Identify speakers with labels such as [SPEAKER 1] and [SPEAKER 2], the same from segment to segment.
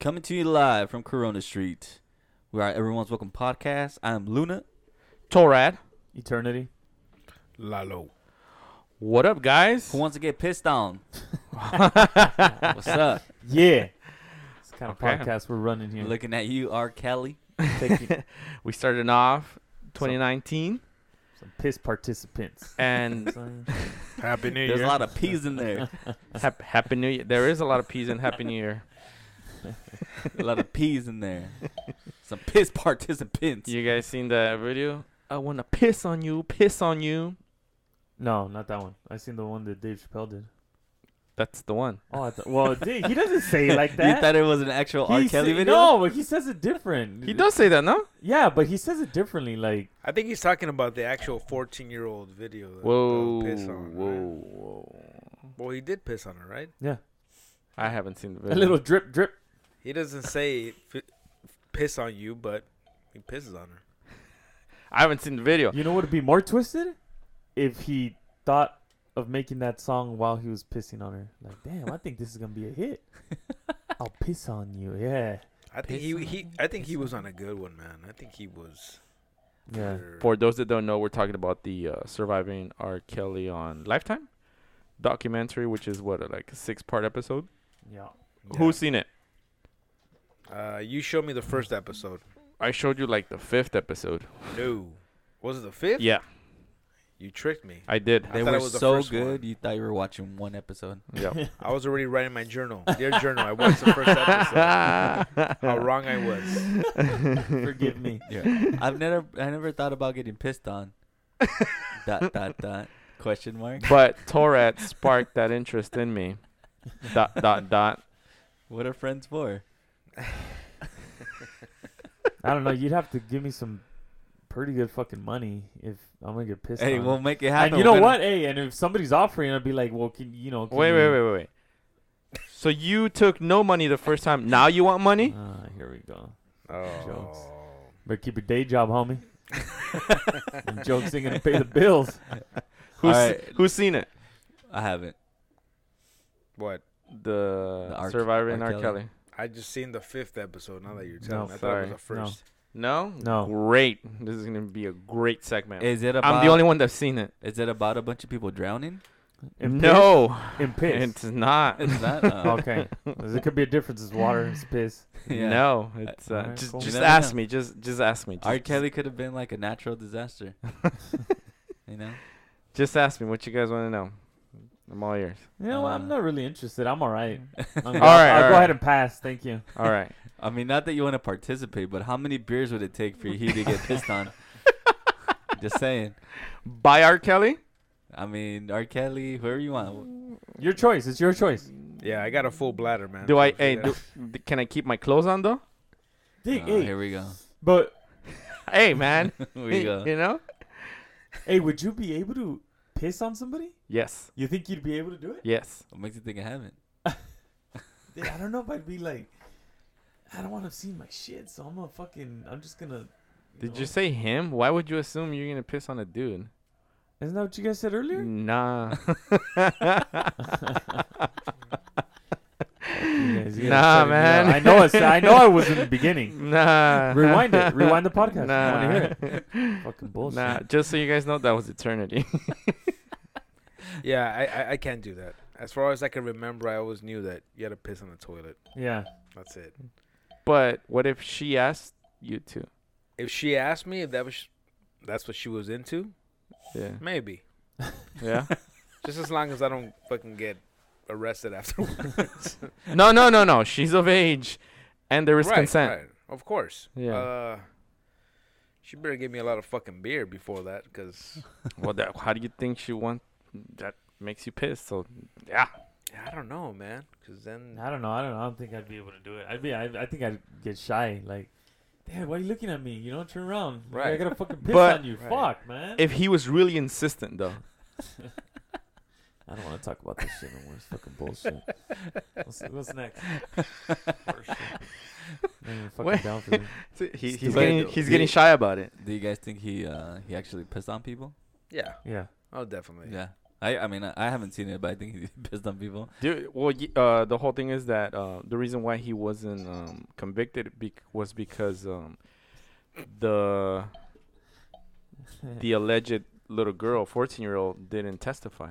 [SPEAKER 1] Coming to you live from Corona Street, where our everyone's welcome podcast. I'm Luna.
[SPEAKER 2] Torad.
[SPEAKER 3] Eternity.
[SPEAKER 4] Lalo.
[SPEAKER 2] What up, guys?
[SPEAKER 1] Who wants to get pissed on? What's up?
[SPEAKER 3] Yeah. It's the kind of
[SPEAKER 2] Okay.
[SPEAKER 3] podcast we're running here.
[SPEAKER 1] Looking at you, R. Kelly.
[SPEAKER 3] Taking
[SPEAKER 2] we started off 2019,
[SPEAKER 3] some piss participants.
[SPEAKER 2] and
[SPEAKER 4] Happy New
[SPEAKER 1] There's
[SPEAKER 4] Year.
[SPEAKER 1] a lot of peas in there.
[SPEAKER 2] hap- Happy New Year. There is a lot of peas in Happy New Year.
[SPEAKER 1] a lot of peas in there. Some piss participants.
[SPEAKER 2] You guys seen that video? I wanna piss on you, piss on you.
[SPEAKER 3] No, not that one. I seen the one that Dave Chappelle did.
[SPEAKER 2] That's the one.
[SPEAKER 3] Oh, I thought, well, dude, he doesn't say it like
[SPEAKER 1] You
[SPEAKER 3] that.
[SPEAKER 1] thought it was an actual
[SPEAKER 3] He
[SPEAKER 1] R. Kelly
[SPEAKER 3] say-
[SPEAKER 1] video?
[SPEAKER 3] No, but he says it different.
[SPEAKER 2] He does say that, no?
[SPEAKER 3] Yeah, but he says it differently. Like,
[SPEAKER 4] I think he's talking about the actual 14 year old video. That,
[SPEAKER 2] Whoa,
[SPEAKER 4] that piss on,
[SPEAKER 2] whoa,
[SPEAKER 4] Right?
[SPEAKER 2] whoa.
[SPEAKER 4] Well, he did piss on her, right?
[SPEAKER 2] I haven't seen the
[SPEAKER 3] a
[SPEAKER 2] video.
[SPEAKER 3] little drip, drip.
[SPEAKER 4] He doesn't say f- piss on you, but he pisses on her.
[SPEAKER 2] I haven't seen the video.
[SPEAKER 3] You know what would be more twisted? If he thought of making that song while he was pissing on her. Like, damn, I think this is going to be a hit. I'll piss on you. Yeah.
[SPEAKER 4] I think
[SPEAKER 1] Piss
[SPEAKER 4] he,
[SPEAKER 1] on
[SPEAKER 4] he I think he was on a good one, man. I think he was.
[SPEAKER 3] Yeah.
[SPEAKER 4] for-
[SPEAKER 2] For those that don't know, we're talking about the uh, surviving R. Kelly on Lifetime documentary, which is what like a six-part episode.
[SPEAKER 3] Yeah.
[SPEAKER 4] yeah.
[SPEAKER 2] Who's seen it?
[SPEAKER 4] Uh, you showed me the first episode.
[SPEAKER 2] I showed you like the fifth episode.
[SPEAKER 4] No, was it the fifth?
[SPEAKER 2] Yeah,
[SPEAKER 4] You tricked me.
[SPEAKER 2] I did.
[SPEAKER 4] I
[SPEAKER 1] They
[SPEAKER 4] thought
[SPEAKER 1] were
[SPEAKER 4] it was the
[SPEAKER 1] so
[SPEAKER 4] first one.
[SPEAKER 1] good, you thought you were watching one episode.
[SPEAKER 2] Yeah.
[SPEAKER 4] I was already writing my journal, dear journal. I watched the first episode. How wrong I was.
[SPEAKER 3] Forgive me.
[SPEAKER 1] Yeah. I've never I never thought about getting pissed on. dot dot dot. Question mark.
[SPEAKER 2] but Torat sparked that interest in me. Dot dot dot.
[SPEAKER 1] What are friends for?
[SPEAKER 3] I don't know. You'd have to give me some pretty good fucking money if I'm gonna get pissed.
[SPEAKER 1] Hey,
[SPEAKER 3] on.
[SPEAKER 1] we'll make it happen.
[SPEAKER 3] and you
[SPEAKER 1] We're
[SPEAKER 3] know
[SPEAKER 1] gonna-
[SPEAKER 3] what? Hey, and if somebody's offering, I'd be like, well, can you know? Can
[SPEAKER 2] Wait
[SPEAKER 3] you...
[SPEAKER 2] wait wait wait wait. So you took no money the first time. Now you want money?
[SPEAKER 3] Ah, here we go. Jokes.
[SPEAKER 4] Oh.
[SPEAKER 3] Better keep your day job, homie. and jokes ain't gonna pay the bills.
[SPEAKER 2] Who's
[SPEAKER 1] Alright.
[SPEAKER 2] who's seen it?
[SPEAKER 1] I haven't.
[SPEAKER 4] What?
[SPEAKER 2] The,
[SPEAKER 1] The R-
[SPEAKER 2] surviving
[SPEAKER 1] R.
[SPEAKER 2] R.
[SPEAKER 1] Kelly.
[SPEAKER 2] Kelly.
[SPEAKER 4] I just seen the fifth episode. Now that you're telling
[SPEAKER 3] No,
[SPEAKER 4] me, I thought
[SPEAKER 2] sorry.
[SPEAKER 4] it was the first.
[SPEAKER 2] No.
[SPEAKER 3] No.
[SPEAKER 2] Great. This is gonna be a great segment.
[SPEAKER 1] Is it about
[SPEAKER 2] I'm the only one that's seen it.
[SPEAKER 1] Is it about a bunch of people drowning?
[SPEAKER 3] And
[SPEAKER 2] no,
[SPEAKER 3] piss, and
[SPEAKER 2] it's
[SPEAKER 3] piss.
[SPEAKER 2] not.
[SPEAKER 1] It's not. Uh,
[SPEAKER 3] okay, 'Cause it could be a difference. It's water, it's piss.
[SPEAKER 1] yeah.
[SPEAKER 2] No, it's uh,
[SPEAKER 3] Alright,
[SPEAKER 2] just
[SPEAKER 3] cool.
[SPEAKER 2] just
[SPEAKER 1] You never
[SPEAKER 2] ask
[SPEAKER 1] know.
[SPEAKER 2] me. Just just ask me. Just,
[SPEAKER 1] R. Kelly could have been like a natural disaster. you know.
[SPEAKER 2] Just ask me what you guys want to know. I'm all ears.
[SPEAKER 3] You know, what?
[SPEAKER 1] Uh,
[SPEAKER 3] I'm not really interested. I'm all right. I'm all
[SPEAKER 2] right,
[SPEAKER 3] I'll
[SPEAKER 2] all
[SPEAKER 3] go
[SPEAKER 2] right.
[SPEAKER 3] ahead and pass. Thank you.
[SPEAKER 2] All right.
[SPEAKER 1] I mean, not that you want to participate, but how many beers would it take for you to get pissed on? Just saying.
[SPEAKER 2] By R. Kelly?
[SPEAKER 1] I mean, R. Kelly, whoever you want.
[SPEAKER 3] Your choice. It's your choice.
[SPEAKER 4] Yeah, I got a full bladder, man.
[SPEAKER 2] Do I?
[SPEAKER 4] So
[SPEAKER 2] Hey,
[SPEAKER 4] yeah.
[SPEAKER 2] do, d- can I keep my clothes on though?
[SPEAKER 3] Dig,
[SPEAKER 1] Oh,
[SPEAKER 3] hey,
[SPEAKER 1] here we go.
[SPEAKER 3] but
[SPEAKER 2] Hey, man.
[SPEAKER 1] Here we go.
[SPEAKER 2] you know?
[SPEAKER 3] hey, would you be able to piss on somebody?
[SPEAKER 2] Yes.
[SPEAKER 3] You think you'd be able to do it?
[SPEAKER 2] Yes.
[SPEAKER 1] What makes you think I haven't?
[SPEAKER 3] Dude, I don't know if I'd be like, I don't want to see my shit, so I'm gonna fucking, I'm just gonna.
[SPEAKER 2] Did you say him? Why would you assume you're gonna piss on a dude?
[SPEAKER 3] Isn't that what you guys said earlier?
[SPEAKER 2] Nah. Nah,
[SPEAKER 3] nah,
[SPEAKER 2] Mm. man.
[SPEAKER 3] I know it's. I know I was in the beginning.
[SPEAKER 2] nah.
[SPEAKER 3] Rewind it. Rewind the podcast. I
[SPEAKER 2] Nah.
[SPEAKER 3] want to hear it. fucking bullshit.
[SPEAKER 2] Nah. Just so you guys know, that was eternity.
[SPEAKER 4] Yeah, I, I I can't do that. As far as I can remember, I always knew that you had to piss on the toilet.
[SPEAKER 3] Yeah.
[SPEAKER 4] That's it.
[SPEAKER 2] but what if she asked you to?
[SPEAKER 4] If she asked me if that was, that's what she was into,
[SPEAKER 2] Yeah.
[SPEAKER 4] maybe.
[SPEAKER 2] Yeah.
[SPEAKER 4] Just as long as I don't fucking get arrested afterwards.
[SPEAKER 2] No, no, no, no. She's of age, and there is
[SPEAKER 4] right,
[SPEAKER 2] consent.
[SPEAKER 4] right. Of course.
[SPEAKER 2] Yeah.
[SPEAKER 4] Uh, she better give me a lot of fucking beer before that, because
[SPEAKER 2] Well, that, how do you think she want? That makes you pissed. So, yeah.
[SPEAKER 4] I don't know, man. Because then
[SPEAKER 3] I don't know. I don't know. I don't think I'd be able to do it. I'd be. I, I think I'd get shy. Like, damn, why are you looking at me? You know, turn around. Like, I
[SPEAKER 4] Right.
[SPEAKER 3] gotta fucking piss
[SPEAKER 2] But-
[SPEAKER 3] on you.
[SPEAKER 4] Right.
[SPEAKER 3] Fuck, man.
[SPEAKER 2] If he was really insistent, though,
[SPEAKER 3] I don't want to talk about this shit no more. It's fucking bullshit. what's, what's next? Horseshit. I'm even fucking
[SPEAKER 2] What?
[SPEAKER 3] down for this.
[SPEAKER 2] he,
[SPEAKER 1] Stupid.
[SPEAKER 2] he's getting he's getting shy about it.
[SPEAKER 1] Do you guys think he uh, he actually pissed on people?
[SPEAKER 4] yeah,
[SPEAKER 3] Yeah.
[SPEAKER 4] oh definitely.
[SPEAKER 1] Yeah. I I mean I, I haven't seen it, but I think he pissed on people.
[SPEAKER 2] Dude, well, y- uh, the whole thing is that uh, the reason why he wasn't um, convicted be- was because um, the the alleged little girl, fourteen year old, didn't testify,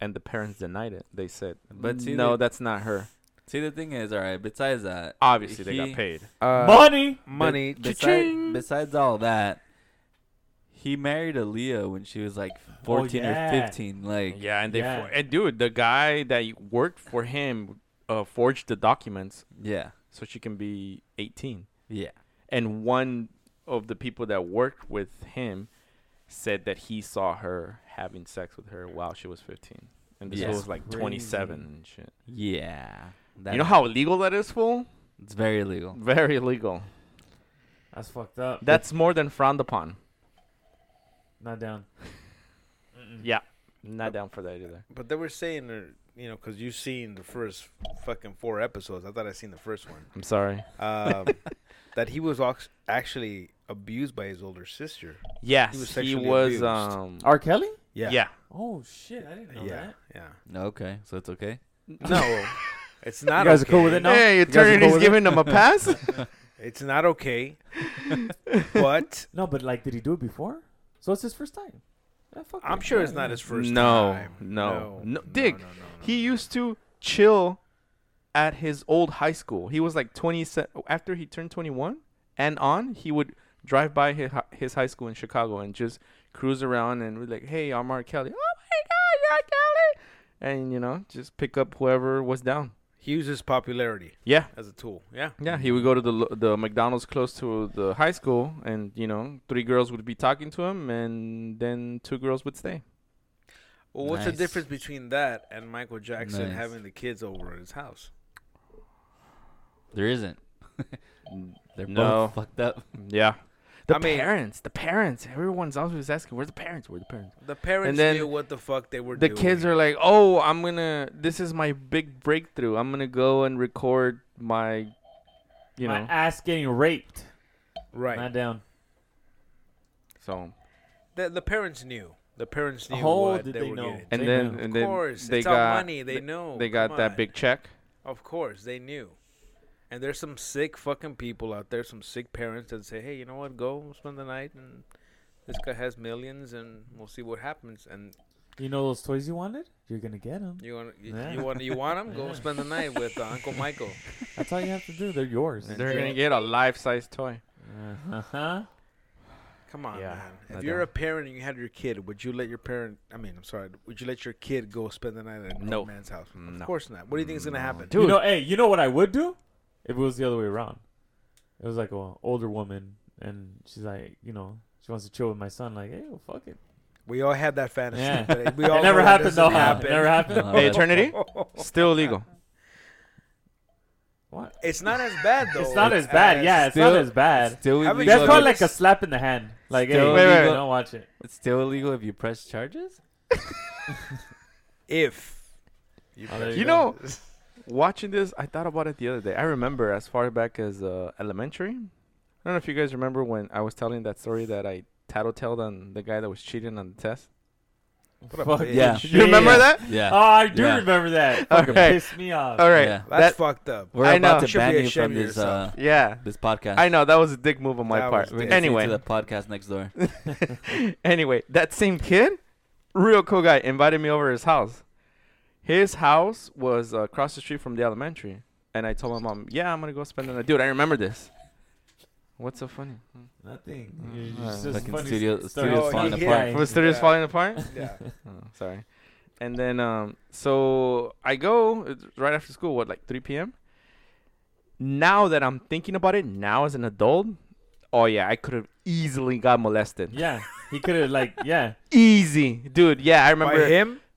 [SPEAKER 2] and the parents denied it. They said,
[SPEAKER 1] But see,
[SPEAKER 2] no,
[SPEAKER 1] they-
[SPEAKER 2] that's not her."
[SPEAKER 1] See, the thing is, all right. Besides that,
[SPEAKER 2] Obviously, they
[SPEAKER 1] he-
[SPEAKER 2] got paid.
[SPEAKER 4] Uh,
[SPEAKER 3] Money.
[SPEAKER 4] money.
[SPEAKER 1] Besides,
[SPEAKER 2] Cha-ching.
[SPEAKER 1] besides all that, he married Aaliyah when she was like 14
[SPEAKER 3] yeah.
[SPEAKER 1] or 15. Like,
[SPEAKER 2] Yeah, and they
[SPEAKER 3] Yeah.
[SPEAKER 2] For- and dude, the guy that worked for him uh, forged the documents
[SPEAKER 1] yeah,
[SPEAKER 2] so she can be eighteen.
[SPEAKER 1] yeah.
[SPEAKER 2] and one of the people that worked with him said that he saw her having sex with her while she was 15 and this
[SPEAKER 1] Yeah.
[SPEAKER 2] fool was like
[SPEAKER 3] Crazy.
[SPEAKER 2] 27 and shit
[SPEAKER 1] Yeah. That
[SPEAKER 2] you know how illegal that is fool
[SPEAKER 1] it's very illegal.
[SPEAKER 2] very illegal
[SPEAKER 3] That's fucked up.
[SPEAKER 2] that's more than frowned upon
[SPEAKER 3] not down.
[SPEAKER 2] yeah not down for that either
[SPEAKER 4] But they were saying, uh, you know, because you've seen the first fucking four episodes. I thought I seen the first one.
[SPEAKER 2] i'm sorry
[SPEAKER 4] Um, that he was ox- actually abused by his older sister.
[SPEAKER 2] yes he
[SPEAKER 4] was
[SPEAKER 2] was,
[SPEAKER 4] sexually abused.
[SPEAKER 2] um
[SPEAKER 3] R. Kelly?
[SPEAKER 4] Yeah.
[SPEAKER 2] yeah
[SPEAKER 3] Oh shit! I didn't know
[SPEAKER 4] Yeah.
[SPEAKER 3] that.
[SPEAKER 4] Yeah.
[SPEAKER 1] Okay, so it's okay.
[SPEAKER 4] No, it's not.
[SPEAKER 3] guys are
[SPEAKER 4] okay.
[SPEAKER 3] cool with it now?
[SPEAKER 2] hey
[SPEAKER 3] guys are cool
[SPEAKER 2] attorney's
[SPEAKER 3] with it?
[SPEAKER 2] giving him a pass
[SPEAKER 4] It's not okay. but
[SPEAKER 3] No, but like, did he do it before? So it's his first time. Yeah, fuck
[SPEAKER 4] I'm
[SPEAKER 3] it.
[SPEAKER 4] sure
[SPEAKER 3] Yeah,
[SPEAKER 4] it's not
[SPEAKER 3] yeah.
[SPEAKER 4] his first
[SPEAKER 2] no,
[SPEAKER 4] time.
[SPEAKER 2] No, no,
[SPEAKER 4] no,
[SPEAKER 2] Dick,
[SPEAKER 4] no, no, no.
[SPEAKER 2] he used to chill at his old high school. He was like 20 se- after he turned 21 and on, he would drive by his, his high school in Chicago and just cruise around and be like, "Hey, I'm R. Kelly." Oh my God, you're R. Kelly! And you know, just pick up whoever was down.
[SPEAKER 4] He uses popularity
[SPEAKER 2] Yeah,
[SPEAKER 4] as a tool. Yeah.
[SPEAKER 2] yeah. He would go to the lo- the McDonald's close to the high school, and you know, three girls would be talking to him, and then two girls would stay.
[SPEAKER 4] Well, what's the
[SPEAKER 1] Nice.
[SPEAKER 4] difference between that and Michael Jackson
[SPEAKER 1] Nice.
[SPEAKER 4] having the kids over at his house?
[SPEAKER 1] There isn't. They're
[SPEAKER 2] No.
[SPEAKER 1] both fucked up.
[SPEAKER 2] Mm, Yeah. The
[SPEAKER 4] I mean-
[SPEAKER 2] parents, the parents. Everyone's always asking, "Where's the parents? Where the parents?"
[SPEAKER 4] The parents
[SPEAKER 2] then
[SPEAKER 4] knew what the fuck they were
[SPEAKER 2] The
[SPEAKER 4] doing.
[SPEAKER 2] kids are like, "Oh, I'm gonna. This is my big breakthrough. I'm gonna go and record my, you
[SPEAKER 3] My
[SPEAKER 2] know."
[SPEAKER 3] ass getting raped. Not
[SPEAKER 4] right.
[SPEAKER 3] down.
[SPEAKER 2] So
[SPEAKER 4] The, the parents knew. The parents knew
[SPEAKER 3] Oh,
[SPEAKER 4] what
[SPEAKER 3] did
[SPEAKER 4] they,
[SPEAKER 3] they
[SPEAKER 4] were
[SPEAKER 3] know?
[SPEAKER 4] getting.
[SPEAKER 2] and
[SPEAKER 3] They
[SPEAKER 2] then
[SPEAKER 3] knew.
[SPEAKER 2] and
[SPEAKER 4] of
[SPEAKER 2] then
[SPEAKER 4] course,
[SPEAKER 2] they
[SPEAKER 4] it's
[SPEAKER 2] got
[SPEAKER 4] all money. They
[SPEAKER 2] th-
[SPEAKER 4] know.
[SPEAKER 2] They got
[SPEAKER 4] Come
[SPEAKER 2] that
[SPEAKER 4] on.
[SPEAKER 2] big check.
[SPEAKER 4] Of course, they knew. And there's some sick fucking people out there, some sick parents that say, "Hey, you know what? Go spend the night, and this guy has millions, and we'll see what happens." And
[SPEAKER 3] You know those toys you wanted? You're gonna get them.
[SPEAKER 4] you want you,
[SPEAKER 3] Yeah.
[SPEAKER 4] you want you want him? Go
[SPEAKER 3] Yeah.
[SPEAKER 4] spend the night with uh, Uncle Michael.
[SPEAKER 3] That's all you have to do. They're yours.
[SPEAKER 2] They're gonna get a life size toy.
[SPEAKER 3] Uh-huh.
[SPEAKER 4] Come on,
[SPEAKER 2] Yeah,
[SPEAKER 4] man.
[SPEAKER 2] I
[SPEAKER 4] If you're a
[SPEAKER 2] don't.
[SPEAKER 4] parent and you had your kid, would you let your parent? I mean, I'm sorry. Would you let your kid go spend the night at an
[SPEAKER 2] No.
[SPEAKER 4] old man's house?
[SPEAKER 2] No.
[SPEAKER 4] Of course not. What do you think is gonna
[SPEAKER 2] No.
[SPEAKER 4] happen?
[SPEAKER 2] Dude.
[SPEAKER 3] You know, hey, you know what I would do? If it was the other way around. It was like an older woman, and she's like, you know, she wants to chill with my son. Like, hey, well, fuck it.
[SPEAKER 4] We all had that fantasy.
[SPEAKER 3] Yeah.
[SPEAKER 4] but We
[SPEAKER 3] It
[SPEAKER 4] all know
[SPEAKER 3] never
[SPEAKER 4] it
[SPEAKER 3] happened,
[SPEAKER 4] doesn't
[SPEAKER 3] though.
[SPEAKER 4] happen.
[SPEAKER 3] It never happened.
[SPEAKER 1] No,
[SPEAKER 2] Hey,
[SPEAKER 1] that-
[SPEAKER 2] eternity, still illegal.
[SPEAKER 3] What?
[SPEAKER 4] It's not as bad though.
[SPEAKER 3] It's not as bad. Yeah, it's not
[SPEAKER 1] still-
[SPEAKER 3] as bad.
[SPEAKER 1] Still
[SPEAKER 4] Haven't
[SPEAKER 1] illegal.
[SPEAKER 4] you
[SPEAKER 3] That's
[SPEAKER 1] if-
[SPEAKER 4] know,
[SPEAKER 3] probably
[SPEAKER 4] it's-
[SPEAKER 3] like a slap in the hand. Like, hey,
[SPEAKER 1] Still
[SPEAKER 3] wait, wait,
[SPEAKER 2] illegal.
[SPEAKER 3] don't watch it.
[SPEAKER 1] it's still illegal if you press charges.
[SPEAKER 4] if you,
[SPEAKER 3] Oh, there you
[SPEAKER 2] You know, watching this, I thought about it the other day. I remember as far back as uh, elementary. I don't know if you guys remember when I was telling that story that I tattletailed on the guy that was cheating on the test.
[SPEAKER 4] What a
[SPEAKER 3] Fuck
[SPEAKER 4] bitch.
[SPEAKER 1] yeah.
[SPEAKER 2] You remember
[SPEAKER 3] Yeah.
[SPEAKER 2] that?
[SPEAKER 3] Oh,
[SPEAKER 1] Yeah,
[SPEAKER 3] I do
[SPEAKER 1] Yeah.
[SPEAKER 3] remember that.
[SPEAKER 2] All
[SPEAKER 3] Fucking
[SPEAKER 2] right.
[SPEAKER 3] pissed me off.
[SPEAKER 2] All right.
[SPEAKER 1] Yeah.
[SPEAKER 2] That,
[SPEAKER 4] That's fucked up.
[SPEAKER 1] we're
[SPEAKER 2] I
[SPEAKER 1] about
[SPEAKER 2] know.
[SPEAKER 1] to
[SPEAKER 4] Should be
[SPEAKER 1] ban you
[SPEAKER 4] ashamed
[SPEAKER 1] from
[SPEAKER 4] of
[SPEAKER 1] this uh,
[SPEAKER 4] yourself.
[SPEAKER 2] yeah.
[SPEAKER 1] this podcast.
[SPEAKER 2] I know that was a dick move on my
[SPEAKER 4] That
[SPEAKER 2] part.
[SPEAKER 4] was
[SPEAKER 1] We're
[SPEAKER 4] dick.
[SPEAKER 1] gonna anyway, to
[SPEAKER 2] Anyway,
[SPEAKER 1] the podcast next door.
[SPEAKER 2] anyway, that same kid, real cool guy, invited me over to his house. His house was uh, across the street from the elementary, and I told my mom, "Yeah, I'm gonna go spend the night." Dude, I remember this. What's so funny?
[SPEAKER 3] Nothing.
[SPEAKER 2] Mm.
[SPEAKER 3] It's
[SPEAKER 2] Uh,
[SPEAKER 3] just
[SPEAKER 1] fucking
[SPEAKER 3] funny
[SPEAKER 1] studio-
[SPEAKER 3] stories.
[SPEAKER 1] studio's
[SPEAKER 4] Oh,
[SPEAKER 1] falling
[SPEAKER 4] yeah.
[SPEAKER 1] apart.
[SPEAKER 4] Hey,
[SPEAKER 2] Was studios
[SPEAKER 4] yeah.
[SPEAKER 2] falling apart?
[SPEAKER 4] Yeah.
[SPEAKER 2] Oh, sorry. And then um, so I go it's right after school. What like 3 p.m. Now that I'm thinking about it, now as an adult, oh yeah, I could have easily got molested.
[SPEAKER 3] Yeah, he could have like yeah.
[SPEAKER 2] Easy, dude. Yeah, I remember.
[SPEAKER 4] By him?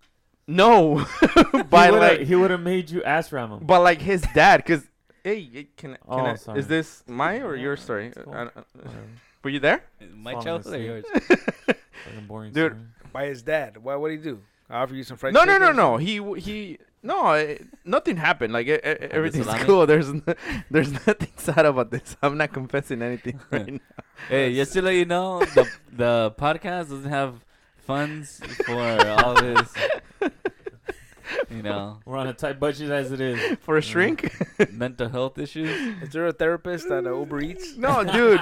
[SPEAKER 2] No,
[SPEAKER 3] By
[SPEAKER 2] by
[SPEAKER 3] he like
[SPEAKER 2] like,
[SPEAKER 3] he would have made you ass ram him.
[SPEAKER 2] but like his dad, because. Hey, y- can, can
[SPEAKER 3] Oh,
[SPEAKER 2] I,
[SPEAKER 3] sorry.
[SPEAKER 2] is this my or your
[SPEAKER 3] Yeah,
[SPEAKER 2] story?
[SPEAKER 3] it's cool.
[SPEAKER 2] I don't-
[SPEAKER 3] Whatever.
[SPEAKER 2] were you there?
[SPEAKER 1] My
[SPEAKER 3] Falling
[SPEAKER 1] childhood or
[SPEAKER 3] asleep.
[SPEAKER 1] yours?
[SPEAKER 3] Fucking boring.
[SPEAKER 2] Dude.
[SPEAKER 3] story.
[SPEAKER 4] By his dad. Why? What did he do? Offer you some fried
[SPEAKER 2] no, no, no,
[SPEAKER 4] chicken?
[SPEAKER 2] no. He w- he. No, it, nothing happened. Like e- e- everything's
[SPEAKER 1] salami?
[SPEAKER 2] cool. There's n- there's nothing sad about this. I'm not confessing anything right now.
[SPEAKER 1] Hey, just to let you know, the the podcast doesn't have funds for all this you know,
[SPEAKER 3] We're on a tight budget as it is.
[SPEAKER 2] for a shrink?
[SPEAKER 1] mental health issues.
[SPEAKER 4] Is there a therapist at uh, Uber Eats?
[SPEAKER 2] no, dude.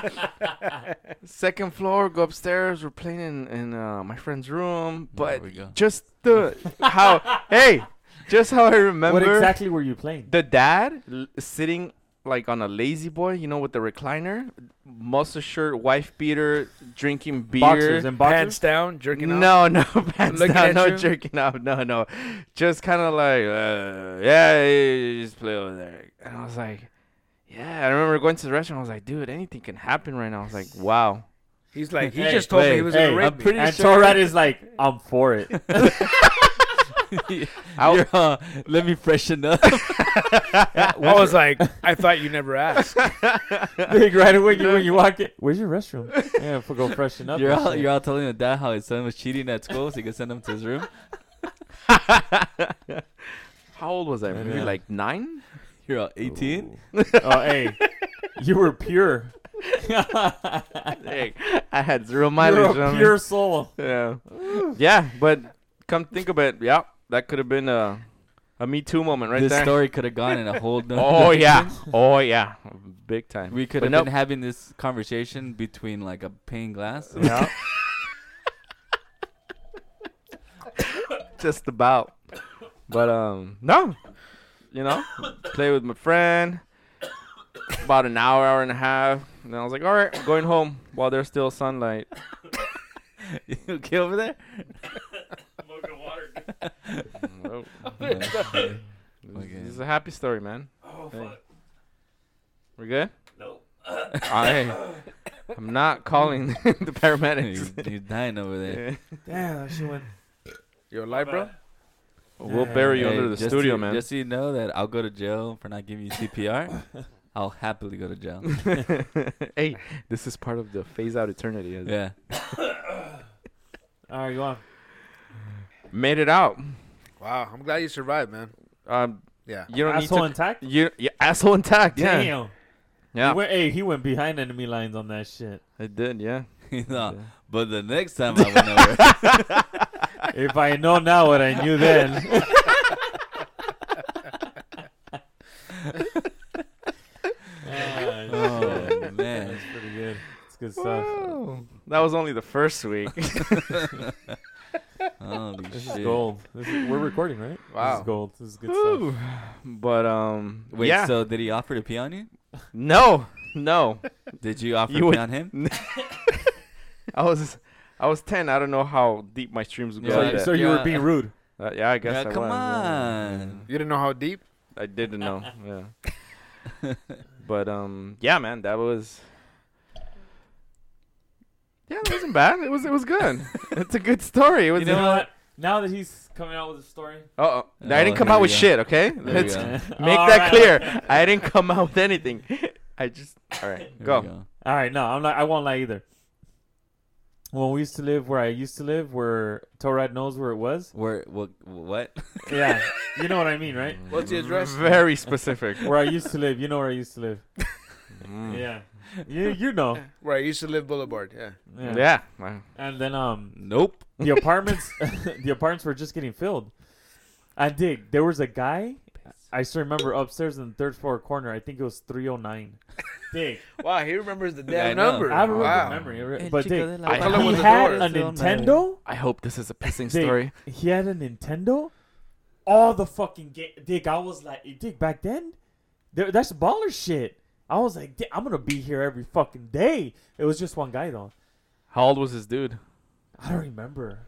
[SPEAKER 2] Second floor, go upstairs. We're playing in, in uh, my friend's room,
[SPEAKER 1] there
[SPEAKER 2] but
[SPEAKER 1] we go.
[SPEAKER 2] just the how hey, just how I remember
[SPEAKER 3] What exactly were you playing?
[SPEAKER 2] the dad l- sitting like on a lazy boy, you know, with the recliner, muscle shirt, wife beater, drinking beer.
[SPEAKER 3] Boxers and
[SPEAKER 4] Pants
[SPEAKER 3] boxers.
[SPEAKER 4] down, jerking off.
[SPEAKER 2] No, no, pants
[SPEAKER 4] Looking
[SPEAKER 2] down,
[SPEAKER 4] at
[SPEAKER 2] no
[SPEAKER 4] you?
[SPEAKER 2] jerking off, no, no. Just kind of like, uh, yeah, you just play over there. And I was like, yeah. I remember going to the restaurant. I was like, dude, anything can happen right now. I was like, wow.
[SPEAKER 4] He's like, he
[SPEAKER 3] Hey,
[SPEAKER 4] just told me
[SPEAKER 2] wait,
[SPEAKER 4] he was
[SPEAKER 3] hey,
[SPEAKER 4] gonna rape
[SPEAKER 1] I'm
[SPEAKER 4] me.
[SPEAKER 1] pretty
[SPEAKER 3] and
[SPEAKER 1] sure-
[SPEAKER 3] Torad is like, I'm for it.
[SPEAKER 2] I'll-
[SPEAKER 1] You're, uh, let me freshen up.
[SPEAKER 4] I was like, I thought you never asked.
[SPEAKER 3] Big right away you, when you walk in. Where's your restroom? Yeah, for go freshen up.
[SPEAKER 1] You're
[SPEAKER 3] and
[SPEAKER 1] all
[SPEAKER 3] shit.
[SPEAKER 1] you're all telling your dad how his son was cheating at school, so you can send him to his room.
[SPEAKER 2] How old was I?
[SPEAKER 3] I
[SPEAKER 2] Maybe
[SPEAKER 3] know.
[SPEAKER 2] like nine.
[SPEAKER 1] You're all 18.
[SPEAKER 3] Ooh. oh, hey, you were pure.
[SPEAKER 2] Like, I had zero
[SPEAKER 3] You're
[SPEAKER 2] mileage. you know
[SPEAKER 3] a
[SPEAKER 2] what I
[SPEAKER 3] pure soul.
[SPEAKER 2] mean? Yeah. yeah, but come think of it. Yeah, that could have been a, a Me Too moment right
[SPEAKER 1] this
[SPEAKER 2] there.
[SPEAKER 1] story could have gone in a whole. nother
[SPEAKER 2] Oh yeah.
[SPEAKER 1] direction.
[SPEAKER 2] Oh yeah. Big time.
[SPEAKER 1] We could
[SPEAKER 2] But
[SPEAKER 1] have
[SPEAKER 2] nope.
[SPEAKER 1] been having this conversation between like a pane glass.
[SPEAKER 3] Yeah.
[SPEAKER 2] just about. But um, no, you know, play with my friend. About an hour, hour and a half, and then I was like, "All right, I'm going home while there's still sunlight."
[SPEAKER 1] you okay over there?
[SPEAKER 2] Oh,
[SPEAKER 1] Yeah.
[SPEAKER 2] this,
[SPEAKER 1] Okay.
[SPEAKER 2] this is a happy story, man.
[SPEAKER 4] Oh,
[SPEAKER 2] Hey. We're good. No. I, I'm not calling the paramedics.
[SPEAKER 1] You- You're dying over there.
[SPEAKER 2] Yeah.
[SPEAKER 3] Damn, that shit went.
[SPEAKER 4] You're alive, bro?
[SPEAKER 2] We'll bury you
[SPEAKER 1] Hey,
[SPEAKER 2] under the
[SPEAKER 1] just
[SPEAKER 2] studio,
[SPEAKER 1] so-
[SPEAKER 2] man.
[SPEAKER 1] Just so you know that I'll go to jail for not giving you CPR. I'll happily go to jail.
[SPEAKER 2] hey, this is part of the phase out eternity. isn't it?
[SPEAKER 1] Yeah.
[SPEAKER 3] All right, go on.
[SPEAKER 2] Made it out.
[SPEAKER 4] Wow, I'm glad you survived, man.
[SPEAKER 2] Um,
[SPEAKER 4] Yeah.
[SPEAKER 2] you don't
[SPEAKER 3] Asshole
[SPEAKER 2] need
[SPEAKER 3] intact.
[SPEAKER 2] to. You, yeah, asshole intact. Yeah.
[SPEAKER 3] Damn. He
[SPEAKER 2] Yeah.
[SPEAKER 3] went, hey, he went behind enemy lines on that shit.
[SPEAKER 2] It did, yeah.
[SPEAKER 1] You know,
[SPEAKER 2] Yeah.
[SPEAKER 1] but the next time I went over,
[SPEAKER 3] if I know now what I knew then.
[SPEAKER 1] Oh,
[SPEAKER 3] Ah, shit.
[SPEAKER 1] man.
[SPEAKER 3] that's pretty good. It's good
[SPEAKER 2] uh,
[SPEAKER 3] stuff.
[SPEAKER 2] That was only the first week.
[SPEAKER 1] holy
[SPEAKER 3] This
[SPEAKER 1] shit!
[SPEAKER 3] is gold. This is, we're recording, right? This
[SPEAKER 4] Wow.
[SPEAKER 3] is gold. This is
[SPEAKER 2] uh,
[SPEAKER 3] good stuff.
[SPEAKER 2] Ooh. but um
[SPEAKER 1] Wait,
[SPEAKER 2] yeah.
[SPEAKER 1] so did he offer to pee on you?
[SPEAKER 2] no. No.
[SPEAKER 1] Did you offer
[SPEAKER 2] You
[SPEAKER 1] to
[SPEAKER 2] would-
[SPEAKER 1] pee on him?
[SPEAKER 2] I was I was 10. I don't know how deep my streams would go.
[SPEAKER 1] Yeah,
[SPEAKER 3] so
[SPEAKER 2] like
[SPEAKER 3] you,
[SPEAKER 1] yeah.
[SPEAKER 2] that.
[SPEAKER 3] so you were
[SPEAKER 1] Yeah.
[SPEAKER 3] being rude.
[SPEAKER 2] Uh, yeah, I guess
[SPEAKER 1] Yeah,
[SPEAKER 2] I
[SPEAKER 1] come
[SPEAKER 2] was. yeah.
[SPEAKER 1] on.
[SPEAKER 4] You didn't know how deep?
[SPEAKER 2] I didn't know. Yeah. but um yeah, man, that was Yeah, it wasn't bad. It was it was good. it's a good story. It was
[SPEAKER 3] You know what? Now that he's coming out with a story,
[SPEAKER 2] Uh-oh. I
[SPEAKER 1] Oh,
[SPEAKER 2] didn't come
[SPEAKER 1] here
[SPEAKER 2] out
[SPEAKER 1] we
[SPEAKER 2] with
[SPEAKER 1] go.
[SPEAKER 2] shit, okay?
[SPEAKER 1] we
[SPEAKER 2] Let's
[SPEAKER 1] go. Yeah.
[SPEAKER 2] Make
[SPEAKER 3] All
[SPEAKER 2] that
[SPEAKER 3] right.
[SPEAKER 2] clear. I didn't come out with anything. I just all right.
[SPEAKER 1] Here we
[SPEAKER 2] Go.
[SPEAKER 3] All right, no, I'm not. I won't lie either. When we used to live where I used to live, where Torad knows where it was.
[SPEAKER 1] Where? What? What?
[SPEAKER 3] Yeah, you know what I mean, right?
[SPEAKER 4] What's the address?
[SPEAKER 2] Very specific.
[SPEAKER 3] Where I used to live, you know where I used to live. Yeah, you you know.
[SPEAKER 4] Right, you used to live Boulevard, yeah.
[SPEAKER 3] Yeah.
[SPEAKER 2] Yeah. Wow.
[SPEAKER 3] And then um,
[SPEAKER 1] Nope.
[SPEAKER 3] the apartments, the apartments were just getting filled. I dig. There was a guy. I still remember upstairs in the third floor corner. I think it was 309. Dig.
[SPEAKER 4] Wow, he remembers the
[SPEAKER 1] I
[SPEAKER 4] damn
[SPEAKER 1] know.
[SPEAKER 4] number.
[SPEAKER 3] I have a
[SPEAKER 4] wow.
[SPEAKER 3] memory, but dig.
[SPEAKER 2] I
[SPEAKER 4] Color
[SPEAKER 3] He
[SPEAKER 4] was the
[SPEAKER 3] had
[SPEAKER 4] door.
[SPEAKER 3] a Nintendo.
[SPEAKER 2] I hope this is a pissing
[SPEAKER 3] Dig,
[SPEAKER 2] story.
[SPEAKER 3] He had a Nintendo. All the fucking ga- Dick, I was like, Dick, back then, there, that's baller shit. I was like, "Dick, I'm gonna be here every fucking day. It was just one guy though.
[SPEAKER 2] How old was this dude?
[SPEAKER 3] I don't remember.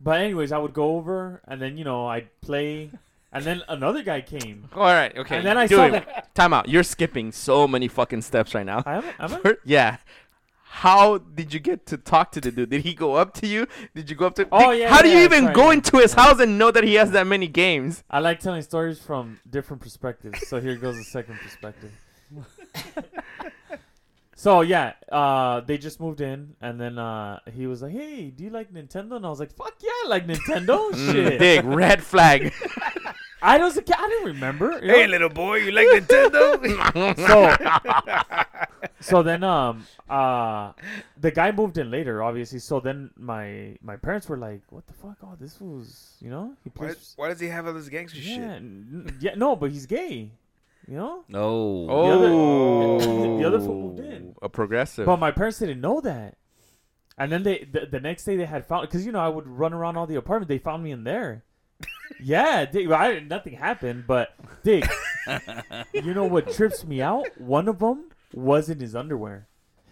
[SPEAKER 3] But anyways, I would go over and then you know I'd play, and then another guy came.
[SPEAKER 2] All right. Okay.
[SPEAKER 3] And then I
[SPEAKER 2] do
[SPEAKER 3] saw
[SPEAKER 2] it.
[SPEAKER 3] that-
[SPEAKER 2] Time out. You're skipping so many fucking steps right now.
[SPEAKER 3] I'm, I'm
[SPEAKER 2] Fir- yeah. How did you get to talk to the dude? Did he go up to you? Did you go up to?
[SPEAKER 3] Oh,
[SPEAKER 2] Did-
[SPEAKER 3] yeah,
[SPEAKER 2] How do
[SPEAKER 3] yeah,
[SPEAKER 2] you even
[SPEAKER 3] sorry,
[SPEAKER 2] go
[SPEAKER 3] yeah.
[SPEAKER 2] into his house and know that he has that many games?
[SPEAKER 3] I like telling stories from different perspectives. So here goes the second perspective. so yeah, uh, they just moved in, and then uh, he was like, "Hey, do you like Nintendo?" And I was like, "Fuck yeah, I like Nintendo."
[SPEAKER 2] Mm,
[SPEAKER 3] Oh, Shit,
[SPEAKER 2] Dig. Red flag.
[SPEAKER 3] I was a kid. I didn't remember. you
[SPEAKER 4] Hey,
[SPEAKER 3] know?
[SPEAKER 4] little boy, you like Nintendo?
[SPEAKER 3] so so then um uh the guy moved in later obviously so then my my parents were like what the fuck oh this was you know he
[SPEAKER 4] Why,
[SPEAKER 3] plays
[SPEAKER 4] why does he have all this gangster
[SPEAKER 3] yeah,
[SPEAKER 4] shit?
[SPEAKER 3] n- yeah no but he's gay you know
[SPEAKER 1] No.
[SPEAKER 3] The other-
[SPEAKER 2] Oh,
[SPEAKER 3] the other foot moved in.
[SPEAKER 2] A progressive.
[SPEAKER 3] but my parents didn't know that and then they the, the next day they had found because you know I would run around all the apartment they found me in there yeah dude, I, nothing happened but dick you know what trips me out? One of them was in his underwear.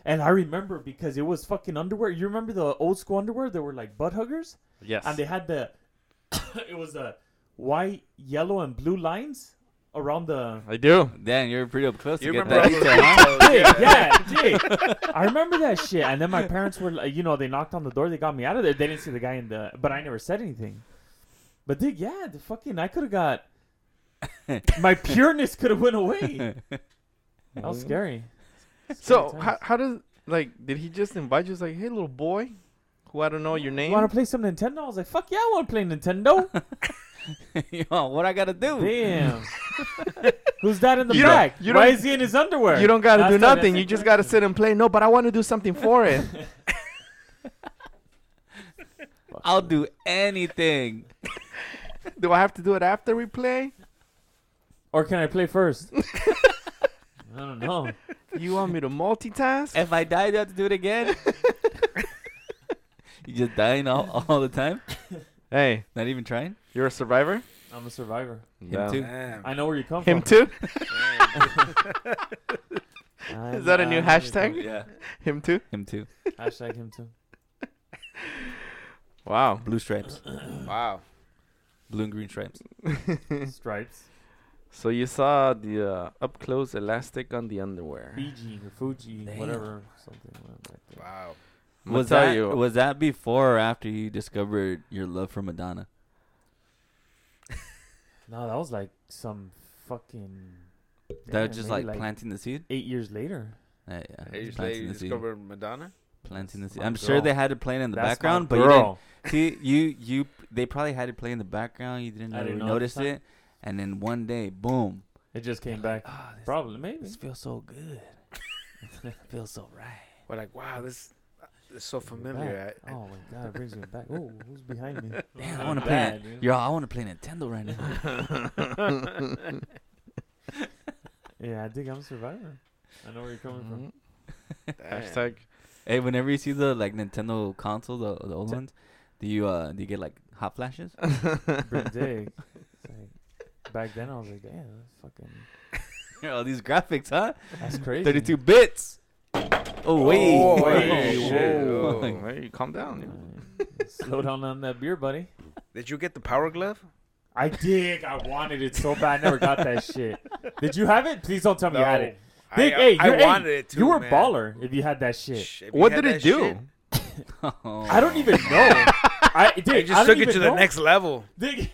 [SPEAKER 3] And I remember because it was fucking underwear. You remember the old school underwear that were like butt huggers?
[SPEAKER 2] yes.
[SPEAKER 3] And they had the, it was the white, yellow, and blue lines around the.
[SPEAKER 2] I do.
[SPEAKER 1] Damn, you're pretty up close to
[SPEAKER 4] You
[SPEAKER 1] get
[SPEAKER 4] remember
[SPEAKER 1] that
[SPEAKER 4] all those
[SPEAKER 1] detail, huh?
[SPEAKER 4] details,
[SPEAKER 3] Hey,
[SPEAKER 4] yeah.
[SPEAKER 3] yeah, Jake. I remember that shit. And then my parents were like, you know, they knocked on the door. They got me out of there. They didn't see the guy in the, but I never said anything. But dude, yeah, the fucking, I could have got, my pureness could have went away. That was scary.
[SPEAKER 2] So
[SPEAKER 3] Scary
[SPEAKER 2] how,
[SPEAKER 3] times.
[SPEAKER 2] how does like did he just invite you? He's like, hey, little boy, who I don't know your name.
[SPEAKER 3] You want to play some Nintendo? I was like, fuck yeah, I want to play Nintendo.
[SPEAKER 1] Yo, what I gotta do?
[SPEAKER 3] Damn. Who's that in the
[SPEAKER 2] You don't-
[SPEAKER 3] back?
[SPEAKER 2] you
[SPEAKER 3] Why
[SPEAKER 2] don't-
[SPEAKER 3] is he in his underwear?
[SPEAKER 2] you don't gotta
[SPEAKER 3] Last
[SPEAKER 2] do
[SPEAKER 3] time I
[SPEAKER 2] nothing. You
[SPEAKER 3] said
[SPEAKER 2] just
[SPEAKER 3] that.
[SPEAKER 2] gotta sit and play. No, but I want to do something for it.
[SPEAKER 1] I'll do anything.
[SPEAKER 2] do I have to do it after we play?
[SPEAKER 3] Or can I play first? I don't know.
[SPEAKER 2] You want me to multitask?
[SPEAKER 1] If I die, do I have to do it again? you just dying all, all the time?
[SPEAKER 2] Hey,
[SPEAKER 1] Not even trying?
[SPEAKER 2] you're a survivor.
[SPEAKER 3] I'm a survivor.
[SPEAKER 1] Him
[SPEAKER 2] Yeah.
[SPEAKER 1] too?
[SPEAKER 4] Damn.
[SPEAKER 3] I know where you come
[SPEAKER 2] Him
[SPEAKER 3] from.
[SPEAKER 2] too.
[SPEAKER 3] I'm-
[SPEAKER 2] Is that a new
[SPEAKER 3] I know where you
[SPEAKER 2] hashtag?
[SPEAKER 1] Yeah.
[SPEAKER 2] Him too.
[SPEAKER 1] Him too.
[SPEAKER 3] come- Hashtag him too.
[SPEAKER 2] Wow.
[SPEAKER 1] Blue stripes.
[SPEAKER 4] Wow.
[SPEAKER 1] Blue and green stripes.
[SPEAKER 3] Stripes.
[SPEAKER 2] So you saw the uh, up close elastic on the underwear.
[SPEAKER 3] Fiji or Fuji,
[SPEAKER 1] Damn.
[SPEAKER 3] whatever. Something. like that.
[SPEAKER 4] Wow.
[SPEAKER 2] I'ma
[SPEAKER 1] Was
[SPEAKER 2] tell
[SPEAKER 1] that
[SPEAKER 2] you.
[SPEAKER 1] was that before or after you discovered your love for Madonna?
[SPEAKER 3] No, that was like some fucking.
[SPEAKER 1] that
[SPEAKER 3] Damn,
[SPEAKER 1] was just
[SPEAKER 3] maybe
[SPEAKER 1] like, planting the seed.
[SPEAKER 3] Eight years later.
[SPEAKER 1] Uh, yeah,
[SPEAKER 4] Hey, you
[SPEAKER 1] planting
[SPEAKER 4] say you
[SPEAKER 1] the seed.
[SPEAKER 4] discovered Madonna?
[SPEAKER 1] Planting the
[SPEAKER 3] That's
[SPEAKER 1] seed.
[SPEAKER 3] my
[SPEAKER 1] I'm sure they
[SPEAKER 3] girl.
[SPEAKER 1] had it playing in the
[SPEAKER 3] That's my
[SPEAKER 1] background, but you didn't
[SPEAKER 3] girl.
[SPEAKER 1] See, you you they probably had it play in the background. You didn't
[SPEAKER 3] I
[SPEAKER 1] really
[SPEAKER 3] didn't know at the
[SPEAKER 1] notice
[SPEAKER 3] time.
[SPEAKER 1] it, and then one day, boom!
[SPEAKER 3] It just came back.
[SPEAKER 1] Ah, this,
[SPEAKER 3] Probably, maybe.
[SPEAKER 1] this feels so good. feels so right.
[SPEAKER 4] We're like, wow, this, this is so
[SPEAKER 3] Bring it
[SPEAKER 4] familiar.
[SPEAKER 3] back.
[SPEAKER 4] I,
[SPEAKER 3] oh my god, it brings me back. Oh, who's behind me?
[SPEAKER 1] Damn, I
[SPEAKER 3] Not
[SPEAKER 1] want to play.
[SPEAKER 3] bad,
[SPEAKER 1] Nint-
[SPEAKER 3] dude.
[SPEAKER 1] Yo, I want to play Nintendo right now.
[SPEAKER 3] Yeah, I think I'm a survivor. I know where you're coming from.
[SPEAKER 2] Mhm.
[SPEAKER 4] damn.
[SPEAKER 2] Hashtag.
[SPEAKER 1] hey, whenever you see the like Nintendo console, the, the old ones, do you uh do you get like hot flashes?
[SPEAKER 3] Brit Dig. It's like, back then I was like, damn, that's fucking
[SPEAKER 1] All these graphics, huh?
[SPEAKER 3] that's crazy.
[SPEAKER 1] Thirty-two bits. Oh wait,
[SPEAKER 4] Oh,
[SPEAKER 2] Hey,
[SPEAKER 4] wait,
[SPEAKER 1] Whoa.
[SPEAKER 4] shit.
[SPEAKER 2] whoa.
[SPEAKER 4] Oh.
[SPEAKER 2] Hey, calm down. dude.
[SPEAKER 3] Alright. Slow down on that beer, buddy.
[SPEAKER 4] Did you get the power glove?
[SPEAKER 3] I did. I wanted it so bad. I never got that shit. Did you have it? Please don't tell me you had it.
[SPEAKER 4] I-
[SPEAKER 3] Big,
[SPEAKER 4] I,
[SPEAKER 3] hey,
[SPEAKER 4] I
[SPEAKER 3] you're- hey,
[SPEAKER 4] wanted it too.
[SPEAKER 3] you were
[SPEAKER 4] man.
[SPEAKER 3] baller if you had that shit.
[SPEAKER 4] Sh- if you
[SPEAKER 2] What
[SPEAKER 4] had
[SPEAKER 2] did it
[SPEAKER 4] that
[SPEAKER 2] do?
[SPEAKER 4] shit,
[SPEAKER 1] Oh.
[SPEAKER 3] I don't even know. I
[SPEAKER 4] I
[SPEAKER 3] did.
[SPEAKER 4] just
[SPEAKER 3] I don't
[SPEAKER 4] took it
[SPEAKER 3] even
[SPEAKER 4] to the
[SPEAKER 3] know.
[SPEAKER 4] next level.
[SPEAKER 3] Dig,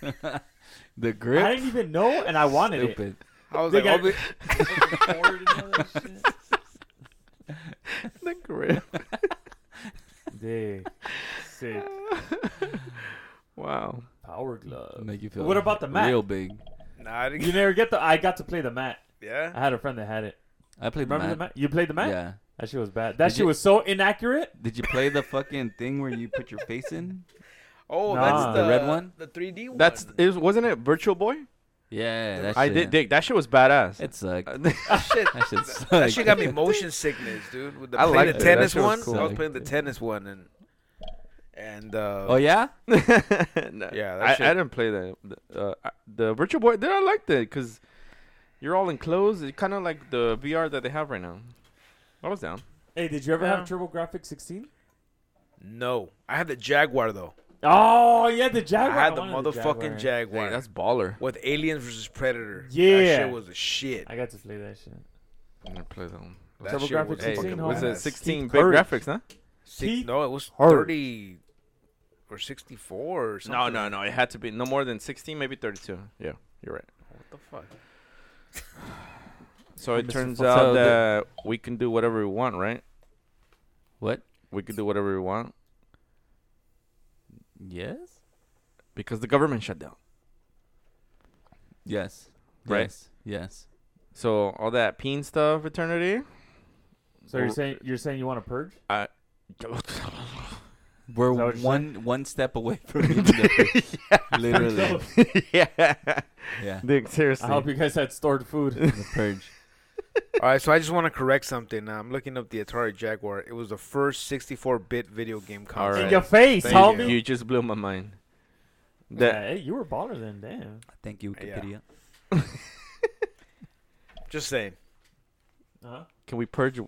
[SPEAKER 1] the grip.
[SPEAKER 3] I didn't even know, and I wanted it.
[SPEAKER 1] Stupid.
[SPEAKER 4] I was
[SPEAKER 3] They
[SPEAKER 4] like, "Oh,
[SPEAKER 3] got-
[SPEAKER 4] I'll be-
[SPEAKER 2] The grip.
[SPEAKER 3] Dig, sick
[SPEAKER 2] Wow.
[SPEAKER 3] power glove.
[SPEAKER 1] Make you feel.
[SPEAKER 3] What about the Mac?
[SPEAKER 1] Real big.
[SPEAKER 4] nah, I didn't
[SPEAKER 3] You never get the. I got to play the mat. I
[SPEAKER 4] yeah.
[SPEAKER 3] had a friend that had it.
[SPEAKER 1] I played
[SPEAKER 3] Remember
[SPEAKER 1] the
[SPEAKER 3] the
[SPEAKER 1] Mac.
[SPEAKER 3] mat? You played the mat?
[SPEAKER 1] Yeah.
[SPEAKER 3] That shit was bad. That
[SPEAKER 1] Did
[SPEAKER 3] shit
[SPEAKER 1] you-
[SPEAKER 3] was so inaccurate.
[SPEAKER 1] Did you play the fucking thing where you put your face in?
[SPEAKER 4] Oh,
[SPEAKER 3] Nah.
[SPEAKER 4] that's the,
[SPEAKER 1] The red one?
[SPEAKER 4] the 3D one.
[SPEAKER 2] That's is wasn't it Virtual Boy?
[SPEAKER 1] Yeah, that
[SPEAKER 2] I
[SPEAKER 1] shit.
[SPEAKER 2] did dig. That shit was badass.
[SPEAKER 1] It sucked.
[SPEAKER 4] shit.
[SPEAKER 1] That shit sucked.
[SPEAKER 4] That shit got me motion sickness, dude. With the,
[SPEAKER 2] I
[SPEAKER 4] I
[SPEAKER 2] liked
[SPEAKER 4] like
[SPEAKER 2] it.
[SPEAKER 4] the
[SPEAKER 2] That
[SPEAKER 4] tennis
[SPEAKER 2] shit was
[SPEAKER 4] one.
[SPEAKER 1] cool.
[SPEAKER 4] I was playing the tennis one and and uh,
[SPEAKER 1] Oh yeah,
[SPEAKER 2] No,
[SPEAKER 4] Yeah, that
[SPEAKER 2] I,
[SPEAKER 4] shit-
[SPEAKER 2] I didn't play the the, uh, I- the Virtual Boy. Then I liked it because you're all enclosed. It's kind of like the VR that they have right now. I was down.
[SPEAKER 3] Hey, did you ever
[SPEAKER 4] Yeah.
[SPEAKER 3] have Turbo Graphic 16?
[SPEAKER 4] no, I had the Jaguar though.
[SPEAKER 3] Oh yeah, the Jaguar.
[SPEAKER 4] I had the
[SPEAKER 3] wanted
[SPEAKER 4] motherfucking Jaguar.
[SPEAKER 2] Dang, that's baller.
[SPEAKER 4] with Aliens versus Predator.
[SPEAKER 3] Yeah.
[SPEAKER 4] that shit was a shit.
[SPEAKER 3] I got to play that shit.
[SPEAKER 2] I didn't play that one.
[SPEAKER 4] That shit
[SPEAKER 3] TurboGrafx
[SPEAKER 4] was
[SPEAKER 2] Hey,
[SPEAKER 3] 16,
[SPEAKER 4] fucking
[SPEAKER 3] huh?
[SPEAKER 2] was
[SPEAKER 3] it
[SPEAKER 2] it
[SPEAKER 4] badass.
[SPEAKER 2] 16
[SPEAKER 3] Keith
[SPEAKER 2] big
[SPEAKER 3] Hurd.
[SPEAKER 2] graphics, huh?
[SPEAKER 4] Six,
[SPEAKER 3] Keith
[SPEAKER 4] no, it was
[SPEAKER 3] Hurd.
[SPEAKER 4] thirty or sixty-four or something.
[SPEAKER 2] No, no, no. It had to be no more than 16, maybe 32. Yeah, you're right.
[SPEAKER 4] What the fuck?
[SPEAKER 2] So it
[SPEAKER 3] Mr.
[SPEAKER 2] turns
[SPEAKER 3] Fuck.
[SPEAKER 2] out
[SPEAKER 1] So the-
[SPEAKER 2] that we can do whatever we want, right?
[SPEAKER 1] What?
[SPEAKER 2] We can do whatever we want
[SPEAKER 1] yes,
[SPEAKER 2] because the government shut down.
[SPEAKER 1] yes,
[SPEAKER 2] Right.
[SPEAKER 1] yes, yes.
[SPEAKER 2] So all that peen stuff, fraternity,
[SPEAKER 3] So you're saying you're saying you want to purge?
[SPEAKER 1] We're
[SPEAKER 3] Is that what you're
[SPEAKER 1] one one step away from eating the purge. Literally.
[SPEAKER 2] yeah,
[SPEAKER 1] Yeah.
[SPEAKER 2] Dick. Seriously.
[SPEAKER 3] I hope you guys had stored food.
[SPEAKER 1] The purge.
[SPEAKER 4] All right, so I just want to correct something. Now, I'm looking up the Atari Jaguar. It was the first 64-bit video game
[SPEAKER 2] All
[SPEAKER 4] console.
[SPEAKER 2] right.
[SPEAKER 3] In your face,
[SPEAKER 4] Thank
[SPEAKER 3] homie.
[SPEAKER 2] You just blew my mind.
[SPEAKER 3] Yeah,
[SPEAKER 2] That
[SPEAKER 3] hey, you were baller then, damn.
[SPEAKER 1] Thank you,
[SPEAKER 4] Yeah.
[SPEAKER 1] Wikipedia.
[SPEAKER 4] Just saying.
[SPEAKER 3] Huh?
[SPEAKER 2] can we purge?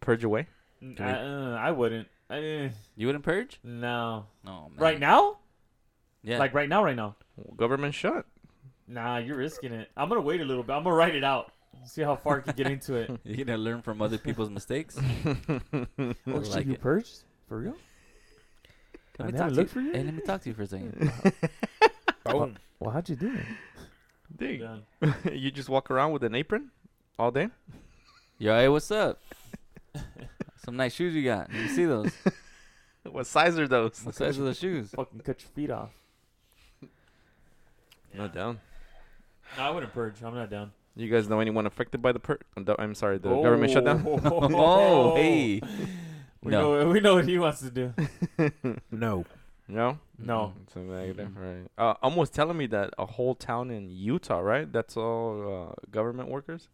[SPEAKER 2] Purge away.
[SPEAKER 3] N-
[SPEAKER 2] Do we-
[SPEAKER 3] I, uh, I wouldn't. I, eh,
[SPEAKER 1] You wouldn't purge?
[SPEAKER 3] no.
[SPEAKER 1] No, man.
[SPEAKER 3] Right now?
[SPEAKER 1] Yeah.
[SPEAKER 3] Like right now, right now.
[SPEAKER 2] Government shut.
[SPEAKER 3] Nah, you're risking it. I'm gonna wait a little bit. I'm gonna write it out. See how far I can get into it.
[SPEAKER 1] You're gonna learn from other people's mistakes. I
[SPEAKER 3] Oh, shit,
[SPEAKER 1] like
[SPEAKER 3] you
[SPEAKER 1] it.
[SPEAKER 3] purged? For real?
[SPEAKER 1] Let
[SPEAKER 3] I
[SPEAKER 1] me
[SPEAKER 3] never
[SPEAKER 1] talk to
[SPEAKER 3] looked for
[SPEAKER 1] you.
[SPEAKER 3] you.
[SPEAKER 1] Hey, let me talk to you for a second.
[SPEAKER 4] Boom.
[SPEAKER 3] Well, how'd you do it?
[SPEAKER 2] Dick,
[SPEAKER 3] Done.
[SPEAKER 2] you just walk around with an apron all day.
[SPEAKER 1] Yo, hey, what's up? Some nice shoes you got. Let me see those.
[SPEAKER 2] What size are those?
[SPEAKER 1] What size are those shoes?
[SPEAKER 3] Fucking cut your feet off.
[SPEAKER 2] No down.
[SPEAKER 3] No, I wouldn't purge. I'm not down.
[SPEAKER 2] You guys know anyone affected by the pur? the- I'm sorry, the government shutdown.
[SPEAKER 1] Oh, hey.
[SPEAKER 3] We,
[SPEAKER 1] No.
[SPEAKER 3] know, we know what he wants to do.
[SPEAKER 4] No.
[SPEAKER 2] No.
[SPEAKER 3] No.
[SPEAKER 2] It's a negative,
[SPEAKER 1] Mm-hmm.
[SPEAKER 2] right? Uh, almost telling me that a whole town in Utah, right? That's all uh, government workers.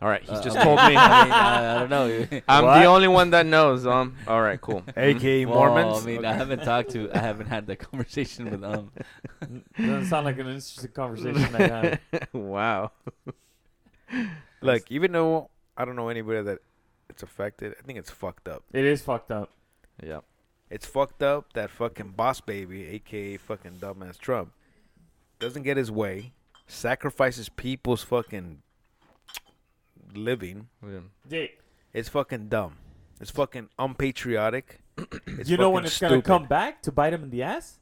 [SPEAKER 2] All right, he's
[SPEAKER 1] Uh,
[SPEAKER 2] just
[SPEAKER 1] I mean-
[SPEAKER 2] told me.
[SPEAKER 1] I, mean, I, I don't know.
[SPEAKER 2] I'm
[SPEAKER 4] What?
[SPEAKER 2] the only one that knows. Um. All right, cool. Mm-hmm.
[SPEAKER 4] A.K.A.
[SPEAKER 1] Well,
[SPEAKER 4] Mormons.
[SPEAKER 1] I mean, I haven't talked to, I haven't had the conversation with um, them.
[SPEAKER 3] Doesn't sound like an interesting conversation I had.
[SPEAKER 2] wow.
[SPEAKER 4] Look, even though I don't know anybody that it's affected, I think it's fucked up.
[SPEAKER 3] It is fucked up.
[SPEAKER 2] Yep.
[SPEAKER 4] It's fucked up that fucking boss baby, aka fucking dumbass Trump, doesn't get his way, sacrifices people's fucking living.
[SPEAKER 2] Yeah.
[SPEAKER 3] Dick,
[SPEAKER 4] It's fucking dumb. It's fucking unpatriotic. It's
[SPEAKER 3] you know when
[SPEAKER 4] fucking
[SPEAKER 3] it's gonna
[SPEAKER 4] stupid.
[SPEAKER 3] come back to bite him in the ass?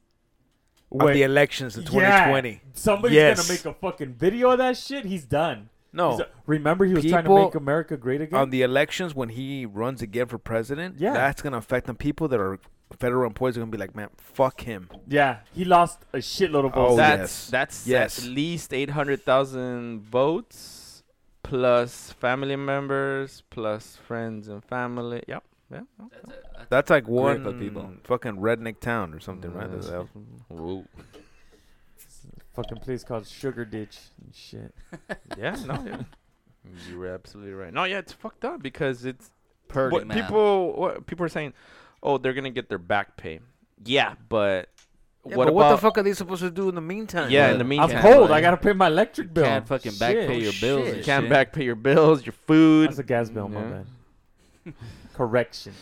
[SPEAKER 4] Of the elections in 2020.
[SPEAKER 3] Yeah. Somebody's
[SPEAKER 4] Yes.
[SPEAKER 3] gonna make a fucking video of that shit. He's done.
[SPEAKER 4] No,
[SPEAKER 3] He's a- remember he was trying to
[SPEAKER 4] People
[SPEAKER 3] make America great again.
[SPEAKER 4] on the elections when he runs again for president,
[SPEAKER 3] Yeah.
[SPEAKER 4] that's gonna affect the people that are federal employees are gonna be like, man, fuck him.
[SPEAKER 3] yeah, he lost a shitload of votes.
[SPEAKER 4] Oh,
[SPEAKER 2] that's
[SPEAKER 4] yes.
[SPEAKER 2] that's
[SPEAKER 4] Yes.
[SPEAKER 2] at least eight hundred thousand votes, plus family members, plus friends and family. Yep. Yeah.
[SPEAKER 4] That's like
[SPEAKER 1] Grip
[SPEAKER 4] one
[SPEAKER 1] of people.
[SPEAKER 4] fucking redneck town or something, right? That's-
[SPEAKER 2] Mm. Whoa.
[SPEAKER 3] fucking place called Sugar Ditch and shit.
[SPEAKER 2] Yeah, no, yeah. you were absolutely right. No, yeah, it's fucked up because it's
[SPEAKER 1] Purge,
[SPEAKER 2] what
[SPEAKER 1] man.
[SPEAKER 2] people what people are saying, oh, they're gonna get their back pay. Yeah, but
[SPEAKER 4] Yeah,
[SPEAKER 2] what
[SPEAKER 4] but
[SPEAKER 2] about
[SPEAKER 4] what the fuck are they supposed to do in the meantime?
[SPEAKER 2] Yeah, in
[SPEAKER 1] What?
[SPEAKER 2] the
[SPEAKER 3] I'm
[SPEAKER 2] meantime,
[SPEAKER 3] cold.
[SPEAKER 1] but
[SPEAKER 3] I gotta pay my electric bill.
[SPEAKER 1] Can't fucking back
[SPEAKER 3] Shit.
[SPEAKER 1] pay your bills. and
[SPEAKER 4] Shit.
[SPEAKER 2] you can't
[SPEAKER 1] shit.
[SPEAKER 2] back pay your bills, your food.
[SPEAKER 3] That's a gas bill, my
[SPEAKER 2] Yeah.
[SPEAKER 3] man. Correction.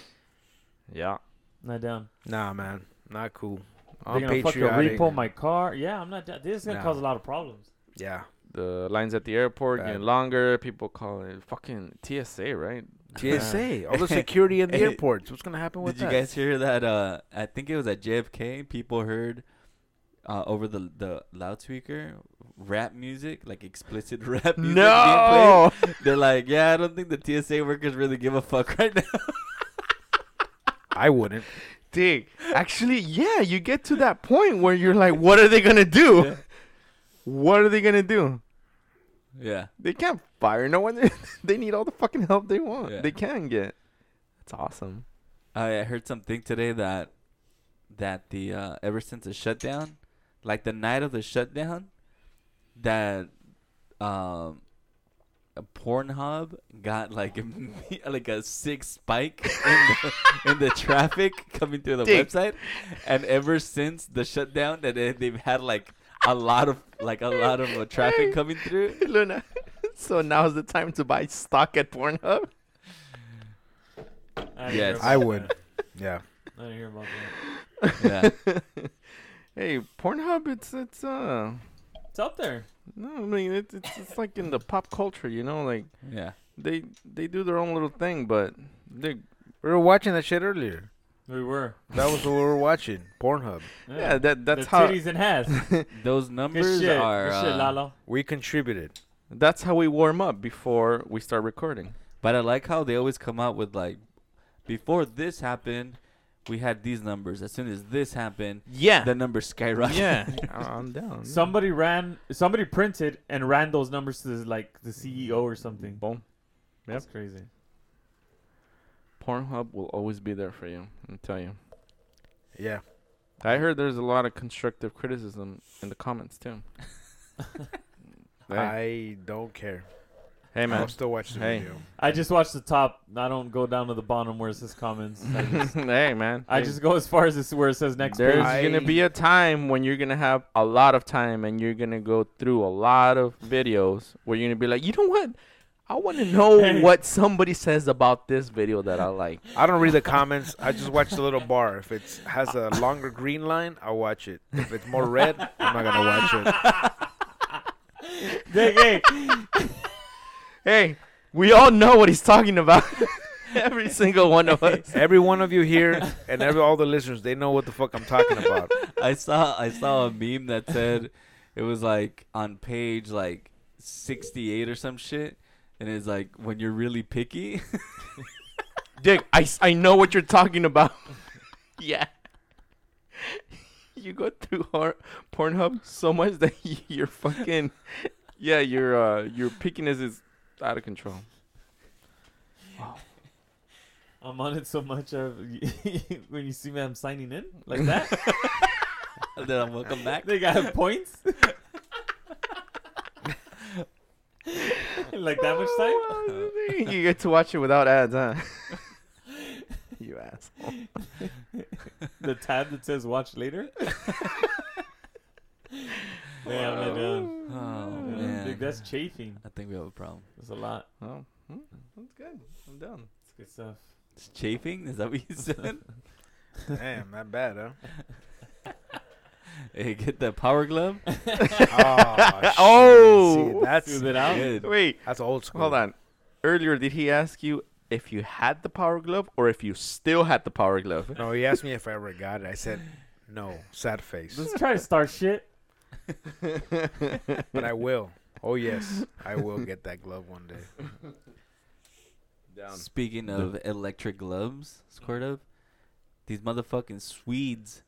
[SPEAKER 2] yeah,
[SPEAKER 3] Not down.
[SPEAKER 4] Nah, man, not cool.
[SPEAKER 3] They're gonna fucking
[SPEAKER 4] Unpatriotic.
[SPEAKER 3] repo my car. Yeah, I'm not down. This is gonna
[SPEAKER 4] Nah.
[SPEAKER 3] cause a lot of problems.
[SPEAKER 4] Yeah,
[SPEAKER 2] the lines at the airport
[SPEAKER 4] Bad.
[SPEAKER 2] getting longer. People calling it fucking TSA, right?
[SPEAKER 4] TSA, all the security in the
[SPEAKER 1] Hey,
[SPEAKER 4] airports. What's gonna happen with
[SPEAKER 1] Did you
[SPEAKER 4] that?
[SPEAKER 1] guys hear that? Uh, I think it was at JFK. People heard uh, over the the loudspeaker rap music, like explicit rap music. being
[SPEAKER 2] No,
[SPEAKER 1] played. they're like, yeah, I don't think the TSA workers really give a fuck right now.
[SPEAKER 4] I wouldn't.
[SPEAKER 2] dig. Actually, yeah, you get to that point where you're like, what are they gonna do?
[SPEAKER 1] Yeah.
[SPEAKER 2] What are they gonna do?
[SPEAKER 1] yeah,
[SPEAKER 2] They can't fire no one. they need all the fucking help they want.
[SPEAKER 1] Yeah.
[SPEAKER 2] They can get. That's awesome.
[SPEAKER 1] I I heard something today that that the uh, ever since the shutdown, like the night of the shutdown, that um, Pornhub got like a, like a six spike in the, in the traffic coming through the
[SPEAKER 2] Dude.
[SPEAKER 1] website, and ever since the shutdown, that they, they've had like a lot of like a lot of uh, traffic coming through.
[SPEAKER 2] Luna. So now's the time to buy stock at Pornhub.
[SPEAKER 3] I didn't
[SPEAKER 1] Yes.
[SPEAKER 3] hear about
[SPEAKER 4] I
[SPEAKER 3] that.
[SPEAKER 4] would. Yeah,
[SPEAKER 3] I didn't hear about that.
[SPEAKER 1] Yeah.
[SPEAKER 2] hey, Pornhub, it's it's uh,
[SPEAKER 3] It's up there.
[SPEAKER 2] no, I mean it's it's, it's like in the pop culture, you know, like
[SPEAKER 1] Yeah,
[SPEAKER 2] they they do their own little thing, but they
[SPEAKER 4] we were watching that shit earlier.
[SPEAKER 3] We were.
[SPEAKER 4] That was what we were watching. Pornhub.
[SPEAKER 3] Yeah.
[SPEAKER 2] yeah, that that's
[SPEAKER 3] the
[SPEAKER 2] how
[SPEAKER 3] titties and ass.
[SPEAKER 1] those
[SPEAKER 3] Good
[SPEAKER 1] numbers
[SPEAKER 3] shit.
[SPEAKER 1] are.
[SPEAKER 3] Good shit,
[SPEAKER 1] uh,
[SPEAKER 3] Lalo.
[SPEAKER 4] We contributed.
[SPEAKER 2] that's how we warm up before we start recording.
[SPEAKER 1] But I like how they always come out with like, before this happened, we had these numbers. As soon as this happened,
[SPEAKER 2] Yeah.
[SPEAKER 1] the numbers skyrocketed.
[SPEAKER 2] yeah. I'm down. yeah.
[SPEAKER 3] Somebody ran, somebody printed and ran those numbers to the, like the CEO or something.
[SPEAKER 2] Boom.
[SPEAKER 3] That's crazy.
[SPEAKER 2] Pornhub will always be there for you. I'm tell you.
[SPEAKER 4] Yeah.
[SPEAKER 2] I heard there's a lot of constructive criticism in the comments too. hey,
[SPEAKER 4] I don't care.
[SPEAKER 2] hey man.
[SPEAKER 4] I'll still watch the
[SPEAKER 2] Hey.
[SPEAKER 4] video.
[SPEAKER 3] I just watch the top. I don't go down to the bottom where it says comments. I just,
[SPEAKER 2] hey man.
[SPEAKER 3] I
[SPEAKER 2] Hey.
[SPEAKER 3] just go as far as this where it says next
[SPEAKER 2] There's
[SPEAKER 3] page.
[SPEAKER 4] I-
[SPEAKER 2] gonna be a time when you're gonna have a lot of time and you're gonna go through a lot of videos where you're gonna be like, you know what? I want to know
[SPEAKER 3] Hey.
[SPEAKER 2] what somebody says about this video that I like.
[SPEAKER 4] I don't read the comments. I just watch the little bar. If it has a longer green line, I'll watch it. If it's more red, I'm not gonna watch it.
[SPEAKER 3] Dig, hey,
[SPEAKER 2] Hey, we all know what he's talking about. Every single one of us.
[SPEAKER 4] Every one of you here and every all the listeners, they know what the fuck I'm talking about.
[SPEAKER 1] I saw I saw a meme that said it was like on page like 68 or some shit, and it's like when you're really picky.
[SPEAKER 2] Dick, I, s- I know what you're talking about. yeah. You go through hor- Pornhub so much that you're fucking. Yeah, your uh, your pickiness is out of control.
[SPEAKER 3] I'm on it so much. Of, when you see me, I'm signing in like that.
[SPEAKER 1] And then I'm welcome back.
[SPEAKER 3] they got points. like that much time?
[SPEAKER 2] you get to watch it without ads, huh? you ass.
[SPEAKER 3] The tab that says watch later. Man, I'm not done.
[SPEAKER 1] Oh
[SPEAKER 3] Yeah, um, dude,
[SPEAKER 1] man,
[SPEAKER 3] that's chafing.
[SPEAKER 1] I think we have a problem.
[SPEAKER 3] That's a lot.
[SPEAKER 2] Oh, hmm, that's good. I'm done.
[SPEAKER 3] It's good stuff.
[SPEAKER 1] It's chafing. Is that what you said?
[SPEAKER 4] Damn, not bad, huh?
[SPEAKER 1] hey, get that power glove.
[SPEAKER 4] Oh, shit.
[SPEAKER 2] Oh.
[SPEAKER 4] See, that's
[SPEAKER 3] Smooth it out.
[SPEAKER 1] Good.
[SPEAKER 2] Wait,
[SPEAKER 4] that's old school.
[SPEAKER 2] hold on. Earlier, did he ask you if you had the power glove or if you still had the power glove?
[SPEAKER 4] No, he asked me if I ever got it. I said no, sad face.
[SPEAKER 3] Let's try to start shit.
[SPEAKER 4] But I will. Oh yes, I will get that glove one day.
[SPEAKER 2] Down.
[SPEAKER 1] Speaking of electric gloves, squirt up. These motherfucking Swedes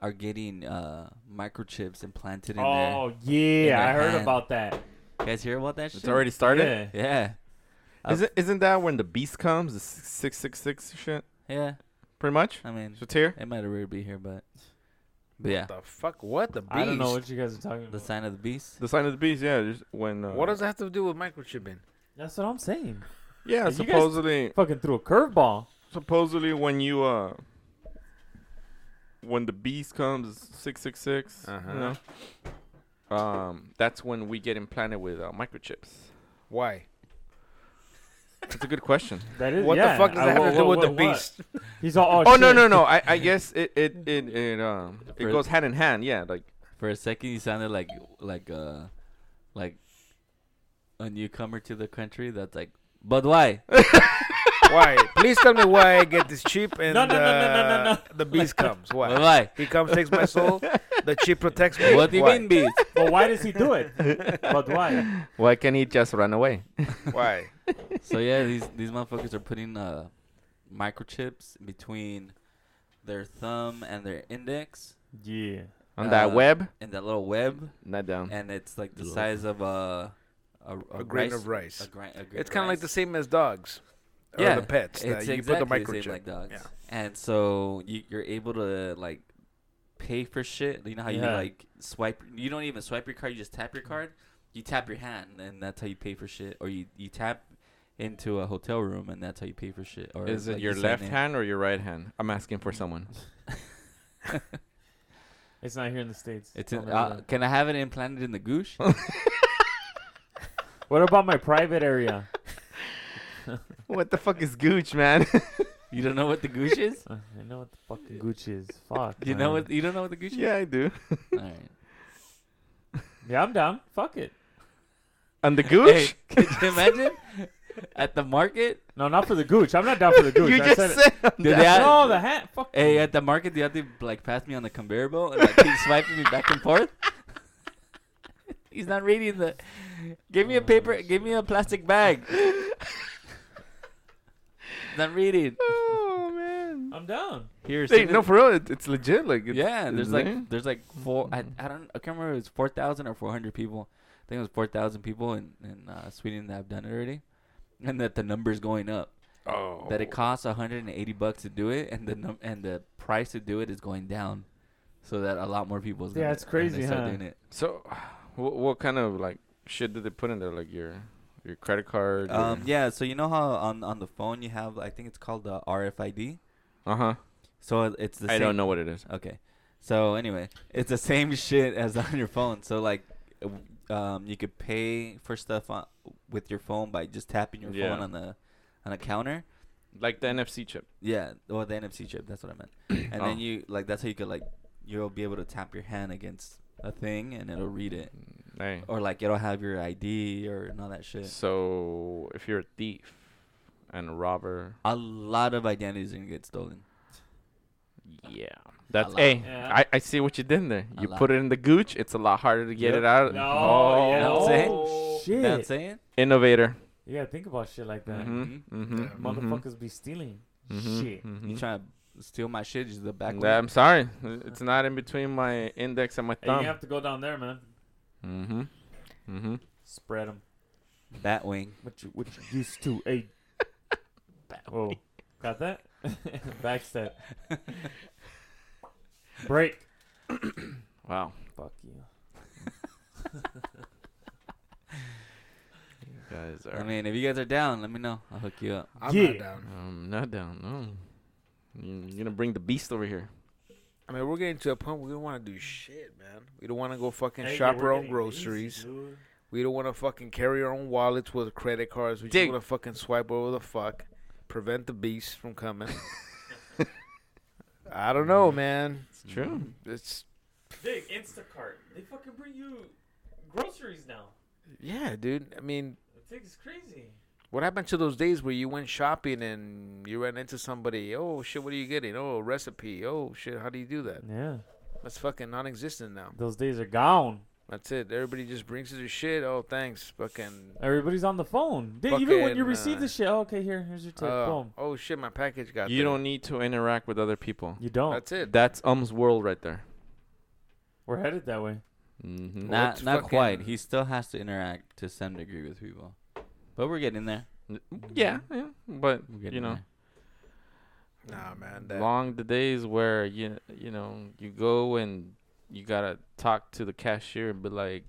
[SPEAKER 1] are getting uh, microchips implanted in
[SPEAKER 3] Oh
[SPEAKER 1] In
[SPEAKER 3] yeah,
[SPEAKER 1] their
[SPEAKER 3] I heard
[SPEAKER 1] hand.
[SPEAKER 3] about that.
[SPEAKER 1] there. You guys hear about that shit?
[SPEAKER 2] It's already started. Uh,
[SPEAKER 3] Yeah.
[SPEAKER 1] Yeah, I've-
[SPEAKER 2] Isn't isn't that when the beast comes? The six six six shit.
[SPEAKER 1] yeah.
[SPEAKER 2] Pretty much.
[SPEAKER 1] I mean,
[SPEAKER 2] So it's here.
[SPEAKER 1] it might already be here, but but yeah,
[SPEAKER 4] The fuck? What the beast?
[SPEAKER 3] I don't know what you guys are talking
[SPEAKER 1] the
[SPEAKER 3] about.
[SPEAKER 1] sign of the beast.
[SPEAKER 2] The sign of the beast. Yeah. Just when. Uh,
[SPEAKER 4] What does that have to do with microchipping?
[SPEAKER 3] That's what I'm saying.
[SPEAKER 2] Yeah.
[SPEAKER 3] You guys-
[SPEAKER 2] supposedly.
[SPEAKER 3] Fucking threw a curveball.
[SPEAKER 2] supposedly when you uh when the beast comes six six six
[SPEAKER 4] Uh-huh.
[SPEAKER 2] um that's when we get implanted with uh, microchips
[SPEAKER 4] Why?
[SPEAKER 2] that's a good question
[SPEAKER 3] That is
[SPEAKER 4] What
[SPEAKER 3] yeah,
[SPEAKER 4] the fuck does
[SPEAKER 3] I-
[SPEAKER 4] that have
[SPEAKER 3] what-
[SPEAKER 4] to do
[SPEAKER 3] what-
[SPEAKER 4] with the
[SPEAKER 3] what- what?
[SPEAKER 4] beast?
[SPEAKER 3] He's all.
[SPEAKER 2] oh
[SPEAKER 3] shit.
[SPEAKER 2] no no no i i guess it it it, it um it
[SPEAKER 1] For-
[SPEAKER 2] goes hand in hand yeah like
[SPEAKER 1] For a second, you sounded like like uh like a newcomer to the country. That's like, but why?
[SPEAKER 4] Why? Please tell me why I get this chip and
[SPEAKER 3] No, no, no, no, no, no, no.
[SPEAKER 4] uh, the beast comes.
[SPEAKER 1] But
[SPEAKER 4] Why?
[SPEAKER 1] why?
[SPEAKER 4] He comes, takes my soul. The chip protects me.
[SPEAKER 1] What do you
[SPEAKER 4] why?
[SPEAKER 1] mean beast?
[SPEAKER 3] But why does he do it? but why?
[SPEAKER 2] why can't he just run away
[SPEAKER 4] Why?
[SPEAKER 1] so yeah, these these motherfuckers are putting uh microchips between their thumb and their index
[SPEAKER 3] Yeah.
[SPEAKER 2] on that
[SPEAKER 1] Uh,
[SPEAKER 2] web
[SPEAKER 1] in that little web,
[SPEAKER 2] not down
[SPEAKER 1] and it's like the
[SPEAKER 2] Mm-hmm. Little-
[SPEAKER 1] size of a a, a,
[SPEAKER 4] A grain
[SPEAKER 1] rice-
[SPEAKER 4] of rice.
[SPEAKER 1] A grain, a grain
[SPEAKER 4] It's kind of like the
[SPEAKER 1] rice.
[SPEAKER 4] same as dogs. Or
[SPEAKER 1] Yeah,
[SPEAKER 4] the pets.
[SPEAKER 1] It's
[SPEAKER 4] that you
[SPEAKER 1] exactly
[SPEAKER 4] put the
[SPEAKER 1] the same
[SPEAKER 4] microchip.
[SPEAKER 1] like dogs.
[SPEAKER 4] Yeah.
[SPEAKER 1] And so you, you're able to like pay for shit. You know how you
[SPEAKER 3] Yeah.
[SPEAKER 1] like swipe. You don't even swipe your card. You just tap your card. You tap your hand, and that's how you pay for shit. Or you, you tap into a hotel room, and that's how you pay for shit. Or
[SPEAKER 2] is
[SPEAKER 1] like,
[SPEAKER 2] it
[SPEAKER 1] you
[SPEAKER 2] your
[SPEAKER 1] sign
[SPEAKER 2] left
[SPEAKER 1] in.
[SPEAKER 2] hand or your right hand i'm asking for someone
[SPEAKER 3] It's not here in the states.
[SPEAKER 1] It's in,
[SPEAKER 3] Over
[SPEAKER 1] uh,
[SPEAKER 3] there.
[SPEAKER 1] can I have it implanted in the goosh?
[SPEAKER 3] what about my private area?
[SPEAKER 2] what the fuck is gooch man
[SPEAKER 1] you don't know what the goosh is?
[SPEAKER 3] Uh, I know what the fucking Gucci is. Fuck.
[SPEAKER 1] You know
[SPEAKER 3] man.
[SPEAKER 1] what? You don't know what the gooch
[SPEAKER 2] yeah i do
[SPEAKER 1] is? All right.
[SPEAKER 3] Yeah, I'm down. Fuck it.
[SPEAKER 2] on the
[SPEAKER 1] Hey,
[SPEAKER 2] gooch
[SPEAKER 1] could you imagine at the market?
[SPEAKER 3] No, not for the Gucci. I'm not down for the Gucci.
[SPEAKER 2] you
[SPEAKER 3] I
[SPEAKER 2] just
[SPEAKER 3] said
[SPEAKER 2] said,
[SPEAKER 3] it.
[SPEAKER 2] I'm
[SPEAKER 1] Did
[SPEAKER 2] down.
[SPEAKER 1] they add-
[SPEAKER 3] no, the hat. Fuck.
[SPEAKER 1] Hey, at the market, do you have to like pass me on the conveyor belt and like keep swiping me back and forth? He's not reading the. Give me a paper. Give me a plastic bag. He's not reading.
[SPEAKER 2] oh man
[SPEAKER 3] I'm down.
[SPEAKER 1] Here,
[SPEAKER 2] Hey,
[SPEAKER 1] send
[SPEAKER 2] no,
[SPEAKER 1] it-
[SPEAKER 2] for real, it, it's legit. Like, it's,
[SPEAKER 1] yeah, there's
[SPEAKER 2] it's there.
[SPEAKER 1] like there's like four. I, I don't. I can't remember. If it was four thousand or four hundred people. I think it was four thousand people in in uh, Sweden that have done it already, and that the number's going up.
[SPEAKER 2] oh,
[SPEAKER 1] That it costs hundred and eighty bucks to do it, and the num- and the price to do it is going down, so that a lot more people. is
[SPEAKER 3] Yeah,
[SPEAKER 1] gonna-
[SPEAKER 3] it's
[SPEAKER 1] are gonna
[SPEAKER 3] crazy,
[SPEAKER 1] start
[SPEAKER 3] huh?
[SPEAKER 1] doing it.
[SPEAKER 2] So, what, what kind of like shit did they put in there? Like your your credit card?
[SPEAKER 1] Um, yeah, so you know how on on the phone you have I think it's called the RFID.
[SPEAKER 2] Uh huh.
[SPEAKER 1] So it- it's the
[SPEAKER 2] I
[SPEAKER 1] same.
[SPEAKER 2] don't know what it is.
[SPEAKER 1] Okay. So anyway, it's the same shit as on your phone. So like, w- um, you could pay for stuff on, with your phone by just tapping your
[SPEAKER 2] Yeah.
[SPEAKER 1] phone on the on a counter.
[SPEAKER 2] Like the NFC chip.
[SPEAKER 1] Yeah, well the NFC chip. That's what I meant. And
[SPEAKER 2] Oh.
[SPEAKER 1] then you like that's how you could like you'll be able to tap your hand against a thing and it'll read it,
[SPEAKER 2] Mm. Hey.
[SPEAKER 1] or like it'll have your ID or and all that shit.
[SPEAKER 2] So, if you're a thief and a robber,
[SPEAKER 1] A lot of identities are gonna get stolen.
[SPEAKER 2] yeah, that's
[SPEAKER 1] lot.
[SPEAKER 2] hey.
[SPEAKER 3] Yeah.
[SPEAKER 2] I, I see what you did there.
[SPEAKER 1] A
[SPEAKER 2] You
[SPEAKER 1] lot.
[SPEAKER 2] put it in the gooch. It's a lot harder to get
[SPEAKER 1] Yep.
[SPEAKER 2] it out.
[SPEAKER 3] No,
[SPEAKER 2] oh,
[SPEAKER 3] yeah.
[SPEAKER 1] know what I'm
[SPEAKER 3] oh
[SPEAKER 1] You
[SPEAKER 3] shit.
[SPEAKER 1] know what I'm saying?
[SPEAKER 2] innovator.
[SPEAKER 3] You gotta think about shit like that.
[SPEAKER 2] Mm-hmm.
[SPEAKER 1] Mhm.
[SPEAKER 2] Mm-hmm.
[SPEAKER 4] Yeah.
[SPEAKER 3] Motherfuckers be stealing shit.
[SPEAKER 1] You trying to steal my shit? Just the back.
[SPEAKER 2] Mm. Nah,
[SPEAKER 1] way.
[SPEAKER 2] I'm sorry. It's not in between my index and my
[SPEAKER 3] Hey, you
[SPEAKER 2] thumb.
[SPEAKER 3] have to go down there, man.
[SPEAKER 2] Mm-hmm. Mm-hmm.
[SPEAKER 3] Spread them.
[SPEAKER 1] Bat wing.
[SPEAKER 3] What you what you used to? Hey. Oh, got that? Backstep. Break.
[SPEAKER 2] Wow.
[SPEAKER 3] Fuck you.
[SPEAKER 2] You guys
[SPEAKER 1] I
[SPEAKER 2] are.
[SPEAKER 1] mean, if you guys are down, let me know. I'll hook you up.
[SPEAKER 4] I'm
[SPEAKER 3] Yeah.
[SPEAKER 4] not down.
[SPEAKER 2] Um, not down. No. You're gonna bring the beast over here.
[SPEAKER 4] I mean, we're getting to a point where we don't want to do shit, man. We don't want to go fucking
[SPEAKER 3] Hey,
[SPEAKER 4] shop
[SPEAKER 3] we're
[SPEAKER 4] our own
[SPEAKER 3] getting
[SPEAKER 4] groceries.
[SPEAKER 3] lazy, dude.
[SPEAKER 4] We don't want to fucking carry our own wallets with credit cards. We
[SPEAKER 2] Dude.
[SPEAKER 4] just want to fucking swipe over the fuck, prevent the beast from coming. I don't know, man.
[SPEAKER 3] Mm-hmm.
[SPEAKER 2] It's true.
[SPEAKER 4] It's
[SPEAKER 3] Dick, Instacart. They fucking bring you groceries now.
[SPEAKER 4] yeah, dude. I mean,
[SPEAKER 3] Dick is crazy.
[SPEAKER 4] what happened to those days where you went shopping and you ran into somebody? Oh shit, what are you getting? Oh, recipe. Oh shit, how do you do that?
[SPEAKER 3] Yeah.
[SPEAKER 4] That's fucking non-existent now.
[SPEAKER 3] Those days are gone.
[SPEAKER 4] That's it. Everybody just brings you their shit. Oh, thanks. Fucking.
[SPEAKER 3] Everybody's on the phone. Dick, even when you
[SPEAKER 4] Fucking,
[SPEAKER 3] receive
[SPEAKER 4] uh,
[SPEAKER 3] the shit, oh, okay, here, here's your tip.
[SPEAKER 4] uh,
[SPEAKER 3] Boom.
[SPEAKER 4] oh shit, my package got.
[SPEAKER 2] You
[SPEAKER 4] there.
[SPEAKER 2] don't need to interact with other people.
[SPEAKER 3] You don't.
[SPEAKER 4] That's it.
[SPEAKER 2] That's Um's world right there.
[SPEAKER 3] We're headed that way.
[SPEAKER 2] Mm-hmm.
[SPEAKER 1] Not
[SPEAKER 4] it's
[SPEAKER 1] not quite.
[SPEAKER 4] fucking-
[SPEAKER 1] He still has to interact to some degree with people, but we're getting there.
[SPEAKER 2] Yeah, yeah. But
[SPEAKER 1] We're getting
[SPEAKER 2] you know,
[SPEAKER 1] there.
[SPEAKER 4] Nah, man. That,
[SPEAKER 2] long the days where you you know you go and you gotta talk to the cashier and be like,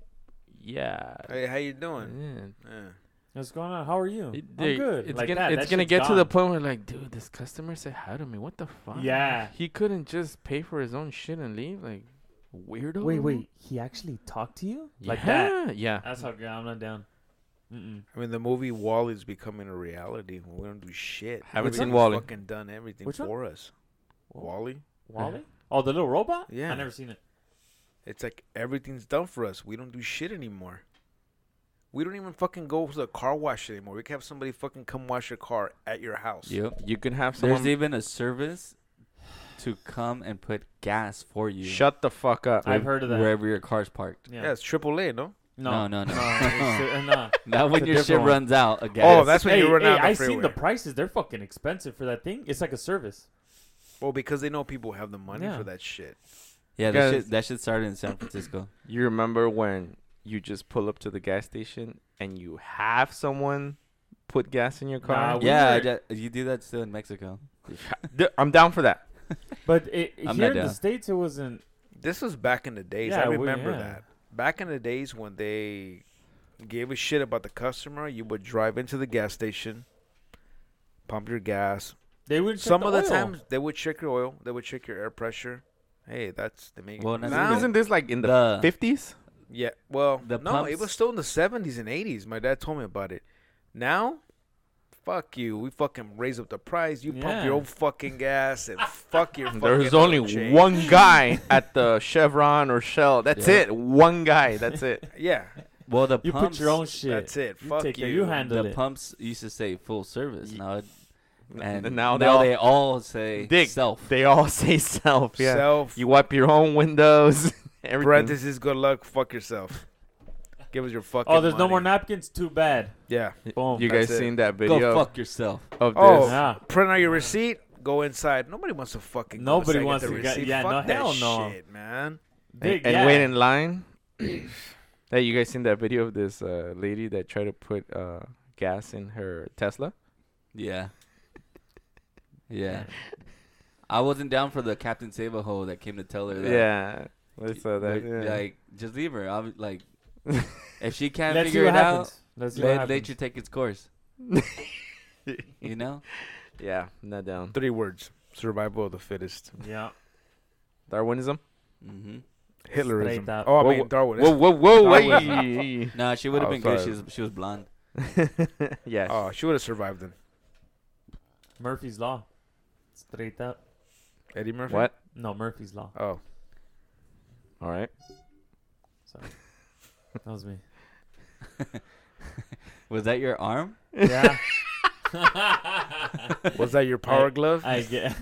[SPEAKER 2] yeah.
[SPEAKER 4] hey, how you doing?
[SPEAKER 2] yeah,
[SPEAKER 4] Yeah.
[SPEAKER 3] What's going on? How are you?
[SPEAKER 2] It-
[SPEAKER 3] I'm
[SPEAKER 2] they-
[SPEAKER 3] good.
[SPEAKER 2] It's
[SPEAKER 3] like
[SPEAKER 2] gonna,
[SPEAKER 3] that.
[SPEAKER 2] it's
[SPEAKER 3] that
[SPEAKER 2] gonna
[SPEAKER 3] shit's
[SPEAKER 2] get to the point
[SPEAKER 3] gone.
[SPEAKER 2] where like, dude, this customer said hi to me. What the fuck?
[SPEAKER 3] Yeah.
[SPEAKER 2] He couldn't just pay for his own shit and leave, like weirdo.
[SPEAKER 3] Wait, wait. He actually talked to you
[SPEAKER 2] Yeah,
[SPEAKER 3] like that? Uh,
[SPEAKER 2] Yeah.
[SPEAKER 3] That's how I'm not down. Mm-mm.
[SPEAKER 4] I mean, the movie Wall is becoming a reality. We don't do shit.
[SPEAKER 2] Haven't
[SPEAKER 4] Nobody's
[SPEAKER 2] seen Wall-E.
[SPEAKER 4] Fucking done everything
[SPEAKER 3] Which one?
[SPEAKER 4] for us. Wally.
[SPEAKER 3] Wally? Oh, the little robot?
[SPEAKER 4] Yeah.
[SPEAKER 3] I never seen it.
[SPEAKER 4] It's like everything's done for us. We don't do shit anymore. We don't even fucking go to the car wash anymore. We can have somebody fucking come wash your car at your house.
[SPEAKER 1] Yep.
[SPEAKER 2] You can have
[SPEAKER 1] There's
[SPEAKER 2] someone
[SPEAKER 1] even a service to come and put gas for you
[SPEAKER 2] shut the fuck up.
[SPEAKER 3] I've heard of that.
[SPEAKER 1] wherever your car's parked.
[SPEAKER 4] Yeah,
[SPEAKER 3] Yeah.
[SPEAKER 4] it's AAA, no?
[SPEAKER 1] No, no, no.
[SPEAKER 3] it's- uh, no.
[SPEAKER 1] Not when
[SPEAKER 3] a
[SPEAKER 1] your
[SPEAKER 3] different
[SPEAKER 1] shit
[SPEAKER 3] one.
[SPEAKER 1] runs out. Of gas.
[SPEAKER 4] Oh, that's when
[SPEAKER 3] hey,
[SPEAKER 4] you run
[SPEAKER 3] hey,
[SPEAKER 4] out on the
[SPEAKER 3] I seen the
[SPEAKER 4] freeway.
[SPEAKER 3] prices. They're fucking expensive for that thing. It's like a service.
[SPEAKER 4] Well, because they know people have the money
[SPEAKER 3] Yeah.
[SPEAKER 4] for that shit.
[SPEAKER 1] yeah. That
[SPEAKER 2] Guys.
[SPEAKER 1] shit, that shit started in San Francisco.
[SPEAKER 2] You remember when you just pull up to the gas station and you have someone put gas in your car?
[SPEAKER 3] Nah, we
[SPEAKER 1] yeah, I
[SPEAKER 3] were-
[SPEAKER 1] ju- you do that still in Mexico.
[SPEAKER 2] D- I'm down for that.
[SPEAKER 3] But it,
[SPEAKER 1] I'm
[SPEAKER 3] here
[SPEAKER 1] not
[SPEAKER 3] in the
[SPEAKER 1] down.
[SPEAKER 3] states, it wasn't.
[SPEAKER 4] This was back in the days. I
[SPEAKER 3] Yeah, we-
[SPEAKER 4] remember
[SPEAKER 3] yeah.
[SPEAKER 4] that. Back in the days when they gave a shit about the customer, you would drive into the gas station, pump your gas.
[SPEAKER 3] They would
[SPEAKER 4] Some
[SPEAKER 3] the
[SPEAKER 4] of the
[SPEAKER 3] oil.
[SPEAKER 4] times they would check your oil, they would check your air pressure. Hey, that's they make
[SPEAKER 1] Well, now-
[SPEAKER 4] now.
[SPEAKER 2] Isn't this like in the
[SPEAKER 1] The-
[SPEAKER 2] fifties?
[SPEAKER 4] yeah. Well,
[SPEAKER 1] the
[SPEAKER 4] no, it
[SPEAKER 1] pumps-
[SPEAKER 4] was still in the seventies and eighties. My dad told me about it. Now, fuck you. We fucking raise up the price. You pump
[SPEAKER 3] Yeah.
[SPEAKER 4] your own fucking gas and fuck your. Fucking
[SPEAKER 2] There's only
[SPEAKER 4] oil change.
[SPEAKER 2] one guy at the Chevron or Shell. That's
[SPEAKER 1] Yeah.
[SPEAKER 2] it. One guy. That's it.
[SPEAKER 4] Yeah,
[SPEAKER 1] Well, the
[SPEAKER 3] You
[SPEAKER 1] pumps.
[SPEAKER 3] put your own shit.
[SPEAKER 4] that's it.
[SPEAKER 3] You
[SPEAKER 4] fuck
[SPEAKER 3] take
[SPEAKER 4] you.
[SPEAKER 3] care. You handle
[SPEAKER 1] the
[SPEAKER 3] it.
[SPEAKER 1] pumps used to say full service. Now, it- and,
[SPEAKER 2] And now
[SPEAKER 1] now,
[SPEAKER 2] they all-
[SPEAKER 1] they all say
[SPEAKER 2] Dick.
[SPEAKER 1] self.
[SPEAKER 2] They all say self. Yeah.
[SPEAKER 4] Self.
[SPEAKER 2] You wipe your own windows. Everything.
[SPEAKER 4] Parentheses. Good luck. Fuck yourself. Give us your fucking.
[SPEAKER 3] Oh, there's no
[SPEAKER 4] money.
[SPEAKER 3] more napkins. Too bad.
[SPEAKER 4] Yeah.
[SPEAKER 3] Boom.
[SPEAKER 2] you
[SPEAKER 4] That's
[SPEAKER 2] guys
[SPEAKER 4] it.
[SPEAKER 2] seen that
[SPEAKER 1] Go
[SPEAKER 2] video
[SPEAKER 1] fuck yourself.
[SPEAKER 2] of this?
[SPEAKER 4] Oh.
[SPEAKER 3] yeah.
[SPEAKER 4] Print out your receipt. go inside. Nobody wants to fucking.
[SPEAKER 3] Nobody
[SPEAKER 4] go inside,
[SPEAKER 3] wants
[SPEAKER 4] get the
[SPEAKER 3] to get-
[SPEAKER 4] receipt.
[SPEAKER 3] yeah,
[SPEAKER 4] Fuck
[SPEAKER 3] no,
[SPEAKER 4] that
[SPEAKER 3] hell no.
[SPEAKER 4] shit, man.
[SPEAKER 3] Dick,
[SPEAKER 2] and, and
[SPEAKER 3] yeah.
[SPEAKER 2] wait in line. hey, you guys seen that video of this uh, lady that tried to put uh, gas in her Tesla?
[SPEAKER 1] Yeah. Yeah. I wasn't down for the Captain Savaho that came to tell her that.
[SPEAKER 2] Yeah, I saw
[SPEAKER 1] Like,
[SPEAKER 2] that. yeah.
[SPEAKER 1] like, just leave her. I'm like, if she can't
[SPEAKER 3] Let's see
[SPEAKER 1] figure
[SPEAKER 3] what
[SPEAKER 1] it out,
[SPEAKER 3] happens. Let's see what
[SPEAKER 1] let
[SPEAKER 3] happens.
[SPEAKER 1] nature take its course. you know?
[SPEAKER 2] yeah, not down.
[SPEAKER 4] Three words: survival of the fittest.
[SPEAKER 3] Yeah.
[SPEAKER 2] Darwinism.
[SPEAKER 1] Mm-hmm.
[SPEAKER 4] Hitlerism.
[SPEAKER 3] Straight up.
[SPEAKER 4] Oh, I
[SPEAKER 2] Whoa,
[SPEAKER 4] mean Darwinism.
[SPEAKER 2] Whoa, whoa, whoa!
[SPEAKER 4] Darwinism.
[SPEAKER 1] No, she would have
[SPEAKER 2] Oh,
[SPEAKER 1] been good.
[SPEAKER 2] sorry.
[SPEAKER 1] She was, she was blonde.
[SPEAKER 2] wait. yeah.
[SPEAKER 4] Oh, she would have survived then.
[SPEAKER 3] Murphy's Law. Straight up.
[SPEAKER 4] Eddie Murphy.
[SPEAKER 2] What?
[SPEAKER 3] No, Murphy's Law.
[SPEAKER 4] Oh,
[SPEAKER 2] All right.
[SPEAKER 3] Sorry. That was me.
[SPEAKER 1] Was that your arm?
[SPEAKER 3] Yeah.
[SPEAKER 4] was that your power
[SPEAKER 3] I-
[SPEAKER 4] glove?
[SPEAKER 3] I get
[SPEAKER 1] A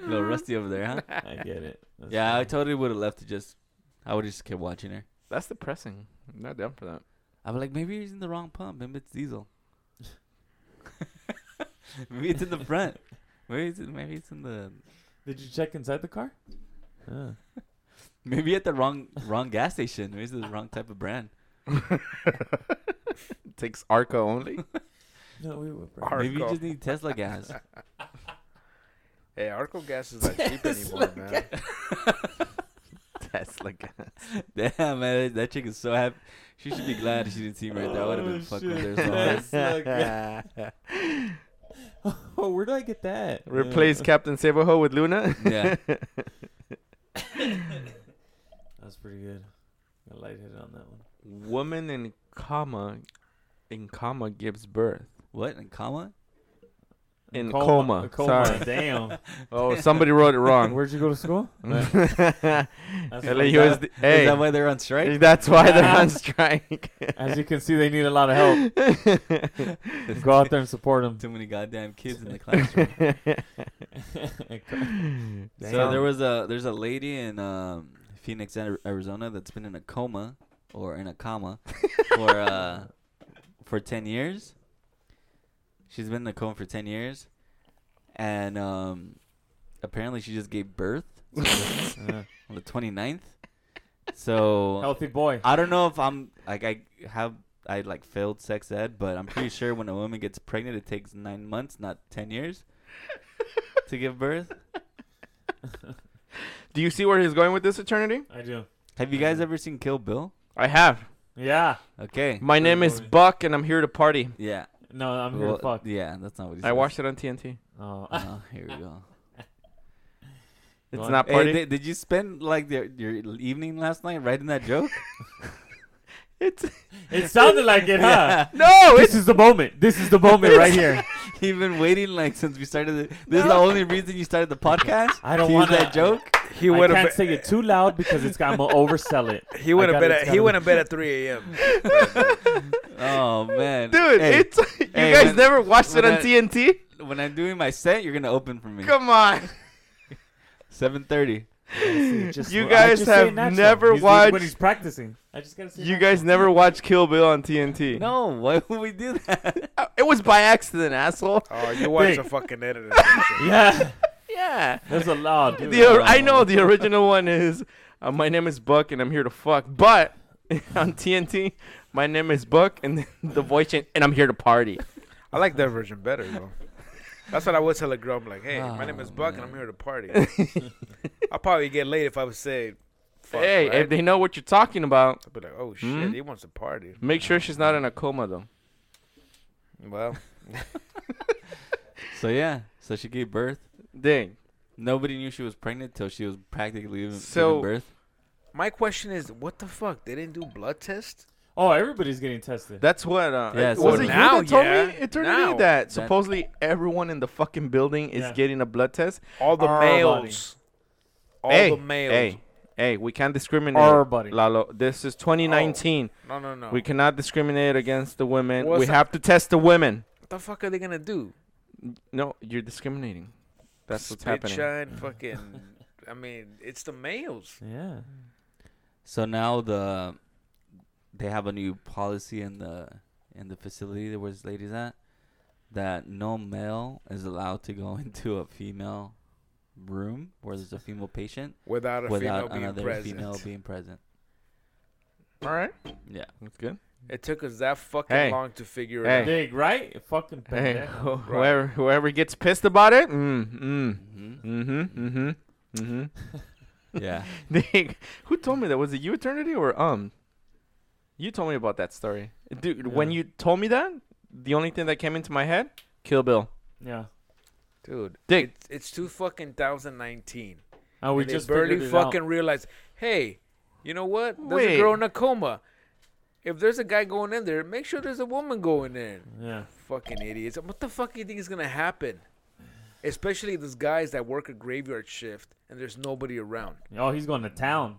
[SPEAKER 1] little
[SPEAKER 3] Mm-hmm.
[SPEAKER 1] rusty over there, huh?
[SPEAKER 3] I get it. That's
[SPEAKER 1] yeah, I
[SPEAKER 3] funny.
[SPEAKER 1] totally would have left to just. I would have just kept watching her.
[SPEAKER 2] That's depressing. I'm not down for that.
[SPEAKER 1] I'd be like, maybe you're using the wrong pump. Maybe it's diesel. maybe it's in the front. Maybe it's, maybe it's in the.
[SPEAKER 3] Did you check inside the car? Uh,
[SPEAKER 1] Maybe at the wrong wrong gas station. Maybe it's the wrong type of brand.
[SPEAKER 2] Takes Arca only.
[SPEAKER 3] no, we were. bro.
[SPEAKER 4] Arc-
[SPEAKER 1] Maybe you
[SPEAKER 4] Arco.
[SPEAKER 1] just need Tesla gas.
[SPEAKER 4] hey, Arco gas is not cheap anymore, man.
[SPEAKER 2] Tesla. gas.
[SPEAKER 1] Damn, man, that chick is so happy. She should be glad she didn't see me right there. I would have
[SPEAKER 3] Oh,
[SPEAKER 1] been fucking
[SPEAKER 3] shit.
[SPEAKER 1] with her so hard.
[SPEAKER 3] Tesla gas. Oh, where do I get that?
[SPEAKER 2] Replace
[SPEAKER 3] Uh,
[SPEAKER 2] Captain Savaho with Luna.
[SPEAKER 1] Yeah.
[SPEAKER 3] That's pretty good. I lightheaded on that one.
[SPEAKER 2] Woman in comma, in comma gives birth.
[SPEAKER 1] What? In comma?
[SPEAKER 2] In
[SPEAKER 3] A
[SPEAKER 2] coma.
[SPEAKER 3] coma.
[SPEAKER 2] Sorry.
[SPEAKER 3] Damn.
[SPEAKER 2] Oh, somebody wrote it wrong.
[SPEAKER 3] Where'd you go to school?
[SPEAKER 2] LAUSD.
[SPEAKER 1] Is
[SPEAKER 2] Hey,
[SPEAKER 1] that why they're on strike?
[SPEAKER 2] that's why they're on strike.
[SPEAKER 3] As you can see, they need a lot of help. Go out there and support them.
[SPEAKER 1] Too many goddamn kids in the classroom. so
[SPEAKER 3] Damn.
[SPEAKER 1] there was a there's a lady in um, Phoenix, Ari- Arizona that's been in a coma or in a coma for uh, for ten years. She's been in a coma for ten years, and um, apparently she just gave birth
[SPEAKER 3] Uh,
[SPEAKER 1] on the 29th. So
[SPEAKER 3] healthy boy.
[SPEAKER 1] I don't know if I'm like I have I like failed sex ed, but I'm pretty sure when a woman gets pregnant, it takes nine months, not ten years, to give birth.
[SPEAKER 2] Do you see where he's going with this eternity?
[SPEAKER 3] I do.
[SPEAKER 1] Have you guys ever seen Kill Bill?
[SPEAKER 2] I have.
[SPEAKER 3] Yeah.
[SPEAKER 1] Okay.
[SPEAKER 2] My name is Buck, and I'm here to party.
[SPEAKER 1] Yeah.
[SPEAKER 3] No, I'm here
[SPEAKER 1] Well,
[SPEAKER 3] to fuck.
[SPEAKER 1] Yeah, that's not what he said.
[SPEAKER 2] I watched it on TNT.
[SPEAKER 3] Oh.
[SPEAKER 1] Oh, here we go.
[SPEAKER 2] It's
[SPEAKER 3] What?
[SPEAKER 2] not
[SPEAKER 1] Hey,
[SPEAKER 2] party.
[SPEAKER 1] di- did you spend like your, your evening last night writing that joke?
[SPEAKER 2] it's
[SPEAKER 3] It sounded like it, huh?
[SPEAKER 2] no.
[SPEAKER 3] This is the moment. This is the moment right here.
[SPEAKER 1] You've been waiting like since we started. The, this is the only reason you started the podcast.
[SPEAKER 3] I don't
[SPEAKER 1] to use
[SPEAKER 3] wanna-
[SPEAKER 1] that joke.
[SPEAKER 4] He
[SPEAKER 3] I
[SPEAKER 4] went to
[SPEAKER 3] can't
[SPEAKER 4] bed.
[SPEAKER 3] say it too loud because it's got to oversell it.
[SPEAKER 4] he went
[SPEAKER 3] I
[SPEAKER 4] to
[SPEAKER 3] gotta-
[SPEAKER 4] bed.
[SPEAKER 3] it's
[SPEAKER 4] At, he
[SPEAKER 3] gotta-
[SPEAKER 4] went to bed at 3 a.m.
[SPEAKER 1] Oh man,
[SPEAKER 2] dude.
[SPEAKER 1] Hey,
[SPEAKER 2] It's you
[SPEAKER 1] hey,
[SPEAKER 2] guys
[SPEAKER 1] when-
[SPEAKER 2] never watched it
[SPEAKER 1] when
[SPEAKER 2] on
[SPEAKER 1] I-
[SPEAKER 2] TNT.
[SPEAKER 1] when I'm doing my set, you're gonna open for me.
[SPEAKER 2] Come on,
[SPEAKER 1] Seven thirty.
[SPEAKER 3] It just-
[SPEAKER 2] You
[SPEAKER 3] I
[SPEAKER 2] guys
[SPEAKER 3] just say it
[SPEAKER 2] have
[SPEAKER 3] natural.
[SPEAKER 2] never
[SPEAKER 3] He's doing it
[SPEAKER 2] watched-
[SPEAKER 3] when he's practicing. I just gotta say. it
[SPEAKER 2] you
[SPEAKER 3] natural.
[SPEAKER 2] guys never watched Kill Bill on TNT.
[SPEAKER 1] No, why would we do that?
[SPEAKER 2] Uh, it was by accident, asshole.
[SPEAKER 4] Oh, you watch
[SPEAKER 3] Big.
[SPEAKER 4] the fucking editor. that shit.
[SPEAKER 3] Yeah,
[SPEAKER 2] Yeah,
[SPEAKER 3] there's a lot, dude.
[SPEAKER 2] the or- I
[SPEAKER 1] Oh.
[SPEAKER 2] know the original one is uh, my name is Buck and I'm here to fuck, but on TNT my name is Buck and the voice change and I'm here to party.
[SPEAKER 4] I like that version better though. That's what I would tell a girl. I'm like, hey, my name is
[SPEAKER 1] Oh,
[SPEAKER 4] Buck
[SPEAKER 1] man.
[SPEAKER 4] and I'm here to party. I'll probably get laid if I would say, fuck,
[SPEAKER 2] hey,
[SPEAKER 4] right?
[SPEAKER 2] if they know what you're talking about,
[SPEAKER 4] I'd be like, oh shit,
[SPEAKER 2] Hmm?
[SPEAKER 4] he wants to party.
[SPEAKER 2] make sure she's not in a coma though.
[SPEAKER 4] Well,
[SPEAKER 1] so yeah, so she gave birth.
[SPEAKER 2] Dang.
[SPEAKER 1] Nobody knew she was pregnant till she was practically giving
[SPEAKER 2] So-
[SPEAKER 1] giving birth.
[SPEAKER 4] my question is, what the fuck? They didn't do blood test?
[SPEAKER 3] Oh, everybody's getting tested.
[SPEAKER 2] That's what. Uh,
[SPEAKER 1] Yeah,
[SPEAKER 2] was
[SPEAKER 1] so
[SPEAKER 2] it
[SPEAKER 4] now,
[SPEAKER 2] you that told
[SPEAKER 4] yeah.
[SPEAKER 2] me eternity
[SPEAKER 4] Now.
[SPEAKER 2] that supposedly everyone in the fucking building is
[SPEAKER 3] Yeah.
[SPEAKER 2] getting a blood test?
[SPEAKER 4] All the
[SPEAKER 3] Our
[SPEAKER 4] males. All
[SPEAKER 2] hey,
[SPEAKER 4] the males.
[SPEAKER 2] Hey, hey, we can't discriminate.
[SPEAKER 3] Everybody.
[SPEAKER 2] Lalo, this is 2019.
[SPEAKER 4] No, no, Oh, no.
[SPEAKER 2] We cannot discriminate against the women.
[SPEAKER 4] What's
[SPEAKER 2] we
[SPEAKER 4] that-
[SPEAKER 2] have to test the women.
[SPEAKER 4] what the fuck are they gonna do?
[SPEAKER 2] No, you're discriminating. That's what's
[SPEAKER 4] Spit
[SPEAKER 2] happening.
[SPEAKER 4] shine, fucking. I mean, it's the males.
[SPEAKER 3] Yeah.
[SPEAKER 1] So now the they have a new policy in the in the facility that where this lady's at that no male is allowed to go into a female room where there's a female patient
[SPEAKER 4] without a
[SPEAKER 1] without
[SPEAKER 4] female
[SPEAKER 1] another
[SPEAKER 4] being present.
[SPEAKER 1] female being present.
[SPEAKER 2] All right.
[SPEAKER 1] Yeah.
[SPEAKER 2] That's good.
[SPEAKER 4] It took us that fucking
[SPEAKER 2] Hey.
[SPEAKER 4] long to figure
[SPEAKER 2] Hey.
[SPEAKER 4] it out.
[SPEAKER 3] Dig, right? You Fucking
[SPEAKER 2] Hey,
[SPEAKER 3] pendejo.
[SPEAKER 2] wh- whoever whoever gets pissed about it, mm, mm,
[SPEAKER 1] hmm
[SPEAKER 2] mm-hmm, mm-hmm, mm-hmm.
[SPEAKER 1] Yeah.
[SPEAKER 2] Nick, who told me that? Was it you, Eternity, or um? You told me about that story, dude. When
[SPEAKER 3] Yeah.
[SPEAKER 2] you told me that, the only thing that came into my head, Kill Bill.
[SPEAKER 3] Yeah.
[SPEAKER 4] Dude,
[SPEAKER 2] Dick.
[SPEAKER 4] it's, it's two fucking 2019.
[SPEAKER 3] Oh, we
[SPEAKER 4] and
[SPEAKER 3] just
[SPEAKER 4] they barely
[SPEAKER 3] figured it
[SPEAKER 4] fucking
[SPEAKER 3] out.
[SPEAKER 4] realized, hey, you know what? There's
[SPEAKER 2] Wait.
[SPEAKER 4] a girl in a coma. If there's a guy going in there, make sure there's a woman going in.
[SPEAKER 3] Yeah.
[SPEAKER 4] Fucking idiots. What the fuck do you think is going to happen? Especially those guys that work a graveyard shift and there's nobody around.
[SPEAKER 3] Oh, he's going to town.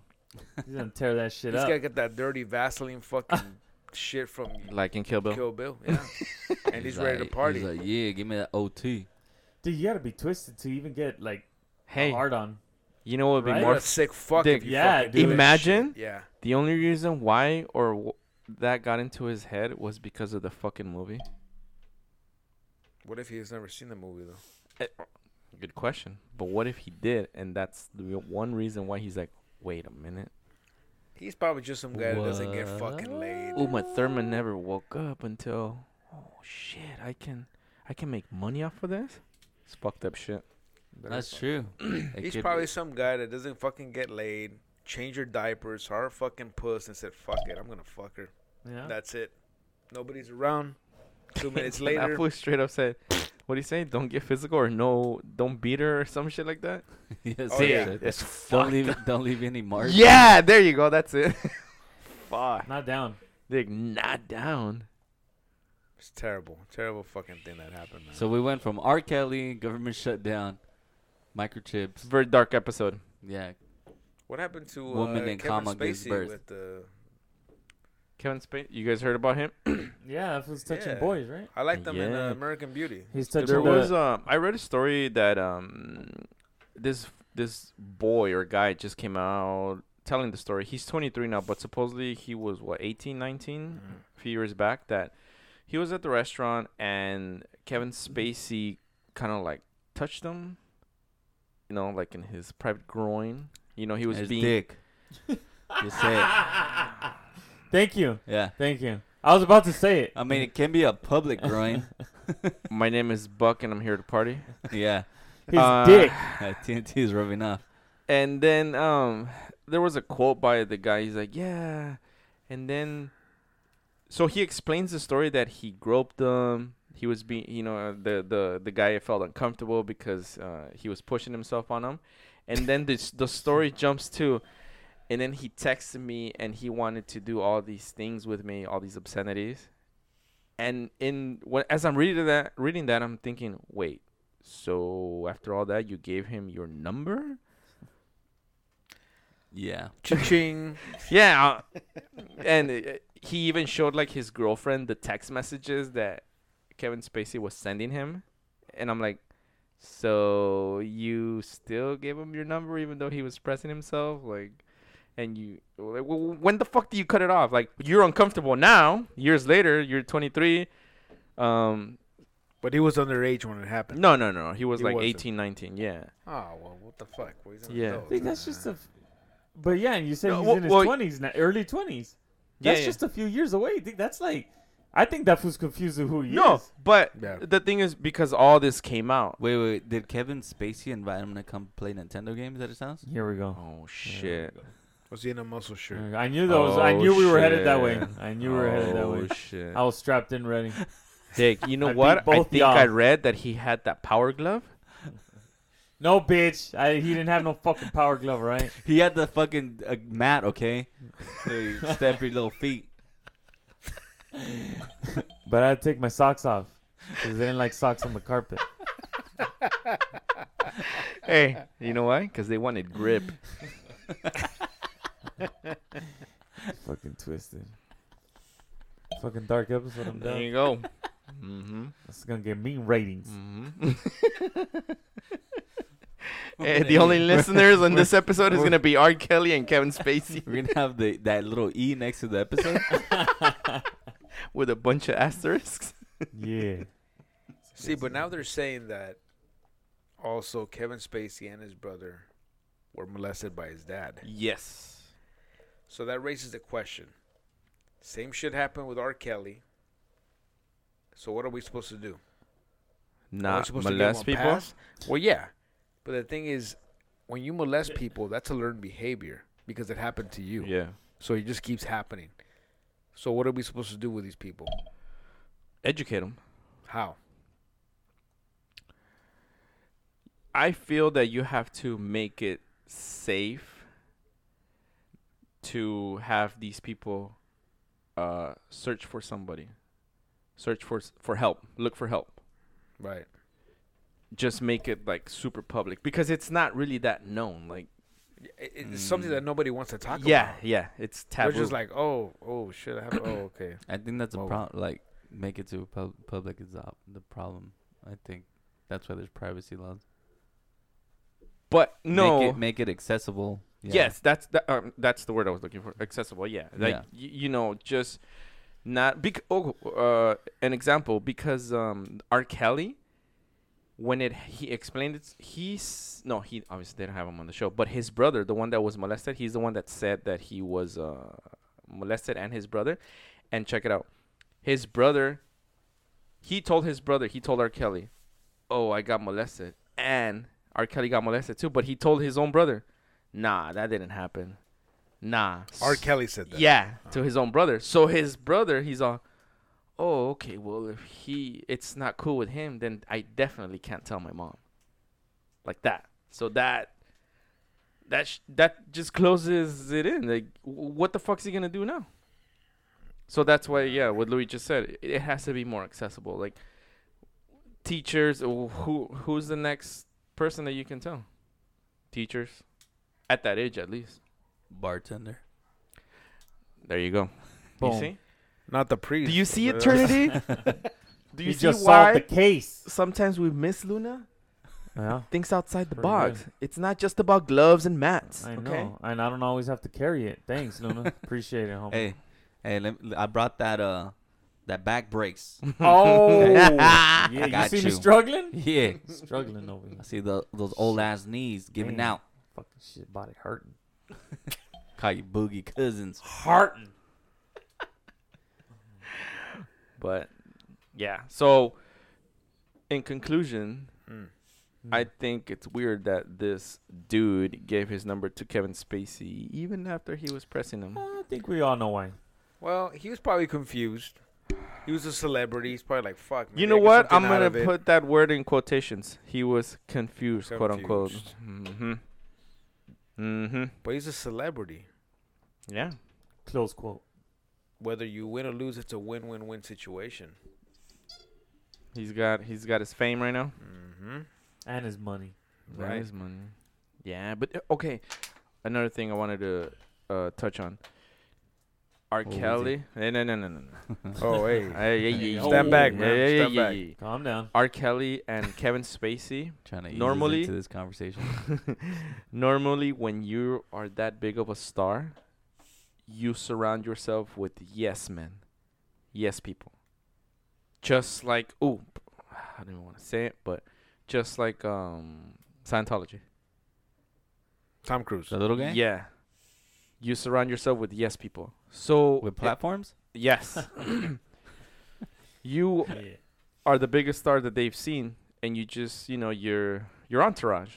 [SPEAKER 3] He's gonna tear that shit
[SPEAKER 4] He's
[SPEAKER 3] up.
[SPEAKER 4] got to get that dirty Vaseline fucking shit from
[SPEAKER 2] Like in Kill Bill.
[SPEAKER 4] Kill Bill. Yeah. and he's, ready
[SPEAKER 1] like-
[SPEAKER 4] to party.
[SPEAKER 1] He's like, yeah, give me that OT.
[SPEAKER 3] Dude, you gotta be twisted to even get like
[SPEAKER 2] hey,
[SPEAKER 3] hard on.
[SPEAKER 2] you know what would be
[SPEAKER 3] Right?
[SPEAKER 4] You're
[SPEAKER 2] more?
[SPEAKER 4] a sick fuck
[SPEAKER 2] Dick,
[SPEAKER 4] if you
[SPEAKER 3] yeah,
[SPEAKER 4] fucking
[SPEAKER 3] dude.
[SPEAKER 4] do that
[SPEAKER 2] Imagine-
[SPEAKER 4] shit. Yeah.
[SPEAKER 2] the only reason why or w- that got into his head was because of the fucking movie.
[SPEAKER 4] What if he has never seen the movie though?
[SPEAKER 2] Good question. But what if he did, and that's the one reason why he's like, wait a minute.
[SPEAKER 4] He's probably just some guy that doesn't get fucking laid.
[SPEAKER 2] Uma Thurman never woke up until, oh shit, I can, I can make money off of this. It's fucked up shit.
[SPEAKER 1] That's true. It
[SPEAKER 4] He's
[SPEAKER 1] could
[SPEAKER 4] probably
[SPEAKER 1] be.
[SPEAKER 4] some guy that doesn't fucking get laid, change her diapers, her fucking puss, and said, "Fuck it, I'm gonna fuck her."
[SPEAKER 3] Yeah.
[SPEAKER 4] That's it. Nobody's around. Two minutes
[SPEAKER 2] That
[SPEAKER 4] later,
[SPEAKER 2] fool straight up said, "What do you say? Don't get physical or no, don't beat her or some shit like that."
[SPEAKER 1] Yes,
[SPEAKER 4] Oh, yeah.
[SPEAKER 1] yes.
[SPEAKER 2] It's
[SPEAKER 1] Don't leave. Don't leave any marks.
[SPEAKER 2] Yeah, there you go. That's it. Fuck.
[SPEAKER 3] Not down.
[SPEAKER 2] Dick, not down.
[SPEAKER 4] it's terrible, terrible fucking thing that happened. Man.
[SPEAKER 1] So we went from R. Kelly, government shutdown, microchips.
[SPEAKER 2] Very dark episode.
[SPEAKER 1] Yeah,
[SPEAKER 4] what happened to uh,
[SPEAKER 1] Woman in
[SPEAKER 4] Kevin
[SPEAKER 1] comma gives
[SPEAKER 4] Spacey
[SPEAKER 1] birth.
[SPEAKER 4] with the?
[SPEAKER 2] Kevin Spacey, you guys heard about him?
[SPEAKER 3] Yeah, if it's touching
[SPEAKER 4] Yeah.
[SPEAKER 3] boys, right?
[SPEAKER 4] I liked them in
[SPEAKER 2] Yeah.
[SPEAKER 4] uh, American Beauty.
[SPEAKER 3] He's touching
[SPEAKER 2] There
[SPEAKER 3] the-
[SPEAKER 2] was um, I read a story that um, this this boy or guy just came out telling the story. He's 23 now, but supposedly he was what 18, 19 a few years back. That he was at the restaurant and Kevin Spacey kind of like touched him, you know, like in his private groin. You know, he was
[SPEAKER 1] His
[SPEAKER 2] being
[SPEAKER 1] dick. Just say it.
[SPEAKER 3] Thank you.
[SPEAKER 1] Yeah.
[SPEAKER 3] Thank you. I was about to say it.
[SPEAKER 1] I mean, it can be a public groin.
[SPEAKER 2] My name is Buck, and I'm here to party.
[SPEAKER 1] yeah.
[SPEAKER 3] His
[SPEAKER 2] Uh,
[SPEAKER 3] dick.
[SPEAKER 1] That TNT is rubbing off.
[SPEAKER 2] And then um, there was a quote by the guy. He's like, "Yeah," and then so he explains the story that he groped them. He was being, you know, uh, the the the guy felt uncomfortable because uh, he was pushing himself on him. And then this the story jumps to, and then he texted me and he wanted to do all these things with me, all these obscenities. And in when, as I'm reading that, reading that, I'm thinking, wait. So after all that, you gave him your number?
[SPEAKER 1] Yeah.
[SPEAKER 4] Cha-ching.
[SPEAKER 2] yeah and uh, he even showed like his girlfriend the text messages that kevin spacey was sending him and i'm like so you still gave him your number even though he was pressing himself like and you like, well, when the fuck do you cut it off like you're uncomfortable now years later you're 23 um
[SPEAKER 4] but he was underage when it happened.
[SPEAKER 2] no no no he was
[SPEAKER 4] He
[SPEAKER 2] like
[SPEAKER 4] wasn't.
[SPEAKER 2] 18 19 yeah
[SPEAKER 4] Oh well, what the fuck? Well, he's an
[SPEAKER 2] Yeah.
[SPEAKER 4] adult.
[SPEAKER 3] I think that's just a. f- But yeah, and you said
[SPEAKER 2] No,
[SPEAKER 3] he's
[SPEAKER 2] well-
[SPEAKER 3] in his
[SPEAKER 2] well-
[SPEAKER 3] twenties now, early twenties.
[SPEAKER 2] Yeah,
[SPEAKER 3] That's
[SPEAKER 2] yeah.
[SPEAKER 3] just a few years away. I think that's like, I think that fool's confused with who he
[SPEAKER 2] no
[SPEAKER 3] is.
[SPEAKER 2] but
[SPEAKER 4] Yeah.
[SPEAKER 2] the thing is because all this came out
[SPEAKER 1] Wait, wait. Did Kevin Spacey invite him to come play Nintendo games at his house?
[SPEAKER 3] Here we go.
[SPEAKER 2] oh shit
[SPEAKER 4] Was he in a muscle
[SPEAKER 3] Here we
[SPEAKER 4] shirt?
[SPEAKER 3] go. I knew those. I
[SPEAKER 2] Oh,
[SPEAKER 3] knew we were headed that way.
[SPEAKER 2] shit.
[SPEAKER 3] I knew we were headed that way.
[SPEAKER 2] Oh shit.
[SPEAKER 3] I was strapped in, ready.
[SPEAKER 2] Dick, you know
[SPEAKER 3] I beat
[SPEAKER 2] what? I
[SPEAKER 3] both
[SPEAKER 2] think
[SPEAKER 3] y'all.
[SPEAKER 2] I read that he had that power glove.
[SPEAKER 3] No, bitch. I, he didn't have no fucking power glove, right?
[SPEAKER 1] He had the fucking uh, mat, okay? So you step your little feet.
[SPEAKER 3] But I had to take my socks off because they didn't like socks on the carpet.
[SPEAKER 2] Hey, you know why? Because they wanted grip.
[SPEAKER 3] fucking twisted. Fucking dark episode. I'm
[SPEAKER 2] there
[SPEAKER 3] done.
[SPEAKER 2] you go. mm-hmm.
[SPEAKER 3] This is gonna get mean ratings.
[SPEAKER 2] Mm-hmm. hey, the only listeners on this episode is gonna be R. Kelly and Kevin Spacey
[SPEAKER 1] We're gonna have the that little E next to the episode.
[SPEAKER 2] with a bunch of asterisks.
[SPEAKER 3] Yeah.
[SPEAKER 4] See, but now they're saying that also Kevin Spacey and his brother were molested by his dad.
[SPEAKER 2] Yes.
[SPEAKER 4] So that raises the question. Same shit happened with R. Kelly. So what are we supposed to do? Are we
[SPEAKER 2] Not
[SPEAKER 4] supposed to give
[SPEAKER 2] molest
[SPEAKER 4] him a
[SPEAKER 2] people.
[SPEAKER 4] pass? Well, yeah. But the thing is, when you molest people, that's a learned behavior because it happened to you.
[SPEAKER 2] Yeah.
[SPEAKER 4] So it just keeps happening. So what are we supposed to do with these people?
[SPEAKER 2] Educate them.
[SPEAKER 4] How?
[SPEAKER 2] I feel that you have to make it safe to have these people uh, search for somebody, search for s- for help, look for help.
[SPEAKER 4] Right.
[SPEAKER 2] Just make it like super public because it's not really that known. Like,
[SPEAKER 4] It- It's something that nobody wants to talk
[SPEAKER 2] Mm. yeah,
[SPEAKER 4] about.
[SPEAKER 2] yeah, it's taboo.
[SPEAKER 4] They're just like, oh, oh, shit. I have, oh, okay.
[SPEAKER 1] I think that's a
[SPEAKER 4] Well-
[SPEAKER 1] problem. Like, make it to pub- public is up the problem. I think that's why there's privacy laws.
[SPEAKER 2] but no,
[SPEAKER 1] make it, make it accessible. Yeah.
[SPEAKER 2] Yes, that's that, um, that's the word I was looking for. Accessible, yeah. Like
[SPEAKER 1] Yeah.
[SPEAKER 2] y- you know, just not bec- oh, uh, an example because um R. Kelly, when it he explained it, he's no he obviously didn't have him on the show, but his brother, the one that was molested, he's the one that said that he was uh molested and his brother, and check it out, his brother, he told his brother, he told R. Kelly, oh I got molested and. R. Kelly got molested too, but he told his own brother, Nah, that didn't happen. Nah.
[SPEAKER 4] R.
[SPEAKER 2] S-
[SPEAKER 4] Kelly said that.
[SPEAKER 2] Yeah, to his own brother. So his brother, he's all, oh, okay, well, if he, it's not cool with him, then I definitely can't tell my mom. Like that. So that, that, sh- that just closes it in. Like, w- what the fuck's he gonna do now? So that's why, yeah, what Louis just said, it, it has to be more accessible. Like, teachers, wh- who, who's the next person that you can tell? Teachers, at that age, at least.
[SPEAKER 1] Bartender.
[SPEAKER 2] There you go.
[SPEAKER 3] Boom.
[SPEAKER 2] You see?
[SPEAKER 4] Not the priest.
[SPEAKER 2] Do you see
[SPEAKER 4] but- uh,
[SPEAKER 2] eternity? Do you
[SPEAKER 3] He
[SPEAKER 2] see
[SPEAKER 3] just
[SPEAKER 2] why
[SPEAKER 3] solved the case.
[SPEAKER 2] sometimes we miss Luna?
[SPEAKER 3] Yeah,
[SPEAKER 2] Things outside the
[SPEAKER 3] Pretty
[SPEAKER 2] box. It's not just about gloves and mats.
[SPEAKER 3] I
[SPEAKER 2] okay?
[SPEAKER 3] know, and I don't always have to carry it. Thanks, Luna. Appreciate it, homie.
[SPEAKER 1] Hey, hey, let me, I brought that uh that back brace.
[SPEAKER 3] Oh, yeah. You
[SPEAKER 1] Got
[SPEAKER 3] see
[SPEAKER 1] you.
[SPEAKER 3] me struggling?
[SPEAKER 1] yeah.
[SPEAKER 3] struggling over
[SPEAKER 1] I
[SPEAKER 3] this
[SPEAKER 1] see the those old ass knees giving
[SPEAKER 3] Man.
[SPEAKER 1] out.
[SPEAKER 3] fucking shit. Body hurting.
[SPEAKER 1] Call you Boogie Cousins.
[SPEAKER 3] Hearting.
[SPEAKER 2] But yeah. So in conclusion,
[SPEAKER 4] Mm.
[SPEAKER 2] I think it's weird that this dude gave his number to Kevin Spacey even after he was pressing him.
[SPEAKER 3] I think we all know why.
[SPEAKER 4] Well, he was probably confused. He was a celebrity. He's probably like, fuck.
[SPEAKER 2] You
[SPEAKER 4] maybe
[SPEAKER 2] know
[SPEAKER 4] I get
[SPEAKER 2] what? I'm
[SPEAKER 4] something out
[SPEAKER 2] gonna
[SPEAKER 4] of it.
[SPEAKER 2] put that word in quotations. He was confused, quote unquote.
[SPEAKER 4] Confused.
[SPEAKER 2] Mm-hmm. Mm-hmm.
[SPEAKER 4] But he's a celebrity.
[SPEAKER 2] Yeah.
[SPEAKER 3] Close quote.
[SPEAKER 4] Whether you win or lose, it's a win-win-win situation.
[SPEAKER 2] He's got he's got his fame right now.
[SPEAKER 4] Mm-hmm.
[SPEAKER 3] And his money.
[SPEAKER 2] That
[SPEAKER 4] Right.
[SPEAKER 2] is money. Yeah, but uh, okay. Another thing I wanted to uh, touch on. R.
[SPEAKER 1] What was it?
[SPEAKER 2] Kelly. Hey, no, no, no, no, no.
[SPEAKER 4] Oh, hey.
[SPEAKER 2] Hey, yeah, yeah, yeah,
[SPEAKER 3] Stand
[SPEAKER 2] yeah,
[SPEAKER 3] back,
[SPEAKER 2] yeah,
[SPEAKER 4] man.
[SPEAKER 2] yeah, yeah,
[SPEAKER 4] Stand
[SPEAKER 2] yeah,
[SPEAKER 4] back.
[SPEAKER 2] yeah.
[SPEAKER 3] Calm down.
[SPEAKER 2] R. Kelly and Kevin Spacey.
[SPEAKER 1] Trying to normally
[SPEAKER 2] Normally-
[SPEAKER 1] into this conversation.
[SPEAKER 2] Normally, when you are that big of a star, you surround yourself with yes men, yes people. Just like oh, I don't even want to say it, but just like um Scientology.
[SPEAKER 4] Tom Cruise.
[SPEAKER 1] The little guy.
[SPEAKER 2] Yeah. You surround yourself with yes people. So
[SPEAKER 1] With
[SPEAKER 2] it-
[SPEAKER 1] platforms.
[SPEAKER 2] yes. you
[SPEAKER 3] Yeah.
[SPEAKER 2] are the biggest star that they've seen and you just, you know, your your entourage.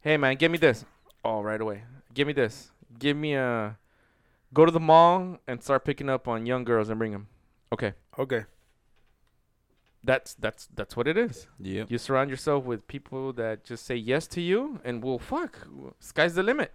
[SPEAKER 2] Hey man, give me this. Oh, right away. Give me this. Give me a go to the mall and start picking up on young girls and bring them. Okay.
[SPEAKER 4] Okay.
[SPEAKER 2] That's that's that's what it is.
[SPEAKER 1] Yep.
[SPEAKER 2] You surround yourself with people that just say yes to you and well fuck, sky's the limit.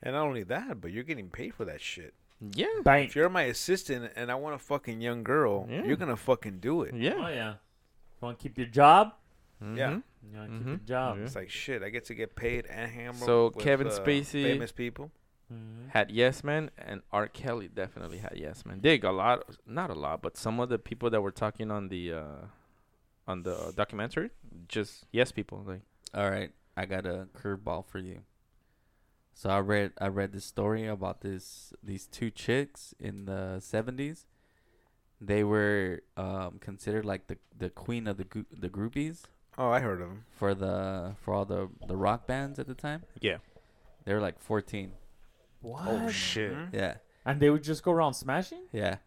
[SPEAKER 4] And not only that, but you're getting paid for that shit.
[SPEAKER 2] Yeah.
[SPEAKER 3] Bank.
[SPEAKER 4] If you're my assistant and I want a fucking young girl,
[SPEAKER 2] Yeah.
[SPEAKER 4] you're gonna fucking do it.
[SPEAKER 2] Yeah.
[SPEAKER 3] Oh yeah. You want to keep your job?
[SPEAKER 4] Yeah.
[SPEAKER 2] Mhm.
[SPEAKER 3] You want to
[SPEAKER 2] Mhm.
[SPEAKER 3] keep your job.
[SPEAKER 4] It's like shit. I get to get paid and hammer.
[SPEAKER 2] So,
[SPEAKER 4] with,
[SPEAKER 2] Kevin
[SPEAKER 4] uh,
[SPEAKER 2] Spacey-
[SPEAKER 4] famous people.
[SPEAKER 3] Mhm.
[SPEAKER 2] had Yes Man and R. Kelly definitely had Yes Man. Dig a lot, not a lot, but some of the people that were talking on the uh, on the documentary, just Yes people. Like
[SPEAKER 1] All right, I got a curveball for you. So I read I read this story about this these two chicks in the 70s they were um, considered like the the queen of the goo the groupies
[SPEAKER 4] Oh, I heard of them.
[SPEAKER 1] for the for all the the rock bands at the time.
[SPEAKER 2] Yeah.
[SPEAKER 1] They were like 14.
[SPEAKER 3] What?
[SPEAKER 2] oh,
[SPEAKER 4] Oh,
[SPEAKER 2] shit.
[SPEAKER 4] Mm-hmm.
[SPEAKER 1] Yeah.
[SPEAKER 3] And they would just go around smashing?
[SPEAKER 1] Yeah.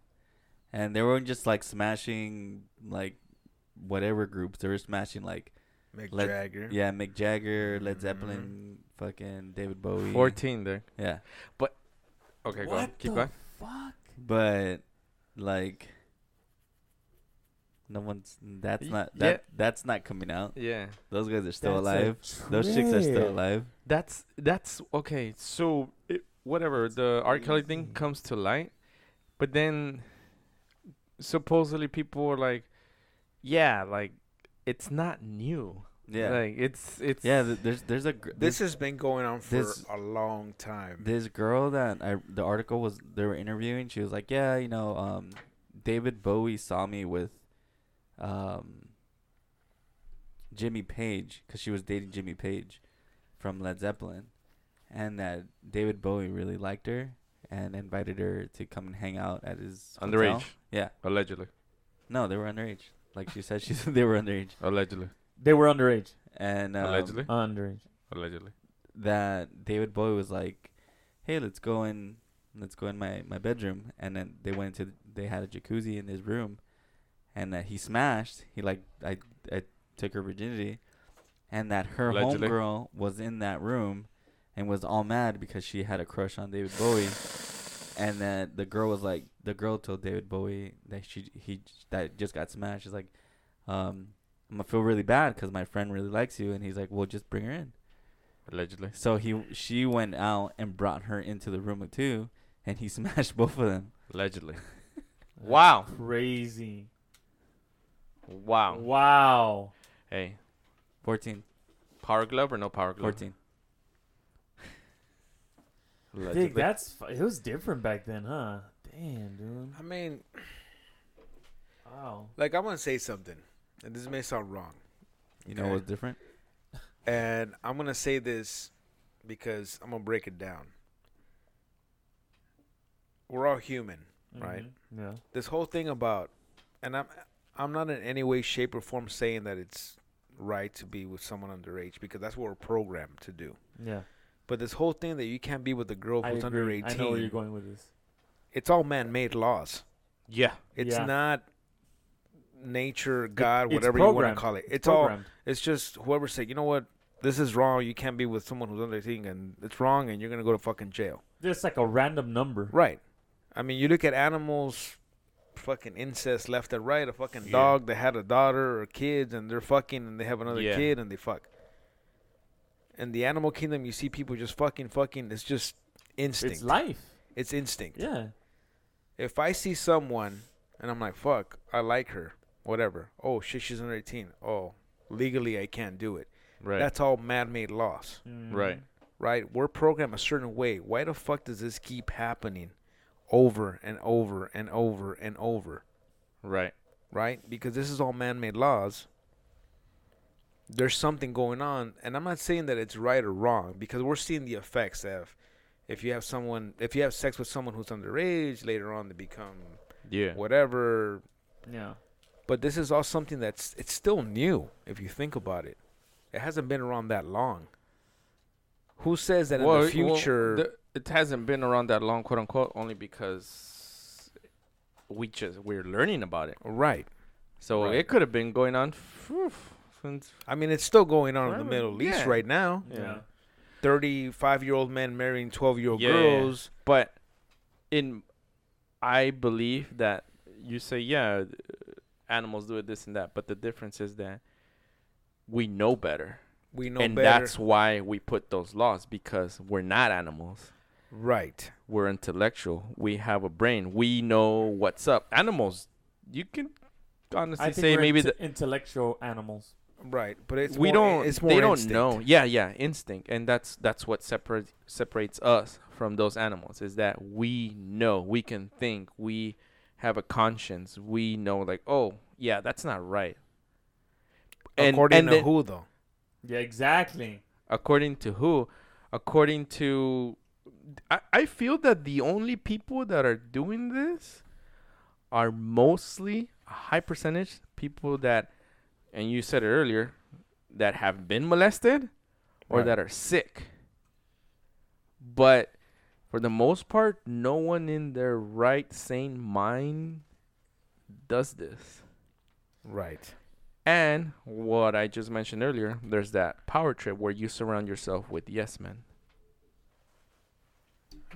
[SPEAKER 1] And they weren't just like smashing like whatever groups. They were smashing like
[SPEAKER 4] Mick
[SPEAKER 1] Let-
[SPEAKER 4] Jagger.
[SPEAKER 1] yeah, Mick Jagger, Led Zeppelin, fucking David Bowie.
[SPEAKER 2] 14 there.
[SPEAKER 1] Yeah.
[SPEAKER 2] Okay, go.
[SPEAKER 1] What
[SPEAKER 2] on. Keep
[SPEAKER 1] the
[SPEAKER 2] going.
[SPEAKER 3] Fuck.
[SPEAKER 1] But like no one's that's
[SPEAKER 2] Y-
[SPEAKER 1] not
[SPEAKER 2] yeah.
[SPEAKER 1] that that's not coming out.
[SPEAKER 2] Yeah.
[SPEAKER 1] Those guys are still
[SPEAKER 3] That's a
[SPEAKER 1] alive. Those chicks are
[SPEAKER 3] trip.
[SPEAKER 1] still alive.
[SPEAKER 2] That's that's okay. So it, whatever the R. Kelly thing comes to light, but then supposedly people were like, "Yeah, like it's not new.
[SPEAKER 1] Yeah.
[SPEAKER 2] like it's it's
[SPEAKER 1] yeah, th- there's there's a gr-
[SPEAKER 4] This has been going on for
[SPEAKER 1] this-
[SPEAKER 4] a long time.
[SPEAKER 1] this girl that I the article was they were interviewing. She was like, yeah, you know, um, David Bowie saw me with, um, Jimmy Page because she was dating Jimmy Page, from Led Zeppelin, and that David Bowie really liked her and invited her to come and hang out at his hotel.
[SPEAKER 2] underage
[SPEAKER 1] Yeah,
[SPEAKER 2] allegedly,
[SPEAKER 1] no, they were underage. Like she said, she said they were underage,
[SPEAKER 2] allegedly,
[SPEAKER 3] They were underage.
[SPEAKER 1] and um,
[SPEAKER 2] allegedly,
[SPEAKER 3] Underage.
[SPEAKER 2] allegedly.
[SPEAKER 1] that David Bowie was like, "Hey, let's go in, let's go in my my bedroom." And then they went into they had a jacuzzi in his room, and that he smashed. He like I I took her virginity, and that her
[SPEAKER 2] Allegedly.
[SPEAKER 1] homegirl was in that room, and was all mad because she had a crush on David Bowie, and that the girl was like the girl told David Bowie that she he that just got smashed. She's like, um. I'm gonna feel really bad because my friend really likes you, and he's like, "Well, just bring her in."
[SPEAKER 2] Allegedly.
[SPEAKER 1] So he she went out and brought her into the room too, and he smashed both of them.
[SPEAKER 2] Allegedly. wow.
[SPEAKER 3] Crazy.
[SPEAKER 2] Wow.
[SPEAKER 3] Wow.
[SPEAKER 2] Hey,
[SPEAKER 1] 14,
[SPEAKER 2] power glove or no power glove?
[SPEAKER 1] 14.
[SPEAKER 3] Dig,
[SPEAKER 2] Allegedly.
[SPEAKER 3] that's fu- it was different back then, huh? Damn, dude.
[SPEAKER 4] I mean,
[SPEAKER 3] Wow.
[SPEAKER 4] like I'm gonna say something, and this may sound wrong,
[SPEAKER 1] You know
[SPEAKER 4] Okay.
[SPEAKER 1] what's different?
[SPEAKER 4] and I'm gonna say this because I'm gonna break it down. We're all human. Right.
[SPEAKER 3] Mhm. Yeah.
[SPEAKER 4] This whole thing about, and I'm, I'm not in any way, shape, or form saying that it's right to be with someone underage because that's what we're programmed to do.
[SPEAKER 3] Yeah.
[SPEAKER 4] But this whole thing that you can't be with a girl
[SPEAKER 3] I
[SPEAKER 4] who's under
[SPEAKER 3] agree.
[SPEAKER 4] 18,
[SPEAKER 3] I know where you're going with this.
[SPEAKER 4] it's all man-made laws.
[SPEAKER 2] Yeah.
[SPEAKER 4] It's
[SPEAKER 3] Yeah.
[SPEAKER 4] not nature, God,
[SPEAKER 3] it's
[SPEAKER 4] whatever you want
[SPEAKER 3] programmed.
[SPEAKER 4] to call it. It's all
[SPEAKER 3] Programmed.
[SPEAKER 4] it's just whoever said, you know what, this is wrong. You can't be with someone who's under 18, and it's wrong, and you're gonna go to fucking jail.
[SPEAKER 3] Just like a random number.
[SPEAKER 4] Right. I mean, you look at animals, fucking incest left and right. A fucking
[SPEAKER 2] Yeah.
[SPEAKER 4] dog that had a daughter or kids, and they're fucking, and they have another
[SPEAKER 2] Yeah.
[SPEAKER 4] kid, and they fuck. In the animal kingdom, you see people just fucking, fucking. It's just instinct.
[SPEAKER 3] It's life.
[SPEAKER 4] It's instinct.
[SPEAKER 3] Yeah.
[SPEAKER 4] If I see someone and I'm like, fuck, I like her, whatever. Oh shit, she's under 18. Oh, legally I can't do it.
[SPEAKER 2] Right.
[SPEAKER 4] That's all man-made laws,
[SPEAKER 3] Mm-hmm.
[SPEAKER 2] right.
[SPEAKER 4] right? We're programmed a certain way. Why the fuck does this keep happening over and over and over and over,
[SPEAKER 2] Right.
[SPEAKER 4] right? Because this is all man-made laws. There's something going on, and I'm not saying that it's right or wrong because we're seeing the effects of if you have someone, if you have sex with someone who's underage, later on they become
[SPEAKER 2] Yeah.
[SPEAKER 4] whatever.
[SPEAKER 3] Yeah.
[SPEAKER 4] But this is all something that's it's still new if you think about it. It hasn't been around that long. Who says that in the future?
[SPEAKER 2] the- it hasn't been around that long, quote unquote, only because we just we're learning about it.
[SPEAKER 4] right.
[SPEAKER 2] So
[SPEAKER 1] Right.
[SPEAKER 2] it could have been going on phew, since
[SPEAKER 4] I mean, it's still going on in the
[SPEAKER 2] Forever.
[SPEAKER 4] Middle East
[SPEAKER 2] Yeah.
[SPEAKER 4] right now.
[SPEAKER 3] Yeah.
[SPEAKER 2] Yeah.
[SPEAKER 4] Thirty-five-year-old men marrying twelve-year-old
[SPEAKER 2] Yeah.
[SPEAKER 4] girls.
[SPEAKER 2] but in I believe that you say yeah, uh, animals do it this and that, but the difference is that we know better,
[SPEAKER 4] We know
[SPEAKER 2] and
[SPEAKER 4] better.
[SPEAKER 2] that's why we put those laws because we're not animals.
[SPEAKER 4] right.
[SPEAKER 2] we're intellectual. We have a brain. We know what's up. Animals, you can
[SPEAKER 3] I
[SPEAKER 2] honestly
[SPEAKER 3] think
[SPEAKER 2] say
[SPEAKER 3] we're
[SPEAKER 2] maybe
[SPEAKER 3] inte-
[SPEAKER 2] the,
[SPEAKER 3] intellectual animals.
[SPEAKER 4] Right. But it's
[SPEAKER 2] we
[SPEAKER 4] more-
[SPEAKER 2] don't.
[SPEAKER 4] It's more
[SPEAKER 2] they don't
[SPEAKER 4] instinct.
[SPEAKER 2] know. Yeah, yeah, instinct, and that's that's what separates separates us from those animals is that we know, we can think, we have a conscience. We know, like, oh yeah, that's not right. And,
[SPEAKER 4] According
[SPEAKER 2] and
[SPEAKER 4] to
[SPEAKER 2] then-
[SPEAKER 4] who though?
[SPEAKER 3] Yeah, exactly.
[SPEAKER 2] according to who according to I, I feel that the only people that are doing this are mostly a high percentage people that, and you said it earlier, that have been molested or
[SPEAKER 4] Right.
[SPEAKER 2] that are sick. But for the most part, no one in their right sane mind does this.
[SPEAKER 4] Right.
[SPEAKER 2] And what I just mentioned earlier, there's that power trip where you surround yourself with yes men.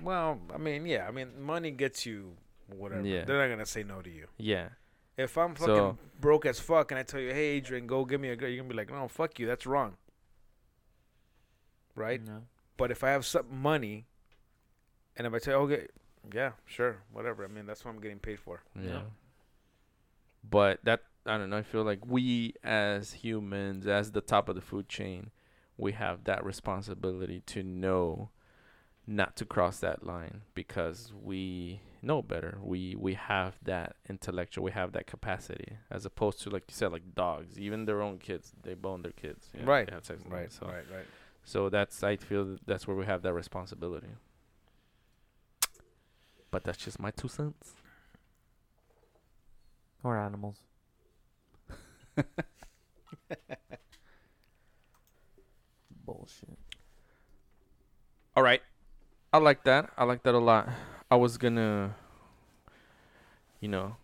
[SPEAKER 4] Well, I mean, yeah. I mean, money gets you whatever.
[SPEAKER 2] Yeah.
[SPEAKER 4] They're not gonna say no to you.
[SPEAKER 2] Yeah.
[SPEAKER 4] If I'm fucking
[SPEAKER 2] So-
[SPEAKER 4] broke as fuck and I tell you, hey, Adrian, go give me a girl, you're gonna be like, no, fuck you. That's wrong. Right.
[SPEAKER 1] Mm.
[SPEAKER 3] No.
[SPEAKER 4] But if I have some money, and if I tell you, okay, yeah, sure, whatever. I mean, that's what I'm getting paid for.
[SPEAKER 3] Yeah.
[SPEAKER 2] Yeah. But that I don't know, I feel like we as humans, as the top of the food chain, we have that responsibility to know not to cross that line because we know better. We we have that intellectual, we have that capacity as opposed to like you said like dogs, even their own kids, they bone their kids. you know,
[SPEAKER 4] Right.
[SPEAKER 2] they have sex with them,
[SPEAKER 4] Right.
[SPEAKER 2] So
[SPEAKER 4] Right. Right.
[SPEAKER 2] so that's I feel that that's where we have that responsibility. But that's just my two cents.
[SPEAKER 3] Or animals. Bullshit.
[SPEAKER 2] All right. I like that. I like that a lot. I was gonna, you know,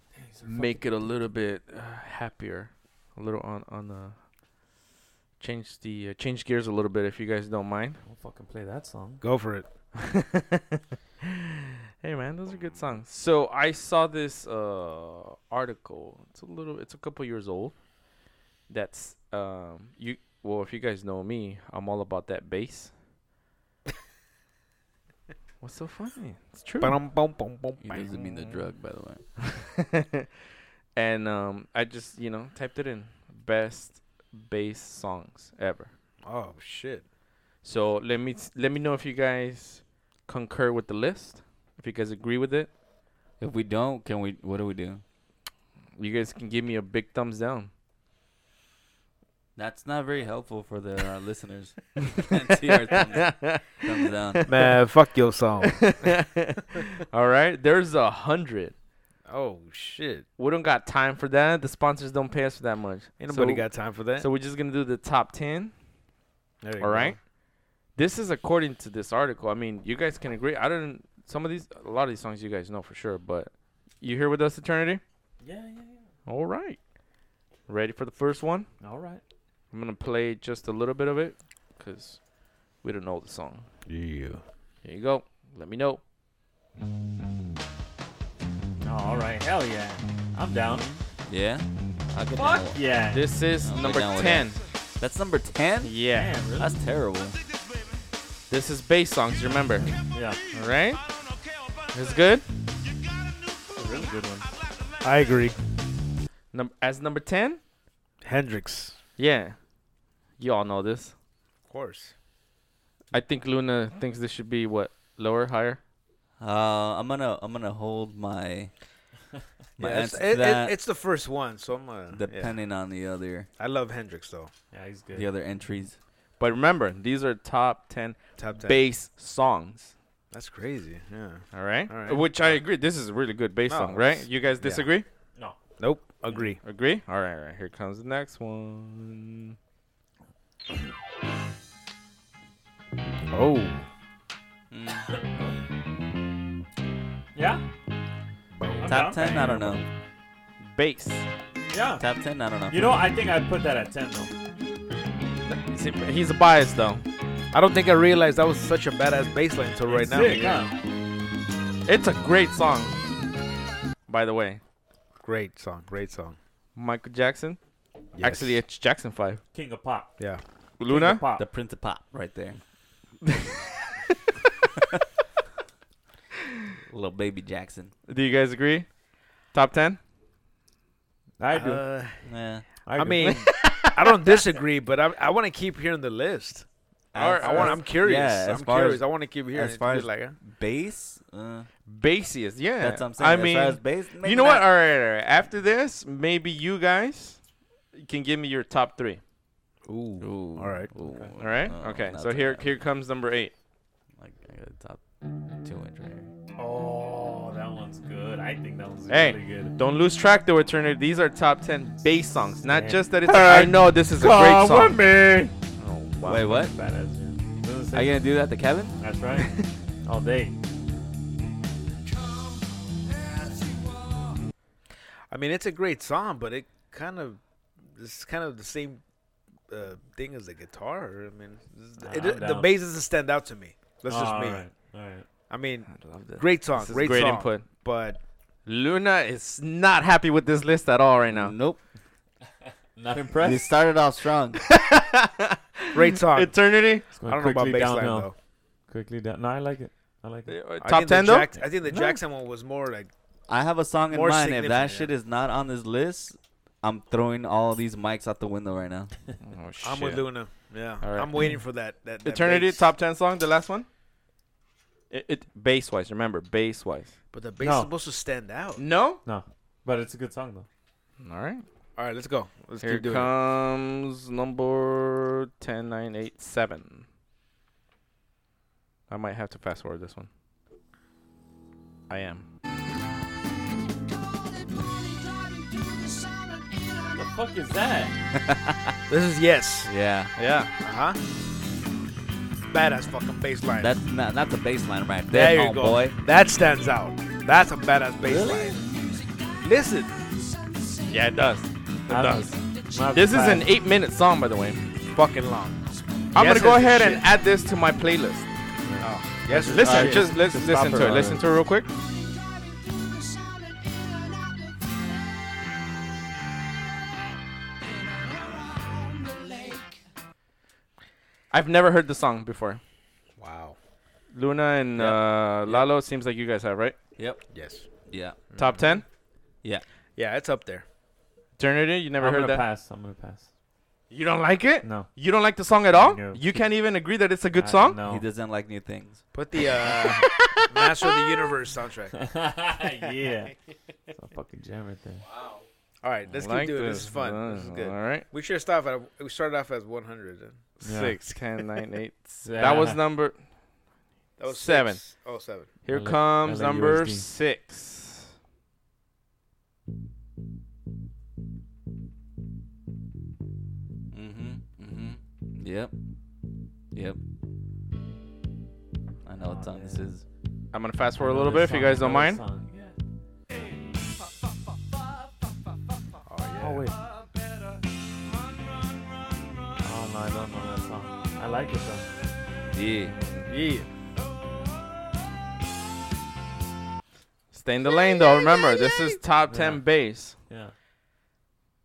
[SPEAKER 2] make it a little bit uh, happier, a little on on uh, change the uh, change gears a little bit if you guys don't mind.
[SPEAKER 3] Don't fucking play that song.
[SPEAKER 4] Go for it.
[SPEAKER 2] hey man, those are good songs. So I saw this uh article. It's a little. It's a couple years old. That's um you. Well, if you guys know me, I'm all about that bass. What's so funny? It's true.
[SPEAKER 1] He doesn't mean the drug, by the way.
[SPEAKER 2] and um, I just you know typed it in best bass songs ever.
[SPEAKER 4] Oh shit.
[SPEAKER 2] So let me let me know if you guys concur with the list. If you guys agree with it,
[SPEAKER 1] If we don't, can we? What do we do?
[SPEAKER 2] you guys can give me a big thumbs down.
[SPEAKER 1] That's not very helpful for the uh, listeners. Can't see our thumbs, thumbs down.
[SPEAKER 4] Man, fuck your song.
[SPEAKER 2] All right, there's a hundred.
[SPEAKER 4] oh shit.
[SPEAKER 2] We don't got time for that. The sponsors don't pay us for that much.
[SPEAKER 4] Ain't nobody
[SPEAKER 2] so,
[SPEAKER 4] got time for that.
[SPEAKER 2] So we're just gonna do the top ten.
[SPEAKER 4] There you
[SPEAKER 2] All
[SPEAKER 4] go.
[SPEAKER 2] right. This is according to this article. I mean, you guys can agree. I don't. Some of these, a lot of these songs, you guys know for sure. But you here with us, Eternity?
[SPEAKER 3] Yeah, yeah, yeah.
[SPEAKER 2] All right. Ready for the first one?
[SPEAKER 3] All right.
[SPEAKER 2] I'm gonna play just a little bit of it, cause we don't know the song.
[SPEAKER 4] Yeah.
[SPEAKER 2] Here you go. Let me know.
[SPEAKER 3] Oh, All right. Hell yeah. I'm down.
[SPEAKER 1] Yeah. I'll get
[SPEAKER 3] Fuck
[SPEAKER 1] down with-
[SPEAKER 3] yeah.
[SPEAKER 2] This is
[SPEAKER 1] I'll get
[SPEAKER 2] number
[SPEAKER 1] down with
[SPEAKER 2] ten.
[SPEAKER 1] That's number ten.
[SPEAKER 2] Yeah.
[SPEAKER 3] Damn, really?
[SPEAKER 1] That's terrible.
[SPEAKER 2] This is bass songs. you Remember?
[SPEAKER 3] Yeah.
[SPEAKER 2] All right. It's good.
[SPEAKER 3] That's a really good one.
[SPEAKER 4] I agree.
[SPEAKER 2] Num- as number ten.
[SPEAKER 4] Hendrix.
[SPEAKER 2] Yeah. You all know this.
[SPEAKER 4] Of course.
[SPEAKER 2] I think Luna thinks this should be what lower, higher.
[SPEAKER 1] Uh, I'm gonna I'm gonna hold my my
[SPEAKER 4] Yeah, it's,
[SPEAKER 1] answer to
[SPEAKER 4] it- it-
[SPEAKER 1] that,
[SPEAKER 4] it's the first one, so I'm uh, yeah.
[SPEAKER 1] depending on the other
[SPEAKER 4] I love Hendrix though.
[SPEAKER 3] Yeah, he's good.
[SPEAKER 1] the other entries.
[SPEAKER 2] But remember, these are top 10
[SPEAKER 4] Top ten.
[SPEAKER 2] bass songs.
[SPEAKER 4] That's crazy. Yeah.
[SPEAKER 2] All right?
[SPEAKER 4] All right.
[SPEAKER 2] Which I agree. This is a really good bass
[SPEAKER 4] No,
[SPEAKER 2] song, right?
[SPEAKER 4] it's-
[SPEAKER 2] You guys
[SPEAKER 4] yeah.
[SPEAKER 2] disagree?
[SPEAKER 3] No.
[SPEAKER 4] Nope. Agree.
[SPEAKER 2] Agree? All right, all right. Here comes the next one.
[SPEAKER 4] Oh.
[SPEAKER 3] Yeah. I'm
[SPEAKER 1] Top
[SPEAKER 3] down.
[SPEAKER 1] ten, I don't know.
[SPEAKER 2] Bass.
[SPEAKER 3] Yeah.
[SPEAKER 1] Top ten, I don't know.
[SPEAKER 3] You know, I think I'd put that at ten though.
[SPEAKER 2] See, He's a bias, though.
[SPEAKER 4] I don't think I realized that was such a badass baseline until right
[SPEAKER 3] It's
[SPEAKER 4] now.
[SPEAKER 3] sick, huh?
[SPEAKER 2] It's a great song, by the way.
[SPEAKER 4] Great song. Great song.
[SPEAKER 2] Michael Jackson.
[SPEAKER 4] Yes.
[SPEAKER 2] Actually, it's Jackson 5.
[SPEAKER 3] King of pop.
[SPEAKER 4] yeah.
[SPEAKER 3] King
[SPEAKER 2] Luna?
[SPEAKER 3] of pop.
[SPEAKER 1] the Prince of Pop right there. Little baby Jackson.
[SPEAKER 2] Do you guys agree? Top 10?
[SPEAKER 3] I do.
[SPEAKER 4] Uh,
[SPEAKER 1] Yeah.
[SPEAKER 3] I, do.
[SPEAKER 4] I mean, I don't disagree, but I, I want to keep hearing the list.
[SPEAKER 1] Uh, As-
[SPEAKER 4] I want. I'm curious.
[SPEAKER 1] yeah, as
[SPEAKER 4] I'm
[SPEAKER 1] far as-
[SPEAKER 4] curious. I want to keep hearing.
[SPEAKER 1] as
[SPEAKER 4] it.
[SPEAKER 1] far
[SPEAKER 4] Just
[SPEAKER 1] as-
[SPEAKER 4] like, uh,
[SPEAKER 1] Bass. Uh,
[SPEAKER 2] Bassiest, yeah.
[SPEAKER 1] That's what I'm saying.
[SPEAKER 2] I
[SPEAKER 1] as far
[SPEAKER 2] mean,
[SPEAKER 1] as bass, maybe
[SPEAKER 2] you know what?
[SPEAKER 1] not.
[SPEAKER 2] All right, all right. After this, maybe you guys can give me your top three.
[SPEAKER 4] ooh.
[SPEAKER 1] Ooh,
[SPEAKER 4] All right.
[SPEAKER 1] ooh,
[SPEAKER 2] All right.
[SPEAKER 1] Oh, no,
[SPEAKER 2] okay.
[SPEAKER 1] not
[SPEAKER 2] So
[SPEAKER 1] that
[SPEAKER 2] here,
[SPEAKER 1] bad.
[SPEAKER 2] here comes number eight.
[SPEAKER 1] Like I got a top two inch right here.
[SPEAKER 3] oh, that one's good. I
[SPEAKER 5] I think that was
[SPEAKER 2] Hey,
[SPEAKER 5] really good.
[SPEAKER 2] don't lose track though, Turner. These are top 10 bass songs. Not
[SPEAKER 3] Man.
[SPEAKER 2] just that it's. I know this is a great song.
[SPEAKER 5] me.
[SPEAKER 2] Oh, wow.
[SPEAKER 1] Wait, what?
[SPEAKER 5] Badass, yeah. Doesn't
[SPEAKER 1] Are
[SPEAKER 5] say-
[SPEAKER 1] you gonna do that to Kevin?
[SPEAKER 5] That's right. All day.
[SPEAKER 4] I mean, it's a great song, but it kind of it's kind of the same uh, thing as the guitar. I mean, it,
[SPEAKER 5] I'm
[SPEAKER 4] the
[SPEAKER 5] down.
[SPEAKER 4] bass doesn't stand out to me. That's just
[SPEAKER 5] All
[SPEAKER 4] me.
[SPEAKER 5] right, All right.
[SPEAKER 4] I mean,
[SPEAKER 2] I love this.
[SPEAKER 4] great song,
[SPEAKER 2] This is
[SPEAKER 4] great,
[SPEAKER 2] great
[SPEAKER 4] song,
[SPEAKER 2] input.
[SPEAKER 4] but
[SPEAKER 2] Luna is not happy with this list at all right now.
[SPEAKER 1] Nope.
[SPEAKER 5] Not
[SPEAKER 1] You
[SPEAKER 5] impressed.
[SPEAKER 1] started off strong.
[SPEAKER 4] great song.
[SPEAKER 2] Eternity.
[SPEAKER 3] It's
[SPEAKER 4] I
[SPEAKER 3] going
[SPEAKER 4] don't know about
[SPEAKER 3] quickly
[SPEAKER 4] bass line
[SPEAKER 3] downhill.
[SPEAKER 4] though.
[SPEAKER 3] Quickly down. No, I like it. I like it.
[SPEAKER 4] I
[SPEAKER 2] Uh, Top
[SPEAKER 4] think the
[SPEAKER 2] 10 though?
[SPEAKER 4] Jack- I think the
[SPEAKER 3] No.
[SPEAKER 4] Jackson one was more like
[SPEAKER 1] I have a song in
[SPEAKER 4] More
[SPEAKER 1] mind. If that
[SPEAKER 4] significant, yeah.
[SPEAKER 1] shit is not on this list, I'm throwing all these mics out the window right now.
[SPEAKER 2] Oh, shit.
[SPEAKER 4] I'm with Luna. Yeah,
[SPEAKER 2] All right.
[SPEAKER 4] I'm waiting for that. that, that
[SPEAKER 2] Eternity,
[SPEAKER 4] bass.
[SPEAKER 2] top 10 song, the last one? It, it bass wise, remember, bass wise.
[SPEAKER 4] But the bass
[SPEAKER 3] No.
[SPEAKER 4] is supposed to stand out.
[SPEAKER 2] No?
[SPEAKER 3] But it's a good song though.
[SPEAKER 2] All right.
[SPEAKER 4] All right, let's go. Let's
[SPEAKER 2] Here
[SPEAKER 4] keep doing it.
[SPEAKER 2] comes number 10987. I might have to fast forward this one. I am.
[SPEAKER 3] The fuck is that?
[SPEAKER 4] This is yes.
[SPEAKER 1] Yeah.
[SPEAKER 2] Yeah.
[SPEAKER 4] Uh huh. Badass fucking bass line.
[SPEAKER 1] That's not not the baseline right
[SPEAKER 4] There
[SPEAKER 1] there,
[SPEAKER 4] you go.
[SPEAKER 1] homeboy.
[SPEAKER 4] That stands out. That's a badass bass line. Listen,
[SPEAKER 2] Yeah, it does. It does.
[SPEAKER 3] Not
[SPEAKER 2] This is
[SPEAKER 3] bad.
[SPEAKER 2] an eight minute song, by the way.
[SPEAKER 4] fucking long.
[SPEAKER 2] I'm gonna
[SPEAKER 4] Yes,
[SPEAKER 2] go
[SPEAKER 4] it's
[SPEAKER 2] ahead
[SPEAKER 4] shit.
[SPEAKER 2] and add this to my playlist.
[SPEAKER 4] Oh, yes, it's
[SPEAKER 2] Listen,
[SPEAKER 3] Alright,
[SPEAKER 4] shit.
[SPEAKER 2] just let's
[SPEAKER 3] just
[SPEAKER 2] listen
[SPEAKER 3] stop it
[SPEAKER 2] to it.
[SPEAKER 3] right
[SPEAKER 2] Listen
[SPEAKER 3] now.
[SPEAKER 2] to it real quick. I've never heard the song before.
[SPEAKER 4] wow.
[SPEAKER 2] Luna and uh, Lalo seems like you guys have, right?
[SPEAKER 1] Yep.
[SPEAKER 4] Yes.
[SPEAKER 1] Yeah.
[SPEAKER 2] Top ten.
[SPEAKER 4] Yeah, it's up there.
[SPEAKER 2] Eternity, you never
[SPEAKER 3] I'm
[SPEAKER 2] heard
[SPEAKER 3] gonna
[SPEAKER 2] that.
[SPEAKER 3] pass. I'm gonna pass.
[SPEAKER 2] You don't like it?
[SPEAKER 3] No.
[SPEAKER 2] You don't like the song at all?
[SPEAKER 3] No.
[SPEAKER 2] You can't even agree that it's a good
[SPEAKER 3] I-
[SPEAKER 2] song?
[SPEAKER 3] No.
[SPEAKER 1] He doesn't like new things.
[SPEAKER 4] Put the uh, Master of the Universe soundtrack.
[SPEAKER 3] yeah. It's a fucking jam right there.
[SPEAKER 4] All right, let's
[SPEAKER 2] Like
[SPEAKER 4] keep doing this. This is fun. this is
[SPEAKER 2] Uh,
[SPEAKER 4] good.
[SPEAKER 2] All right.
[SPEAKER 4] We should have stopped at. We started off as 100. Then.
[SPEAKER 3] Yeah.
[SPEAKER 2] Six, ten, nine, eight. That was number.
[SPEAKER 4] That was
[SPEAKER 2] Seven.
[SPEAKER 4] Six. Oh, seven.
[SPEAKER 2] Here
[SPEAKER 3] LA
[SPEAKER 2] comes number
[SPEAKER 3] LAUSD.
[SPEAKER 2] six.
[SPEAKER 1] Mm-hmm. Mm-hmm. Yep. Yep. I know what
[SPEAKER 3] Aw,
[SPEAKER 1] song this
[SPEAKER 3] man.
[SPEAKER 1] is.
[SPEAKER 2] I'm gonna fast forward a little bit if you guys don't mind.
[SPEAKER 4] Oh yeah.
[SPEAKER 3] Oh wait. Oh no, I don't know that song. I like it though.
[SPEAKER 1] Yeah.
[SPEAKER 4] Yeah.
[SPEAKER 2] Stay in the lane though. Remember, this is top ten
[SPEAKER 3] Yeah.
[SPEAKER 2] bass.
[SPEAKER 3] Yeah.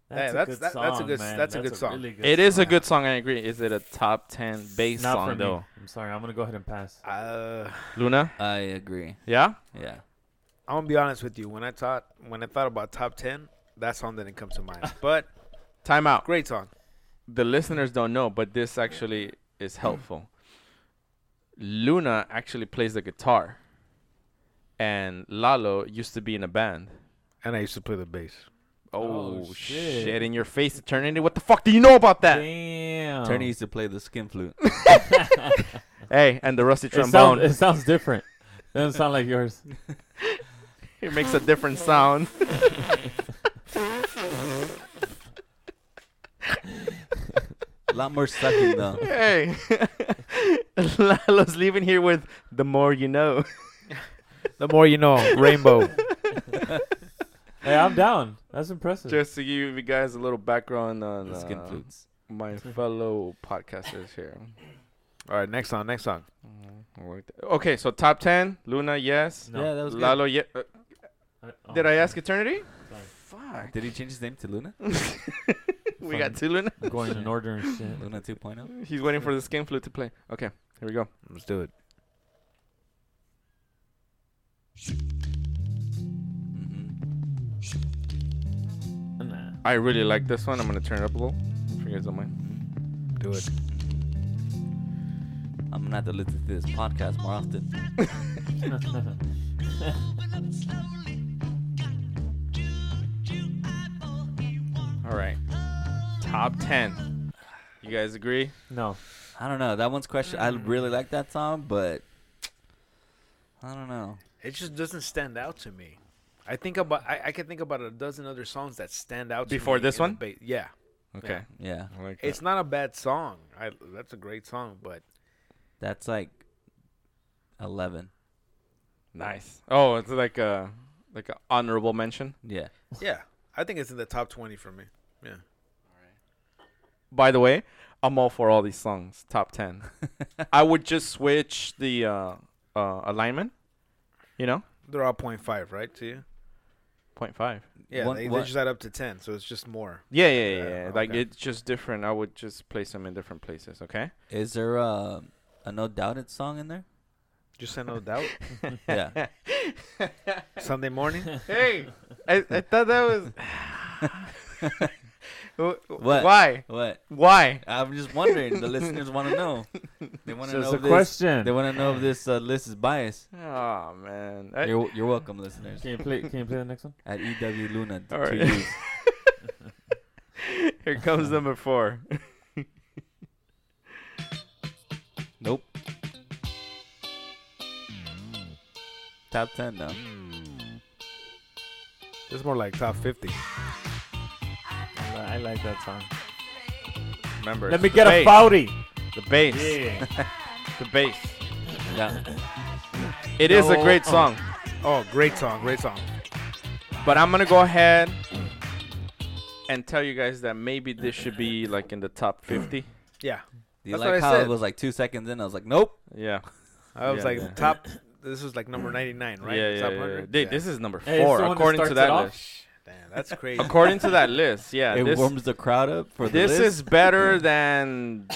[SPEAKER 4] Hey, that's- that- that's a good- that's a good song.
[SPEAKER 3] really good
[SPEAKER 2] It is a
[SPEAKER 3] song.
[SPEAKER 2] good song. I agree. Is it a top ten bass
[SPEAKER 3] Not for
[SPEAKER 2] song
[SPEAKER 3] me.
[SPEAKER 2] though?
[SPEAKER 3] I'm sorry. I'm gonna go ahead and pass.
[SPEAKER 4] Uh,
[SPEAKER 2] Luna.
[SPEAKER 1] I agree.
[SPEAKER 2] Yeah.
[SPEAKER 1] Yeah.
[SPEAKER 4] I'm gonna be honest with you. When I thought when I thought about top ten, that song didn't come to mind. But
[SPEAKER 2] Time out.
[SPEAKER 4] great song.
[SPEAKER 2] the listeners don't know, but this actually is helpful. Luna actually plays the guitar, and Lalo used to be in a band.
[SPEAKER 4] And I used to play the bass.
[SPEAKER 2] Oh,
[SPEAKER 3] Oh,
[SPEAKER 2] shit.
[SPEAKER 3] shit.
[SPEAKER 2] In your face, eternity. What the fuck do you know about that?
[SPEAKER 3] Damn.
[SPEAKER 1] Turney Oh. used to play the skin flute.
[SPEAKER 2] Hey, and the rusty
[SPEAKER 3] it sounds,
[SPEAKER 2] trombone.
[SPEAKER 3] it sounds different. Doesn't sound like yours.
[SPEAKER 2] it makes a different sound.
[SPEAKER 1] A lot more sucking though.
[SPEAKER 2] hey, Lalo's leaving here with the more you know.
[SPEAKER 4] The more you know, Rainbow.
[SPEAKER 3] Hey, I'm down. That's impressive.
[SPEAKER 2] Just to give you guys a little background on
[SPEAKER 1] The skin
[SPEAKER 2] uh,
[SPEAKER 1] flutes.
[SPEAKER 2] my fellow podcasters here.
[SPEAKER 4] All right, next song. Next song.
[SPEAKER 2] Mm-hmm. Okay, so top ten, Luna, yes.
[SPEAKER 3] No.
[SPEAKER 1] Yeah, that was good.
[SPEAKER 2] Lalo, yeah. uh,
[SPEAKER 3] I-
[SPEAKER 2] Did
[SPEAKER 3] oh,
[SPEAKER 2] I ask Eternity?
[SPEAKER 3] sorry.
[SPEAKER 2] Fuck.
[SPEAKER 1] Did he change his name to Luna?
[SPEAKER 2] We got two Luna.
[SPEAKER 3] I'm going in order and shit.
[SPEAKER 1] Luna oh? 2.0?
[SPEAKER 2] He's waiting for the skin flute to play. Okay, here we go.
[SPEAKER 4] Let's do it.
[SPEAKER 1] Mm-hmm.
[SPEAKER 3] Nah.
[SPEAKER 2] I really like this one. I'm gonna turn it up a little. If you guys don't mind.
[SPEAKER 4] Do it.
[SPEAKER 1] Mm-hmm. I'm gonna have to listen to this podcast more often.
[SPEAKER 2] All right. Top ten. You guys agree?
[SPEAKER 3] No.
[SPEAKER 1] I don't know. That one's question. I really like that song, but I don't know.
[SPEAKER 4] It just doesn't stand out to me. I think about I, I can think about a dozen other songs that stand out to
[SPEAKER 2] Before
[SPEAKER 4] me
[SPEAKER 2] this
[SPEAKER 4] in the
[SPEAKER 2] one?
[SPEAKER 4] ba- yeah,
[SPEAKER 2] Okay.
[SPEAKER 1] Yeah,
[SPEAKER 2] I like that.
[SPEAKER 4] it's not a bad song. I that's a great song, but
[SPEAKER 1] that's like eleven.
[SPEAKER 2] nice. Oh, it's like a like a honorable mention.
[SPEAKER 1] Yeah,
[SPEAKER 4] yeah, I think it's in the top twenty for me.
[SPEAKER 2] By the way, I'm all for all these songs. Top ten. I would just switch the uh, uh, alignment. You know,
[SPEAKER 4] They're all point five, right? To you?
[SPEAKER 2] point five.
[SPEAKER 4] Yeah,
[SPEAKER 1] One-
[SPEAKER 4] they, they
[SPEAKER 1] what-
[SPEAKER 4] just add up to ten, so it's just more.
[SPEAKER 2] Yeah, yeah, yeah.
[SPEAKER 4] Yeah,
[SPEAKER 2] yeah. Like
[SPEAKER 4] okay.
[SPEAKER 2] it's just different. I would just place them in different places. Okay.
[SPEAKER 1] is there uh, a no doubted song in there?
[SPEAKER 4] Just say no doubt.
[SPEAKER 1] Yeah,
[SPEAKER 4] Sunday morning.
[SPEAKER 2] hey, I, I thought that was.
[SPEAKER 1] What?
[SPEAKER 2] what? Why?
[SPEAKER 1] what?
[SPEAKER 2] Why?
[SPEAKER 1] I'm just wondering. the listeners want to know. They want to
[SPEAKER 3] So it's
[SPEAKER 1] know.
[SPEAKER 3] a
[SPEAKER 1] if this,
[SPEAKER 3] question.
[SPEAKER 1] They want to know if this uh, list is biased.
[SPEAKER 2] Oh man. I-
[SPEAKER 1] You're you're welcome, listeners.
[SPEAKER 3] Can you play? Can you play the next one?
[SPEAKER 1] At EW Luna,
[SPEAKER 2] All
[SPEAKER 1] two
[SPEAKER 2] right.
[SPEAKER 1] U's.
[SPEAKER 2] Here comes number four.
[SPEAKER 1] Nope. Top ten now.
[SPEAKER 4] It's more like top fifty.
[SPEAKER 3] I like that song.
[SPEAKER 2] Remember.
[SPEAKER 3] Let
[SPEAKER 2] it's
[SPEAKER 3] me
[SPEAKER 2] the
[SPEAKER 3] get a
[SPEAKER 2] bass.
[SPEAKER 3] fouty.
[SPEAKER 2] The bass.
[SPEAKER 3] Yeah.
[SPEAKER 2] The bass.
[SPEAKER 1] Yeah.
[SPEAKER 2] It is a
[SPEAKER 4] No,
[SPEAKER 2] great
[SPEAKER 4] uh,
[SPEAKER 2] song,
[SPEAKER 4] Oh, great song, great song.
[SPEAKER 2] but I'm gonna go ahead and tell you guys that maybe this should be like in the top 50.
[SPEAKER 4] Yeah,
[SPEAKER 1] You
[SPEAKER 4] That's what I
[SPEAKER 1] like how it
[SPEAKER 4] said.
[SPEAKER 1] was like two seconds in? I was like, nope.
[SPEAKER 2] Yeah.
[SPEAKER 4] I was
[SPEAKER 2] Yeah,
[SPEAKER 4] like
[SPEAKER 2] yeah.
[SPEAKER 4] top. This was like number ninety nine, right?
[SPEAKER 2] Yeah, yeah,
[SPEAKER 4] top
[SPEAKER 2] yeah, yeah.
[SPEAKER 4] 100?
[SPEAKER 2] Dude,
[SPEAKER 4] Yeah.
[SPEAKER 2] This is number
[SPEAKER 3] Hey, it's
[SPEAKER 2] four
[SPEAKER 3] the one
[SPEAKER 2] according to
[SPEAKER 3] starts it
[SPEAKER 2] that
[SPEAKER 3] off?
[SPEAKER 2] list.
[SPEAKER 4] Damn, that's crazy.
[SPEAKER 2] According to that list, yeah.
[SPEAKER 1] it
[SPEAKER 2] this
[SPEAKER 1] warms the crowd up for the
[SPEAKER 2] this
[SPEAKER 1] list.
[SPEAKER 2] is better than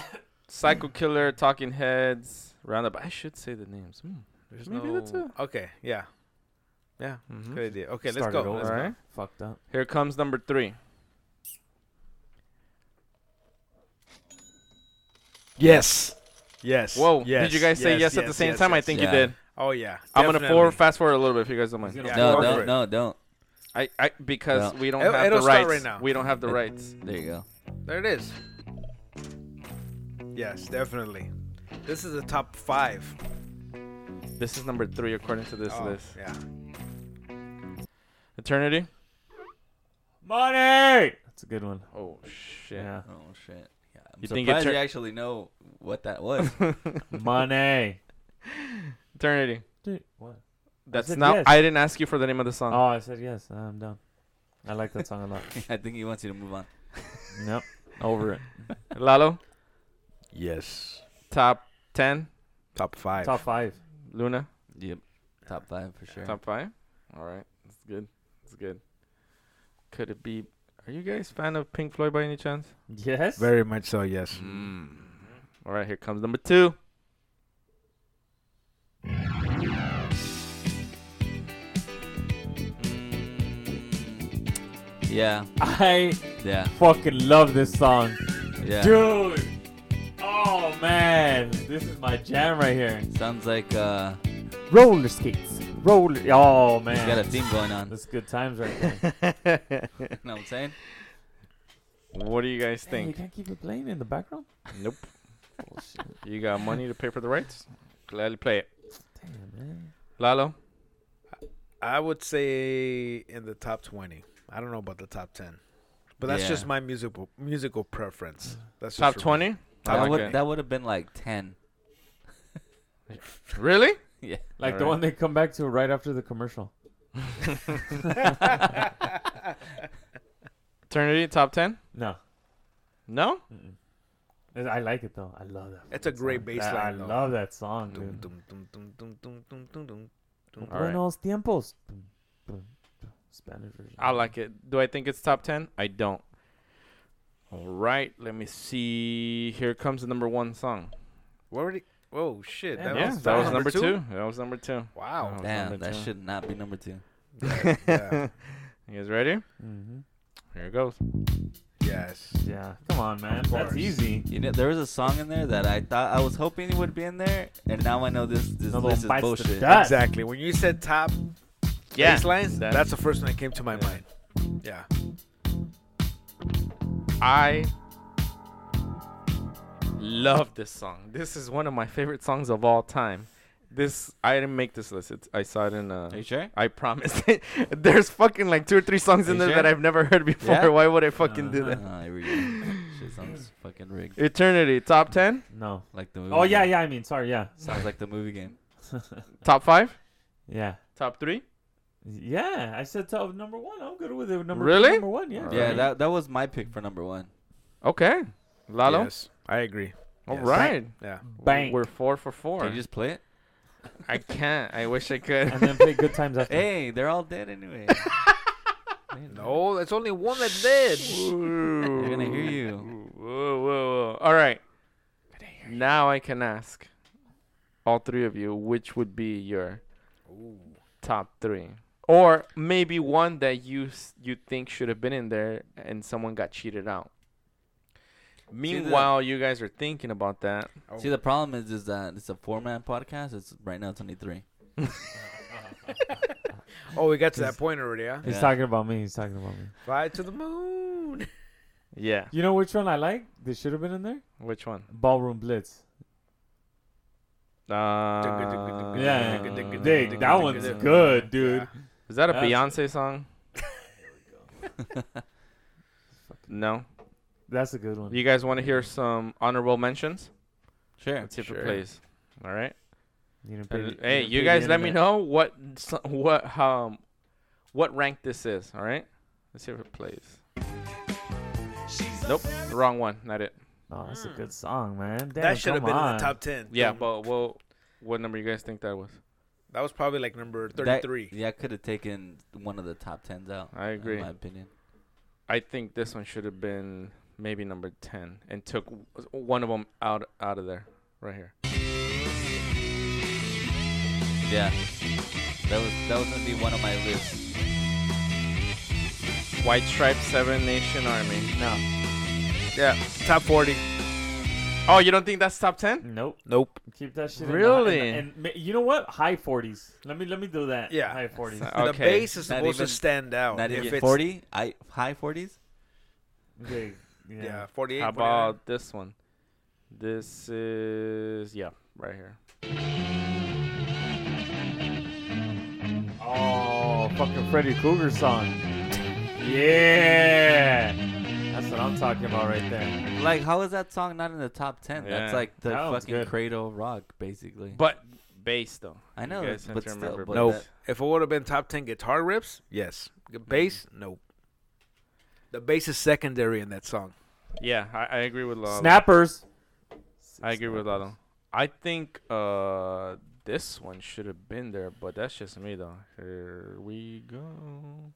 [SPEAKER 2] Psycho Killer, Talking Heads, Roundup. I should say the names. Mm.
[SPEAKER 4] There's
[SPEAKER 2] Maybe
[SPEAKER 4] no...
[SPEAKER 2] that's a-
[SPEAKER 4] Okay, yeah, yeah,
[SPEAKER 2] Mhm.
[SPEAKER 4] good idea. Okay, let's
[SPEAKER 3] Start it
[SPEAKER 4] go.
[SPEAKER 3] Mm-hmm. over.
[SPEAKER 4] Let's
[SPEAKER 2] All
[SPEAKER 4] go.
[SPEAKER 2] right.
[SPEAKER 3] Fucked up.
[SPEAKER 2] Here comes number three.
[SPEAKER 4] Yes. Yes.
[SPEAKER 2] Whoa!
[SPEAKER 4] Yes.
[SPEAKER 2] Did you guys say yes, at the same time? I think
[SPEAKER 1] yes.
[SPEAKER 2] you
[SPEAKER 1] Yeah.
[SPEAKER 2] did.
[SPEAKER 4] Oh yeah.
[SPEAKER 2] I'm gonna
[SPEAKER 4] Definitely.
[SPEAKER 2] forward, fast forward a little bit if you guys don't mind.
[SPEAKER 3] He's
[SPEAKER 4] Yeah.
[SPEAKER 3] gonna
[SPEAKER 1] no,
[SPEAKER 4] go
[SPEAKER 1] don't,
[SPEAKER 4] for it.
[SPEAKER 1] no, don't.
[SPEAKER 2] I, I because
[SPEAKER 1] No.
[SPEAKER 2] we don't
[SPEAKER 4] It'll-
[SPEAKER 2] have
[SPEAKER 4] it'll
[SPEAKER 2] the
[SPEAKER 4] start
[SPEAKER 2] rights.
[SPEAKER 4] right now.
[SPEAKER 2] We don't have the rights.
[SPEAKER 1] There you go.
[SPEAKER 4] There it is. Yes, definitely. This is the top five.
[SPEAKER 2] This is number three according to this
[SPEAKER 4] Oh,
[SPEAKER 2] list.
[SPEAKER 4] Yeah.
[SPEAKER 2] Eternity.
[SPEAKER 3] Money. That's a good one.
[SPEAKER 2] Oh shit.
[SPEAKER 3] Yeah.
[SPEAKER 1] Oh shit. Yeah, I'm
[SPEAKER 2] You think it
[SPEAKER 1] surprised
[SPEAKER 2] tur-
[SPEAKER 1] you actually know what that was.
[SPEAKER 3] Money.
[SPEAKER 2] Eternity.
[SPEAKER 3] Dude, what?
[SPEAKER 2] That's
[SPEAKER 3] said
[SPEAKER 2] not.
[SPEAKER 3] yes.
[SPEAKER 2] I didn't ask you for the name of the song.
[SPEAKER 3] Oh, I said yes. I'm done. I like that song a lot.
[SPEAKER 1] I think he wants you to move on.
[SPEAKER 3] Nope. Over it.
[SPEAKER 1] Oh.
[SPEAKER 2] Lalo.
[SPEAKER 4] Yes.
[SPEAKER 2] Top ten.
[SPEAKER 4] Top five.
[SPEAKER 3] Top five.
[SPEAKER 2] Luna.
[SPEAKER 1] Yep. Top five for sure.
[SPEAKER 2] Top five. All right. That's good. That's good. Could it be? Are you guys fan of Pink Floyd by any chance?
[SPEAKER 3] Yes.
[SPEAKER 4] Very much so. Yes.
[SPEAKER 2] All right. Here comes number two.
[SPEAKER 1] Yeah.
[SPEAKER 3] I
[SPEAKER 1] Yeah.
[SPEAKER 3] fucking love this song,
[SPEAKER 1] Yeah.
[SPEAKER 3] dude. Oh man, this is my jam right here.
[SPEAKER 1] Sounds like uh, you
[SPEAKER 3] Roller skates. Roller. Oh man.
[SPEAKER 1] got a theme going on. You
[SPEAKER 3] That's good times right there.
[SPEAKER 1] know what I'm saying?
[SPEAKER 2] what do you guys
[SPEAKER 3] Hey, you
[SPEAKER 2] think?
[SPEAKER 3] can't keep it playing in the background.
[SPEAKER 2] Nope. You got money to pay for the rights? Gladly play it.
[SPEAKER 3] Damn man.
[SPEAKER 2] Lalo?
[SPEAKER 4] I would say in the top twenty. I don't know about the top ten, but that's
[SPEAKER 1] Yeah.
[SPEAKER 4] just my musical musical preference. That's just
[SPEAKER 2] Top
[SPEAKER 4] for me.
[SPEAKER 2] 20?
[SPEAKER 1] That
[SPEAKER 2] like
[SPEAKER 1] would
[SPEAKER 2] it.
[SPEAKER 1] that would have been like ten.
[SPEAKER 2] Really?
[SPEAKER 1] Yeah.
[SPEAKER 3] Like the
[SPEAKER 2] Alright.
[SPEAKER 3] one they come back to right after the commercial.
[SPEAKER 2] Eternity, top 10?
[SPEAKER 3] No.
[SPEAKER 2] No?
[SPEAKER 3] Mm-mm. I like it though. I love that.
[SPEAKER 4] It's a
[SPEAKER 3] fucking
[SPEAKER 4] great
[SPEAKER 3] song.
[SPEAKER 4] bass
[SPEAKER 3] That- I
[SPEAKER 4] line, though.
[SPEAKER 3] love that song,
[SPEAKER 4] Dum,
[SPEAKER 3] dude.
[SPEAKER 4] dum, dum, dum, dum, dum, dum, dum, dum, dum.
[SPEAKER 2] All right.
[SPEAKER 3] Buenos tiempos. Spanish version.
[SPEAKER 2] I like it. Do I think it's top 10? I don't. All right, let me see. Here comes the number one song.
[SPEAKER 4] What were the- Whoa, shit!
[SPEAKER 3] Damn,
[SPEAKER 2] yeah,
[SPEAKER 3] was
[SPEAKER 2] that was
[SPEAKER 3] number
[SPEAKER 2] number two? Oh. That was number two.
[SPEAKER 4] Wow.
[SPEAKER 2] That was
[SPEAKER 1] Damn,
[SPEAKER 2] number
[SPEAKER 1] that
[SPEAKER 2] two.
[SPEAKER 1] should not be number two.
[SPEAKER 4] Yeah, yeah.
[SPEAKER 2] You guys ready?
[SPEAKER 3] Mm-hmm.
[SPEAKER 2] Here it goes.
[SPEAKER 4] Yes.
[SPEAKER 3] Yeah, come on, man. That's
[SPEAKER 4] course.
[SPEAKER 3] easy.
[SPEAKER 1] You know, there was a song in there that I thought I was hoping it would be in there, and now I know this this
[SPEAKER 3] Another one
[SPEAKER 1] list is
[SPEAKER 3] bites the
[SPEAKER 1] bullshit.
[SPEAKER 3] dust. Yes.
[SPEAKER 4] Exactly. When you said top
[SPEAKER 2] Yeah.
[SPEAKER 4] bass lines,
[SPEAKER 2] that-
[SPEAKER 4] that's the first one that came to my
[SPEAKER 2] Yeah.
[SPEAKER 4] mind. Yeah.
[SPEAKER 2] I love this song. This is one of my favorite songs of all time. This I didn't make this list. It's, I saw it in. Uh,
[SPEAKER 1] Are you sure?
[SPEAKER 2] I promise. There's fucking like two or three songs
[SPEAKER 1] Are
[SPEAKER 2] in
[SPEAKER 1] you
[SPEAKER 2] there
[SPEAKER 1] sure?
[SPEAKER 2] that I've never heard before.
[SPEAKER 1] Yeah?
[SPEAKER 2] Why would I fucking do that?
[SPEAKER 1] Uh, here we go. Shit sounds fucking rigged.
[SPEAKER 2] Eternity top ten,
[SPEAKER 3] No.
[SPEAKER 1] Like the movie.
[SPEAKER 3] Oh yeah,
[SPEAKER 1] game.
[SPEAKER 3] yeah. I mean, sorry. Yeah.
[SPEAKER 1] Sounds like the movie game.
[SPEAKER 2] top five,
[SPEAKER 3] Yeah.
[SPEAKER 2] top three.
[SPEAKER 3] Yeah. I said top number one. I'm good with it. Number
[SPEAKER 2] Really?
[SPEAKER 3] Number one. Yeah.
[SPEAKER 2] All
[SPEAKER 1] Yeah,
[SPEAKER 2] right.
[SPEAKER 1] that that was my pick for number one.
[SPEAKER 2] Okay, Lalo.
[SPEAKER 4] Yes, I agree.
[SPEAKER 2] All
[SPEAKER 4] Yes.
[SPEAKER 2] right.
[SPEAKER 4] Yeah.
[SPEAKER 3] Bank.
[SPEAKER 2] We're four for four.
[SPEAKER 1] Can you just play it?
[SPEAKER 2] I can't. I wish I could.
[SPEAKER 3] and then play good times after.
[SPEAKER 1] Hey, they're all dead anyway.
[SPEAKER 4] No, that's only one that did.
[SPEAKER 1] They're gonna hear
[SPEAKER 2] Whoa,
[SPEAKER 1] you.
[SPEAKER 2] whoa, whoa. All right. Now I can ask all three of you which would be your top three, or maybe one that you s- you think should have been in there and someone got cheated out. Meanwhile, you guys are thinking about that.
[SPEAKER 4] Oh,
[SPEAKER 1] See, the problem is, is that it's a four man podcast. It's right now it's only three.
[SPEAKER 4] Oh, we got to that point already, huh?
[SPEAKER 3] He's
[SPEAKER 1] Yeah.
[SPEAKER 3] talking about me. He's talking about me.
[SPEAKER 4] Fly to the moon.
[SPEAKER 2] Yeah.
[SPEAKER 3] You know which one I like? This should have been in there.
[SPEAKER 2] Which one?
[SPEAKER 3] Ballroom Blitz.
[SPEAKER 2] Uh,
[SPEAKER 3] Yeah.
[SPEAKER 4] Dig,
[SPEAKER 3] Dig, that one's
[SPEAKER 4] dig,
[SPEAKER 3] good, dude.
[SPEAKER 2] Is that a
[SPEAKER 3] That's-
[SPEAKER 2] Beyonce song? no.
[SPEAKER 3] That's a good one.
[SPEAKER 2] You guys want to hear some honorable mentions?
[SPEAKER 1] Sure.
[SPEAKER 2] Let's see if
[SPEAKER 4] Sure.
[SPEAKER 2] it plays. All right.
[SPEAKER 3] You didn't
[SPEAKER 2] And,
[SPEAKER 3] pay-
[SPEAKER 2] Uh, hey,
[SPEAKER 3] didn't
[SPEAKER 2] you
[SPEAKER 3] pay
[SPEAKER 2] guys,
[SPEAKER 3] the
[SPEAKER 2] let me
[SPEAKER 3] internet.
[SPEAKER 2] know what so- what um what rank this is. All right. Let's see if it plays. Nope, wrong one. Not it.
[SPEAKER 3] Oh, that's a good song, man. Damn,
[SPEAKER 4] That should have
[SPEAKER 3] come
[SPEAKER 4] been in
[SPEAKER 3] on.
[SPEAKER 4] the top ten.
[SPEAKER 2] Yeah,
[SPEAKER 4] Dude,
[SPEAKER 2] but well, what number you guys think that was?
[SPEAKER 4] that was probably like number
[SPEAKER 1] That-
[SPEAKER 4] thirty-three.
[SPEAKER 1] yeah, I could have taken one of the top tens out.
[SPEAKER 2] I agree.
[SPEAKER 1] In my opinion.
[SPEAKER 2] I think this one should have been maybe number ten, and took w- one of them out out of there, right here.
[SPEAKER 1] Yeah. That was that was gonna be one of my lists.
[SPEAKER 2] White Stripe Seven Nation Army. No.
[SPEAKER 4] Yeah, top forty.
[SPEAKER 2] Oh, you don't think that's top ten?
[SPEAKER 3] Nope.
[SPEAKER 4] Nope.
[SPEAKER 3] Keep that shit. in the-
[SPEAKER 2] Really?
[SPEAKER 3] in the- and ma- you know what? High forties. Let me let me do that.
[SPEAKER 4] Yeah.
[SPEAKER 3] High forties.
[SPEAKER 4] The
[SPEAKER 2] Okay.
[SPEAKER 4] bass is
[SPEAKER 1] Not
[SPEAKER 4] supposed
[SPEAKER 1] even-
[SPEAKER 4] to stand out.
[SPEAKER 1] Not
[SPEAKER 4] Oh, If
[SPEAKER 1] even
[SPEAKER 4] it's-
[SPEAKER 1] forty. I high forties.
[SPEAKER 3] Dig. Yeah.
[SPEAKER 4] Yeah, forty-eight.
[SPEAKER 2] How
[SPEAKER 4] 49.
[SPEAKER 2] about this one? This is yeah, right here.
[SPEAKER 3] Oh, fucking Freddy Cougar song. Yeah. That's what I'm talking about right there.
[SPEAKER 1] Like, how is that song not in the top ten? That's
[SPEAKER 2] Yeah.
[SPEAKER 1] like the
[SPEAKER 3] That one's
[SPEAKER 1] fucking
[SPEAKER 3] good.
[SPEAKER 1] cradle of rock, basically.
[SPEAKER 2] But bass though.
[SPEAKER 1] I know,
[SPEAKER 2] guys have
[SPEAKER 1] but
[SPEAKER 2] to
[SPEAKER 1] still,
[SPEAKER 2] remember
[SPEAKER 1] but
[SPEAKER 4] Nope.
[SPEAKER 1] that-
[SPEAKER 4] If it would have been top ten guitar rips, yes. The Bass, nope. The bass is secondary in that song.
[SPEAKER 2] Yeah, I, I agree with Lalo.
[SPEAKER 3] Snappers.
[SPEAKER 2] I agree with Lalo. I think uh this one should have been there, but that's just me though. Here we go.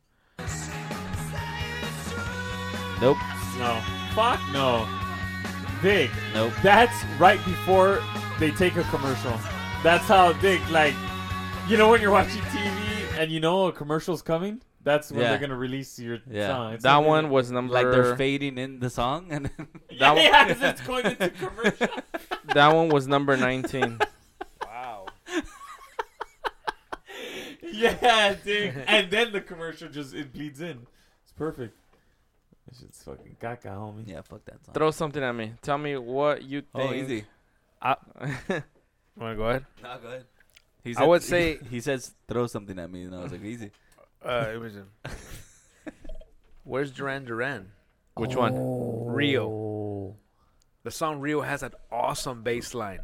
[SPEAKER 1] nope,
[SPEAKER 3] No. Fuck no. Dig.
[SPEAKER 1] nope.
[SPEAKER 3] That's right before they take a commercial. That's how big, like, you know, when you're watching TV and you know a commercial's coming, that's when
[SPEAKER 1] Yeah.
[SPEAKER 3] they're gonna release your
[SPEAKER 1] Yeah.
[SPEAKER 3] song. It's
[SPEAKER 2] that
[SPEAKER 3] not
[SPEAKER 2] one
[SPEAKER 3] gonna-
[SPEAKER 2] was number
[SPEAKER 1] Like they're fading in the song, and then
[SPEAKER 3] yeah,
[SPEAKER 2] that
[SPEAKER 3] yeah, 'cause it's going into commercial.
[SPEAKER 2] that one was number 19.
[SPEAKER 4] Wow.
[SPEAKER 3] yeah, dude. And then the commercial just it bleeds in. It's perfect. This shit's fucking caca, homie.
[SPEAKER 1] yeah, fuck that song.
[SPEAKER 2] Throw something at me. Tell me what you think.
[SPEAKER 1] oh, easy.
[SPEAKER 2] I,
[SPEAKER 4] Want to go ahead?
[SPEAKER 1] Nah, go ahead. He
[SPEAKER 4] I would
[SPEAKER 1] he-
[SPEAKER 4] say-
[SPEAKER 1] he, says throw something at me, and I was like, easy.
[SPEAKER 4] Uh, it was. a- Where's Duran Duran?
[SPEAKER 2] which one?
[SPEAKER 4] Rio.
[SPEAKER 3] Oh.
[SPEAKER 4] The song Rio has that awesome bass line.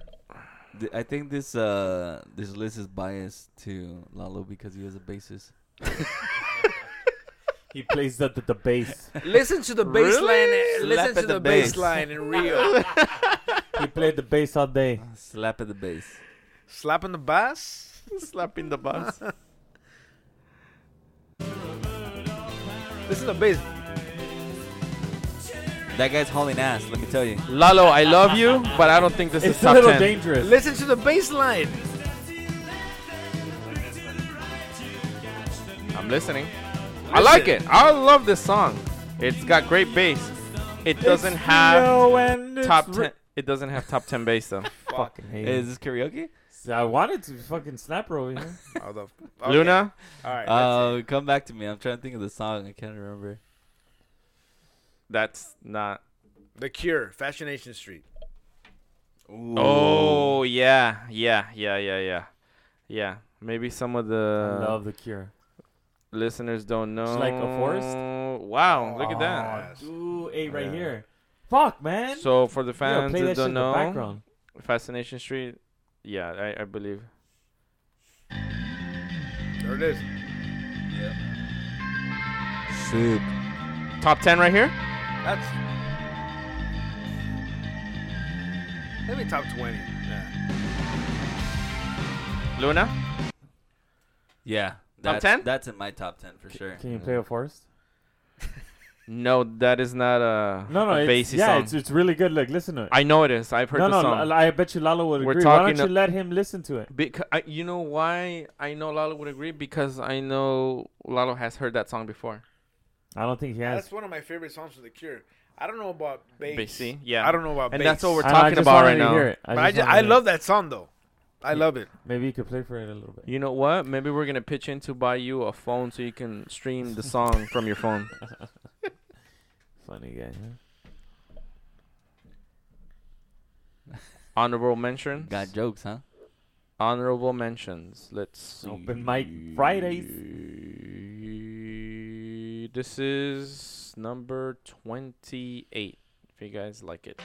[SPEAKER 1] Th- I think this uh this list is biased to Lalo because he was a bassist.
[SPEAKER 3] He plays the, the, the bass.
[SPEAKER 4] Listen to the bass
[SPEAKER 2] Really?
[SPEAKER 4] line.
[SPEAKER 1] Slap
[SPEAKER 4] Listen
[SPEAKER 1] at
[SPEAKER 4] to the,
[SPEAKER 1] the
[SPEAKER 4] bass
[SPEAKER 1] bass.
[SPEAKER 4] line in Rio.
[SPEAKER 3] He played the bass all day.
[SPEAKER 1] Slap at the bass.
[SPEAKER 4] Slapping the bass.
[SPEAKER 2] Slapping the bus.
[SPEAKER 4] Listen to the bass.
[SPEAKER 1] That guy's hauling ass. Let me tell you.
[SPEAKER 2] Lalo, I love you, but I don't think this
[SPEAKER 3] It's
[SPEAKER 2] is
[SPEAKER 3] a
[SPEAKER 2] top
[SPEAKER 3] little
[SPEAKER 2] 10.
[SPEAKER 3] dangerous.
[SPEAKER 4] Listen to the bass line.
[SPEAKER 2] I'm listening. I like it. I love this song. It's got great bass. It doesn't have
[SPEAKER 3] Rio and it's
[SPEAKER 2] top
[SPEAKER 3] Ri-
[SPEAKER 2] ten. It doesn't have top ten bass though.
[SPEAKER 3] Fucking hate
[SPEAKER 1] Is
[SPEAKER 3] it.
[SPEAKER 1] this karaoke?
[SPEAKER 3] I wanted to fucking snap her over here.
[SPEAKER 4] Oh, the,
[SPEAKER 2] Luna,
[SPEAKER 4] All right.
[SPEAKER 1] Uh, come back to me. I'm trying to think of the song. I can't remember.
[SPEAKER 2] that's not.
[SPEAKER 4] the Cure, Fascination Street.
[SPEAKER 2] Oh yeah, yeah, yeah, yeah, yeah. Yeah, maybe some of
[SPEAKER 3] I
[SPEAKER 2] the
[SPEAKER 3] love the cure.
[SPEAKER 2] listeners don't know.
[SPEAKER 3] It's like a forest?
[SPEAKER 2] Wow, look at
[SPEAKER 4] Oh,
[SPEAKER 2] that.
[SPEAKER 3] Ooh, eight right
[SPEAKER 2] Yeah.
[SPEAKER 3] here. Fuck, man.
[SPEAKER 2] So for the
[SPEAKER 3] Yeah,
[SPEAKER 2] fans
[SPEAKER 3] play
[SPEAKER 2] that
[SPEAKER 3] that shit
[SPEAKER 2] don't
[SPEAKER 3] in the
[SPEAKER 2] know,
[SPEAKER 3] background.
[SPEAKER 2] Fascination Street. Yeah, I, I believe.
[SPEAKER 4] There it is.
[SPEAKER 1] Soup.
[SPEAKER 2] Top ten right here.
[SPEAKER 4] That's maybe top twenty. Yeah.
[SPEAKER 2] Luna.
[SPEAKER 1] Yeah. That's,
[SPEAKER 2] 10?
[SPEAKER 1] That's in my top ten for sure.
[SPEAKER 3] Can you play a forest?
[SPEAKER 2] No, that is not a
[SPEAKER 3] No, no,
[SPEAKER 2] a
[SPEAKER 3] it's,
[SPEAKER 2] bassy
[SPEAKER 3] yeah,
[SPEAKER 2] song.
[SPEAKER 3] it's it's really good. Look, listen to it.
[SPEAKER 2] I know it is. I've heard
[SPEAKER 3] no,
[SPEAKER 2] the
[SPEAKER 3] no,
[SPEAKER 2] song.
[SPEAKER 3] L- I bet you Lalo would
[SPEAKER 2] We're
[SPEAKER 3] agree. Why
[SPEAKER 2] talking
[SPEAKER 3] don't you
[SPEAKER 2] a-
[SPEAKER 3] let him listen to it?
[SPEAKER 2] Because I, you know why I know Lalo would agree because I know Lalo has heard that song before.
[SPEAKER 3] I don't think he has.
[SPEAKER 4] That's one of my favorite songs from The Cure. I don't know about bass.
[SPEAKER 2] Bassy, yeah.
[SPEAKER 4] I don't know about
[SPEAKER 2] And
[SPEAKER 4] bass.
[SPEAKER 2] that's what we're
[SPEAKER 3] I know, I
[SPEAKER 2] talking
[SPEAKER 3] just
[SPEAKER 2] about
[SPEAKER 3] wanted
[SPEAKER 2] right
[SPEAKER 3] to
[SPEAKER 2] now.
[SPEAKER 3] hear it.
[SPEAKER 4] But I just,
[SPEAKER 3] wanted
[SPEAKER 4] I
[SPEAKER 3] to-
[SPEAKER 4] love that song though. I love it.
[SPEAKER 3] Maybe you could play for it a little bit.
[SPEAKER 2] You know what? Maybe we're gonna pitch in to buy you a phone so you can stream the song from your phone.
[SPEAKER 3] Funny guy. Huh?
[SPEAKER 2] Honorable mentions.
[SPEAKER 1] Got jokes, huh?
[SPEAKER 2] Honorable mentions. Let's
[SPEAKER 3] Open mic Fridays.
[SPEAKER 2] see. This is number twenty-eight. If you guys like it,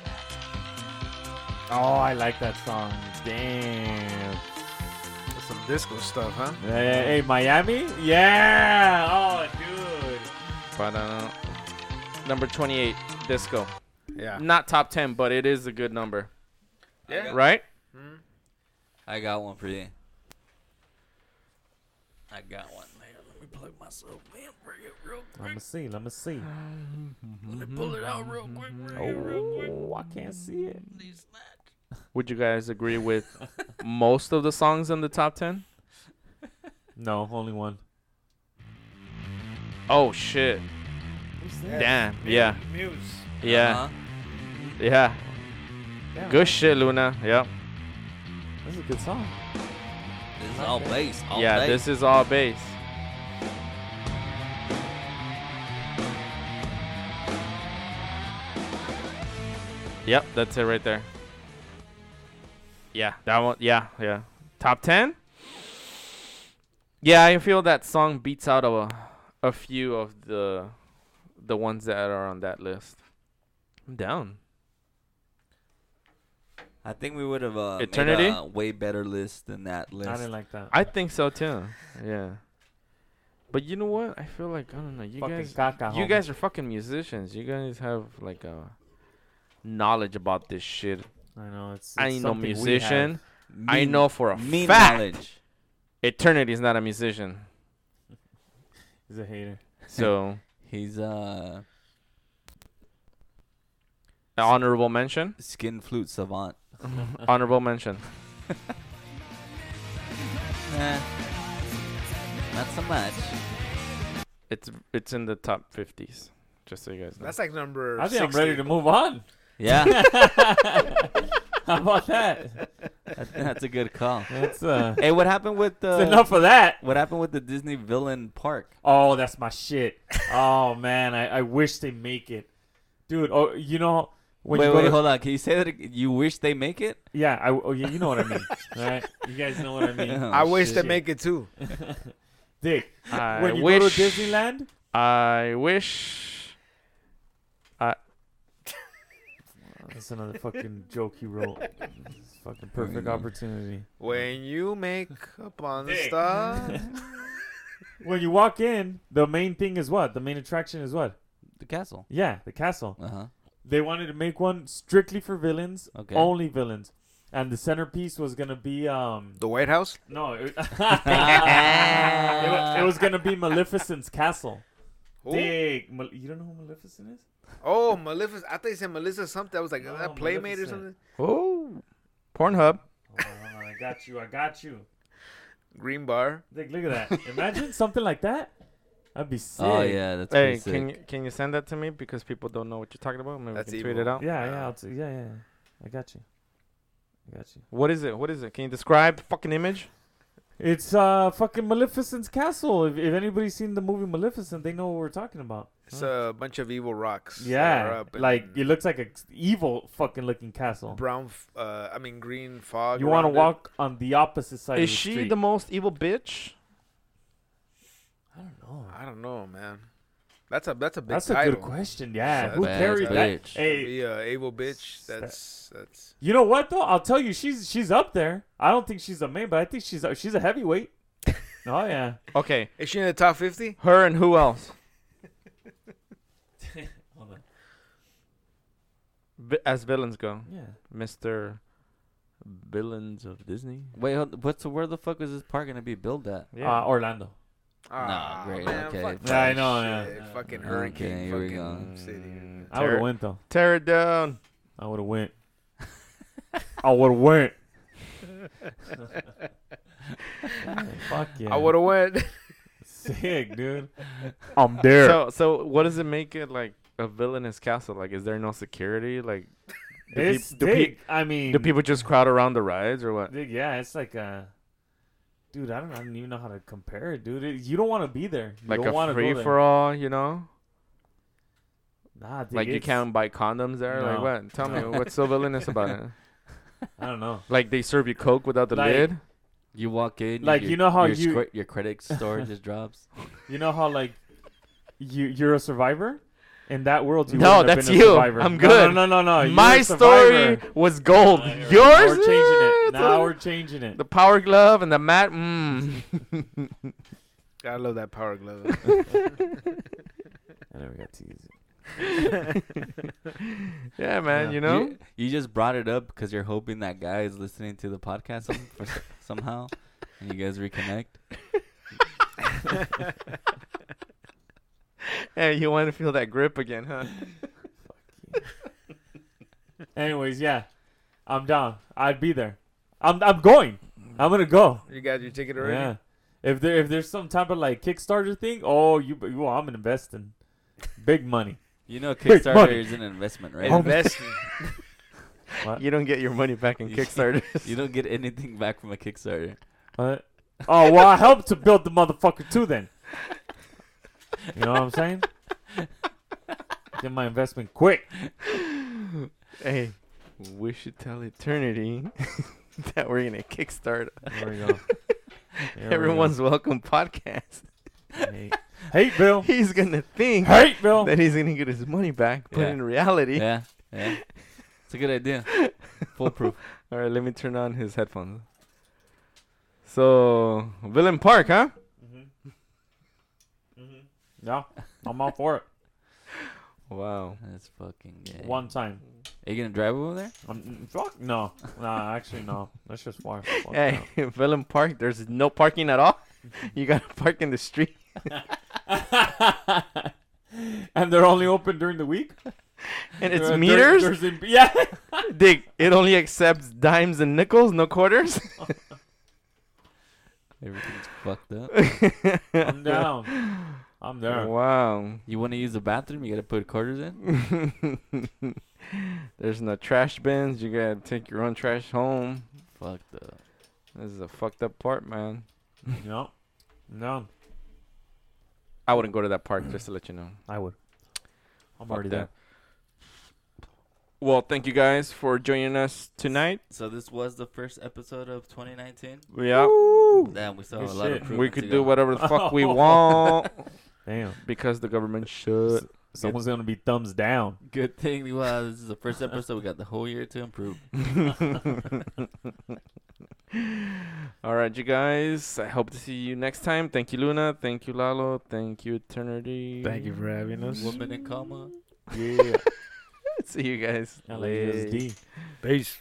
[SPEAKER 3] Oh, I like that song. Damn.
[SPEAKER 4] That's some disco stuff, huh?
[SPEAKER 3] Hey, hey, Miami? Yeah. Oh, dude.
[SPEAKER 2] but number twenty-eight, disco.
[SPEAKER 4] Yeah.
[SPEAKER 2] Not top ten, but it is a good number,
[SPEAKER 4] Yeah.
[SPEAKER 2] right?
[SPEAKER 1] I got one for you. I got one. Here, let me plug myself in right here real
[SPEAKER 3] Let me see. Let me see.
[SPEAKER 1] Let me pull it out real quick. Right here, real quick.
[SPEAKER 3] Oh, I can't see it.
[SPEAKER 1] These snacks.
[SPEAKER 2] Would you guys agree with most of the songs in the top ten?
[SPEAKER 3] No, only one.
[SPEAKER 2] Oh shit! Damn. Yeah.
[SPEAKER 4] Muse.
[SPEAKER 2] Yeah.
[SPEAKER 1] Uh-huh.
[SPEAKER 2] Yeah.
[SPEAKER 3] Damn,
[SPEAKER 2] Good shit, Luna. Yep.
[SPEAKER 3] This is a good song.
[SPEAKER 1] This is all bass. All
[SPEAKER 2] yeah,
[SPEAKER 1] bass.
[SPEAKER 2] this is all bass. Yep, that's it right there. Yeah, that one. Yeah, yeah. Top 10? Yeah, I feel that song beats out a, a few of the the ones that are on that list. I'm down.
[SPEAKER 1] I think we would have uh,
[SPEAKER 2] Eternity?
[SPEAKER 1] made a way better list than that list.
[SPEAKER 3] I didn't like that.
[SPEAKER 2] I think so too. Yeah. But you know what? I feel like I don't know. You
[SPEAKER 3] Fucking
[SPEAKER 2] guys
[SPEAKER 3] caca,
[SPEAKER 2] You
[SPEAKER 3] homie.
[SPEAKER 2] guys are fucking musicians. You guys have like a knowledge about this shit.
[SPEAKER 3] I know it's. it's
[SPEAKER 2] I ain't no
[SPEAKER 3] something we have.
[SPEAKER 2] musician. I
[SPEAKER 1] Mean-
[SPEAKER 2] know for a
[SPEAKER 1] mean
[SPEAKER 2] fact
[SPEAKER 1] knowledge.
[SPEAKER 2] Eternity is not a musician.
[SPEAKER 3] He's a hater.
[SPEAKER 2] So
[SPEAKER 1] He's uh
[SPEAKER 2] an honorable mention.
[SPEAKER 1] skin flute savant.
[SPEAKER 2] Honorable mention.
[SPEAKER 1] Nah, not so much.
[SPEAKER 2] It's it's in the top fifties. Just so you guys know.
[SPEAKER 4] That's like number.
[SPEAKER 3] I think I'm ready to move on.
[SPEAKER 1] Yeah,
[SPEAKER 3] How about that?
[SPEAKER 1] that's a good call.
[SPEAKER 3] That's uh.
[SPEAKER 1] Hey, what happened with the?
[SPEAKER 3] that's enough of that.
[SPEAKER 1] What happened with the Disney villain park?
[SPEAKER 3] Oh, that's my shit. Oh man, I, I wish they make it, dude. Oh, you know when
[SPEAKER 1] wait,
[SPEAKER 3] you go
[SPEAKER 1] wait,
[SPEAKER 3] to-
[SPEAKER 1] hold on. Can you say that? ag- You wish they make it?
[SPEAKER 3] yeah, I oh, yeah, you know what I mean, right? You guys know what I mean.
[SPEAKER 1] Oh,
[SPEAKER 4] I wish
[SPEAKER 1] shit.
[SPEAKER 4] they make it too.
[SPEAKER 3] Dick,
[SPEAKER 2] I
[SPEAKER 3] when you
[SPEAKER 2] wish,
[SPEAKER 3] go to Disneyland,
[SPEAKER 2] I wish. I
[SPEAKER 3] Oh, that's another fucking joke you wrote. It's fucking
[SPEAKER 1] Mm.
[SPEAKER 3] perfect opportunity.
[SPEAKER 4] When you make up on the
[SPEAKER 3] Dick.
[SPEAKER 4] stars.
[SPEAKER 3] When you walk in, the main thing is what? The main attraction is what?
[SPEAKER 1] the castle.
[SPEAKER 3] Yeah, the castle.
[SPEAKER 1] Uh huh.
[SPEAKER 3] They wanted to make one strictly for villains,
[SPEAKER 1] Okay.
[SPEAKER 3] only villains, and the centerpiece was gonna be um
[SPEAKER 4] The White House.
[SPEAKER 3] No, it, it, was, it was gonna be Maleficent's castle.
[SPEAKER 4] Who?
[SPEAKER 3] Dig, Mal- you don't know who Maleficent is?
[SPEAKER 4] Oh, Maleficent. I thought you said Melissa something. I was like, is
[SPEAKER 3] No,
[SPEAKER 4] that playmate or
[SPEAKER 3] Maleficent.
[SPEAKER 4] something?
[SPEAKER 2] oh, Pornhub.
[SPEAKER 3] Hold on, hold on, I got you, I got you.
[SPEAKER 4] Green Bar.
[SPEAKER 3] Dig, look at that. Imagine something like that. That'd be sick.
[SPEAKER 1] Oh yeah, that's
[SPEAKER 2] Hey,
[SPEAKER 1] pretty sick.
[SPEAKER 2] can you can you send that to me because people don't know what you're talking about? Maybe
[SPEAKER 4] That's
[SPEAKER 2] we can tweet it
[SPEAKER 4] evil.
[SPEAKER 2] out.
[SPEAKER 3] yeah, yeah, I'll t- yeah, yeah. I got you. I got you.
[SPEAKER 2] What is it? What is it? Can you describe the fucking image?
[SPEAKER 3] It's uh fucking Maleficent's castle. If, if anybody's seen the movie Maleficent, they know what we're talking about.
[SPEAKER 4] It's a bunch of evil rocks. that are
[SPEAKER 3] Yeah,
[SPEAKER 4] up and
[SPEAKER 3] like it looks like a evil fucking looking castle.
[SPEAKER 4] brown. f- Uh, I mean green fog.
[SPEAKER 3] You want to
[SPEAKER 4] around it.
[SPEAKER 3] walk on the opposite side.
[SPEAKER 2] Is
[SPEAKER 3] of the
[SPEAKER 2] she
[SPEAKER 3] street.
[SPEAKER 2] the most evil bitch?
[SPEAKER 3] I don't know.
[SPEAKER 4] I don't know, man. That's a that's a big
[SPEAKER 3] That's a
[SPEAKER 4] title.
[SPEAKER 3] good question. Yeah,
[SPEAKER 4] Sad
[SPEAKER 3] who
[SPEAKER 1] ass
[SPEAKER 3] carried that?
[SPEAKER 1] bitch.
[SPEAKER 3] Hey,
[SPEAKER 4] Be a evil bitch. That's that's.
[SPEAKER 3] You know what though? I'll tell you, she's she's up there. I don't think she's a main, but I think she's a, she's a heavyweight. oh yeah,
[SPEAKER 2] Okay,
[SPEAKER 4] Is she in the top fifty?
[SPEAKER 2] her and who else?
[SPEAKER 5] Hold on.
[SPEAKER 2] Vi- as villains go,
[SPEAKER 3] yeah.
[SPEAKER 2] Mister Villains of Disney.
[SPEAKER 1] Wait, hold, what's where the fuck is this park gonna be built at?
[SPEAKER 3] Uh, Orlando.
[SPEAKER 1] Nah,
[SPEAKER 4] Ah,
[SPEAKER 1] great,
[SPEAKER 4] Man,
[SPEAKER 1] okay,
[SPEAKER 4] Fuck
[SPEAKER 1] fine.
[SPEAKER 4] that
[SPEAKER 3] I know,
[SPEAKER 4] shit.
[SPEAKER 5] yeah.
[SPEAKER 4] Fucking
[SPEAKER 1] Okay,
[SPEAKER 4] hurricane.
[SPEAKER 1] here we
[SPEAKER 4] fucking city.
[SPEAKER 3] I would
[SPEAKER 2] Terror.
[SPEAKER 3] have went though.
[SPEAKER 2] tear it down.
[SPEAKER 3] I would have went. I would have went. Fuck yeah.
[SPEAKER 4] I would have went.
[SPEAKER 3] Sick, dude. I'm there.
[SPEAKER 2] So, so what does it make it like a villainous castle? Like, is there no security? Like, do, peop-
[SPEAKER 3] it's
[SPEAKER 2] do, peop-
[SPEAKER 3] big. I mean,
[SPEAKER 2] do people just crowd around the rides or what?
[SPEAKER 3] Dude, yeah, it's like a. Dude, I don't, I don't even know how to compare it, dude. It- you don't want to be there. You
[SPEAKER 2] Like
[SPEAKER 3] don't
[SPEAKER 2] a
[SPEAKER 3] wanna go
[SPEAKER 2] free
[SPEAKER 3] there.
[SPEAKER 2] for all, you know?
[SPEAKER 3] Nah, dude,
[SPEAKER 2] Like you
[SPEAKER 3] it's-
[SPEAKER 2] can't buy condoms there. Like
[SPEAKER 3] No.
[SPEAKER 2] what? Tell
[SPEAKER 3] No.
[SPEAKER 2] me what's so villainous about it?
[SPEAKER 3] I don't know.
[SPEAKER 2] Like they serve you coke without the
[SPEAKER 3] Like-
[SPEAKER 2] lid.
[SPEAKER 1] You walk in,
[SPEAKER 3] Like,
[SPEAKER 1] your-
[SPEAKER 3] you know how
[SPEAKER 1] your
[SPEAKER 3] you-
[SPEAKER 1] scre- your credit score just drops.
[SPEAKER 3] You know how like you you're a survivor in that world. You
[SPEAKER 2] No,
[SPEAKER 3] wouldn't have
[SPEAKER 2] that's
[SPEAKER 3] been a
[SPEAKER 2] you.
[SPEAKER 3] survivor.
[SPEAKER 2] I'm
[SPEAKER 3] No,
[SPEAKER 2] good.
[SPEAKER 3] No, no, no. no.
[SPEAKER 2] My
[SPEAKER 3] you're a survivor.
[SPEAKER 2] story was gold.
[SPEAKER 5] Uh, you're-
[SPEAKER 2] Yours?
[SPEAKER 3] We're changing it.
[SPEAKER 2] It's
[SPEAKER 3] Now
[SPEAKER 2] a-
[SPEAKER 3] we're changing it.
[SPEAKER 2] the power glove and the mat. Mm.
[SPEAKER 4] I love that power glove.
[SPEAKER 3] I never got to use it.
[SPEAKER 2] yeah, man.
[SPEAKER 3] Yeah.
[SPEAKER 2] You know.
[SPEAKER 1] you, you just brought it up because you're hoping that guy is listening to the podcast some, for, s- somehow, and you guys reconnect.
[SPEAKER 2] Hey, you want to feel that grip again, huh?
[SPEAKER 3] Anyways, yeah, I'm down. I'd be there. I'm I'm going. I'm gonna go.
[SPEAKER 4] you got your ticket already?
[SPEAKER 3] Yeah. If there if there's some type of like Kickstarter thing, oh you well I'm investing, big money.
[SPEAKER 1] You know,
[SPEAKER 3] Big
[SPEAKER 1] Kickstarter
[SPEAKER 3] money.
[SPEAKER 1] is an investment, right?
[SPEAKER 4] Invest.
[SPEAKER 2] You don't get your money back in
[SPEAKER 1] You-
[SPEAKER 2] Kickstarter.
[SPEAKER 1] You don't get anything back from a Kickstarter.
[SPEAKER 3] What? Oh well, I helped to build the motherfucker too. Then you know what I'm saying? Get my investment quick.
[SPEAKER 2] hey, we should tell eternity that we're gonna kickstart
[SPEAKER 3] There we go. There we go.
[SPEAKER 2] everyone's welcome podcast.
[SPEAKER 3] Hey. Hey, Bill.
[SPEAKER 2] He's gonna think
[SPEAKER 3] Hey, Bill.
[SPEAKER 2] that he's gonna get his money back, but
[SPEAKER 1] Yeah.
[SPEAKER 2] in reality,
[SPEAKER 1] Yeah, yeah. It's a good idea. Foolproof.
[SPEAKER 2] all right. Let me turn on his headphones. So, Villain Park, huh?
[SPEAKER 3] Mm-hmm. Mm-hmm. Yeah, I'm all for it.
[SPEAKER 2] Wow.
[SPEAKER 1] That's fucking gay.
[SPEAKER 3] One time.
[SPEAKER 1] Are you gonna drive over there?
[SPEAKER 3] I'm, fuck no. Nah, actually no. That's just far. Fuck
[SPEAKER 2] Hey, Villain Park. There's no parking at all. you gotta park in the street.
[SPEAKER 3] no. and they're only open during the week.
[SPEAKER 2] and it's
[SPEAKER 3] Uh, dur-
[SPEAKER 2] meters.
[SPEAKER 3] Thursday- yeah.
[SPEAKER 2] Dig, it only accepts dimes and nickels, no quarters.
[SPEAKER 1] Everything's fucked up.
[SPEAKER 3] I'm down. I'm down.
[SPEAKER 2] Wow.
[SPEAKER 1] You want to use the bathroom? You gotta put quarters in.
[SPEAKER 2] There's no trash bins. You gotta take your own trash home.
[SPEAKER 1] Fucked up.
[SPEAKER 2] This is a fucked up part, man.
[SPEAKER 3] No. No.
[SPEAKER 2] I wouldn't go to that park just to let you know.
[SPEAKER 3] I would. I'm
[SPEAKER 2] Fuck
[SPEAKER 3] already
[SPEAKER 2] that.
[SPEAKER 3] there.
[SPEAKER 2] Well, thank you guys for joining us tonight.
[SPEAKER 1] So this was the first episode of 2019.
[SPEAKER 2] Yeah,
[SPEAKER 1] Damn, we saw
[SPEAKER 3] Good
[SPEAKER 1] a lot
[SPEAKER 3] shit.
[SPEAKER 1] of improvement.
[SPEAKER 2] we could do
[SPEAKER 1] what?
[SPEAKER 2] whatever the fuck we want
[SPEAKER 3] Damn.
[SPEAKER 2] because the government should.
[SPEAKER 3] Someone's gonna be thumbs down.
[SPEAKER 1] Good thing we wow, this is the first episode. We got the whole year to improve.
[SPEAKER 2] All right, you guys. I hope to see you next time. Thank you, Luna. Thank you, Lalo. Thank you, Eternity.
[SPEAKER 4] having
[SPEAKER 1] Woman in coma.
[SPEAKER 3] Yeah.
[SPEAKER 2] see you guys.
[SPEAKER 3] LASD.
[SPEAKER 4] Peace.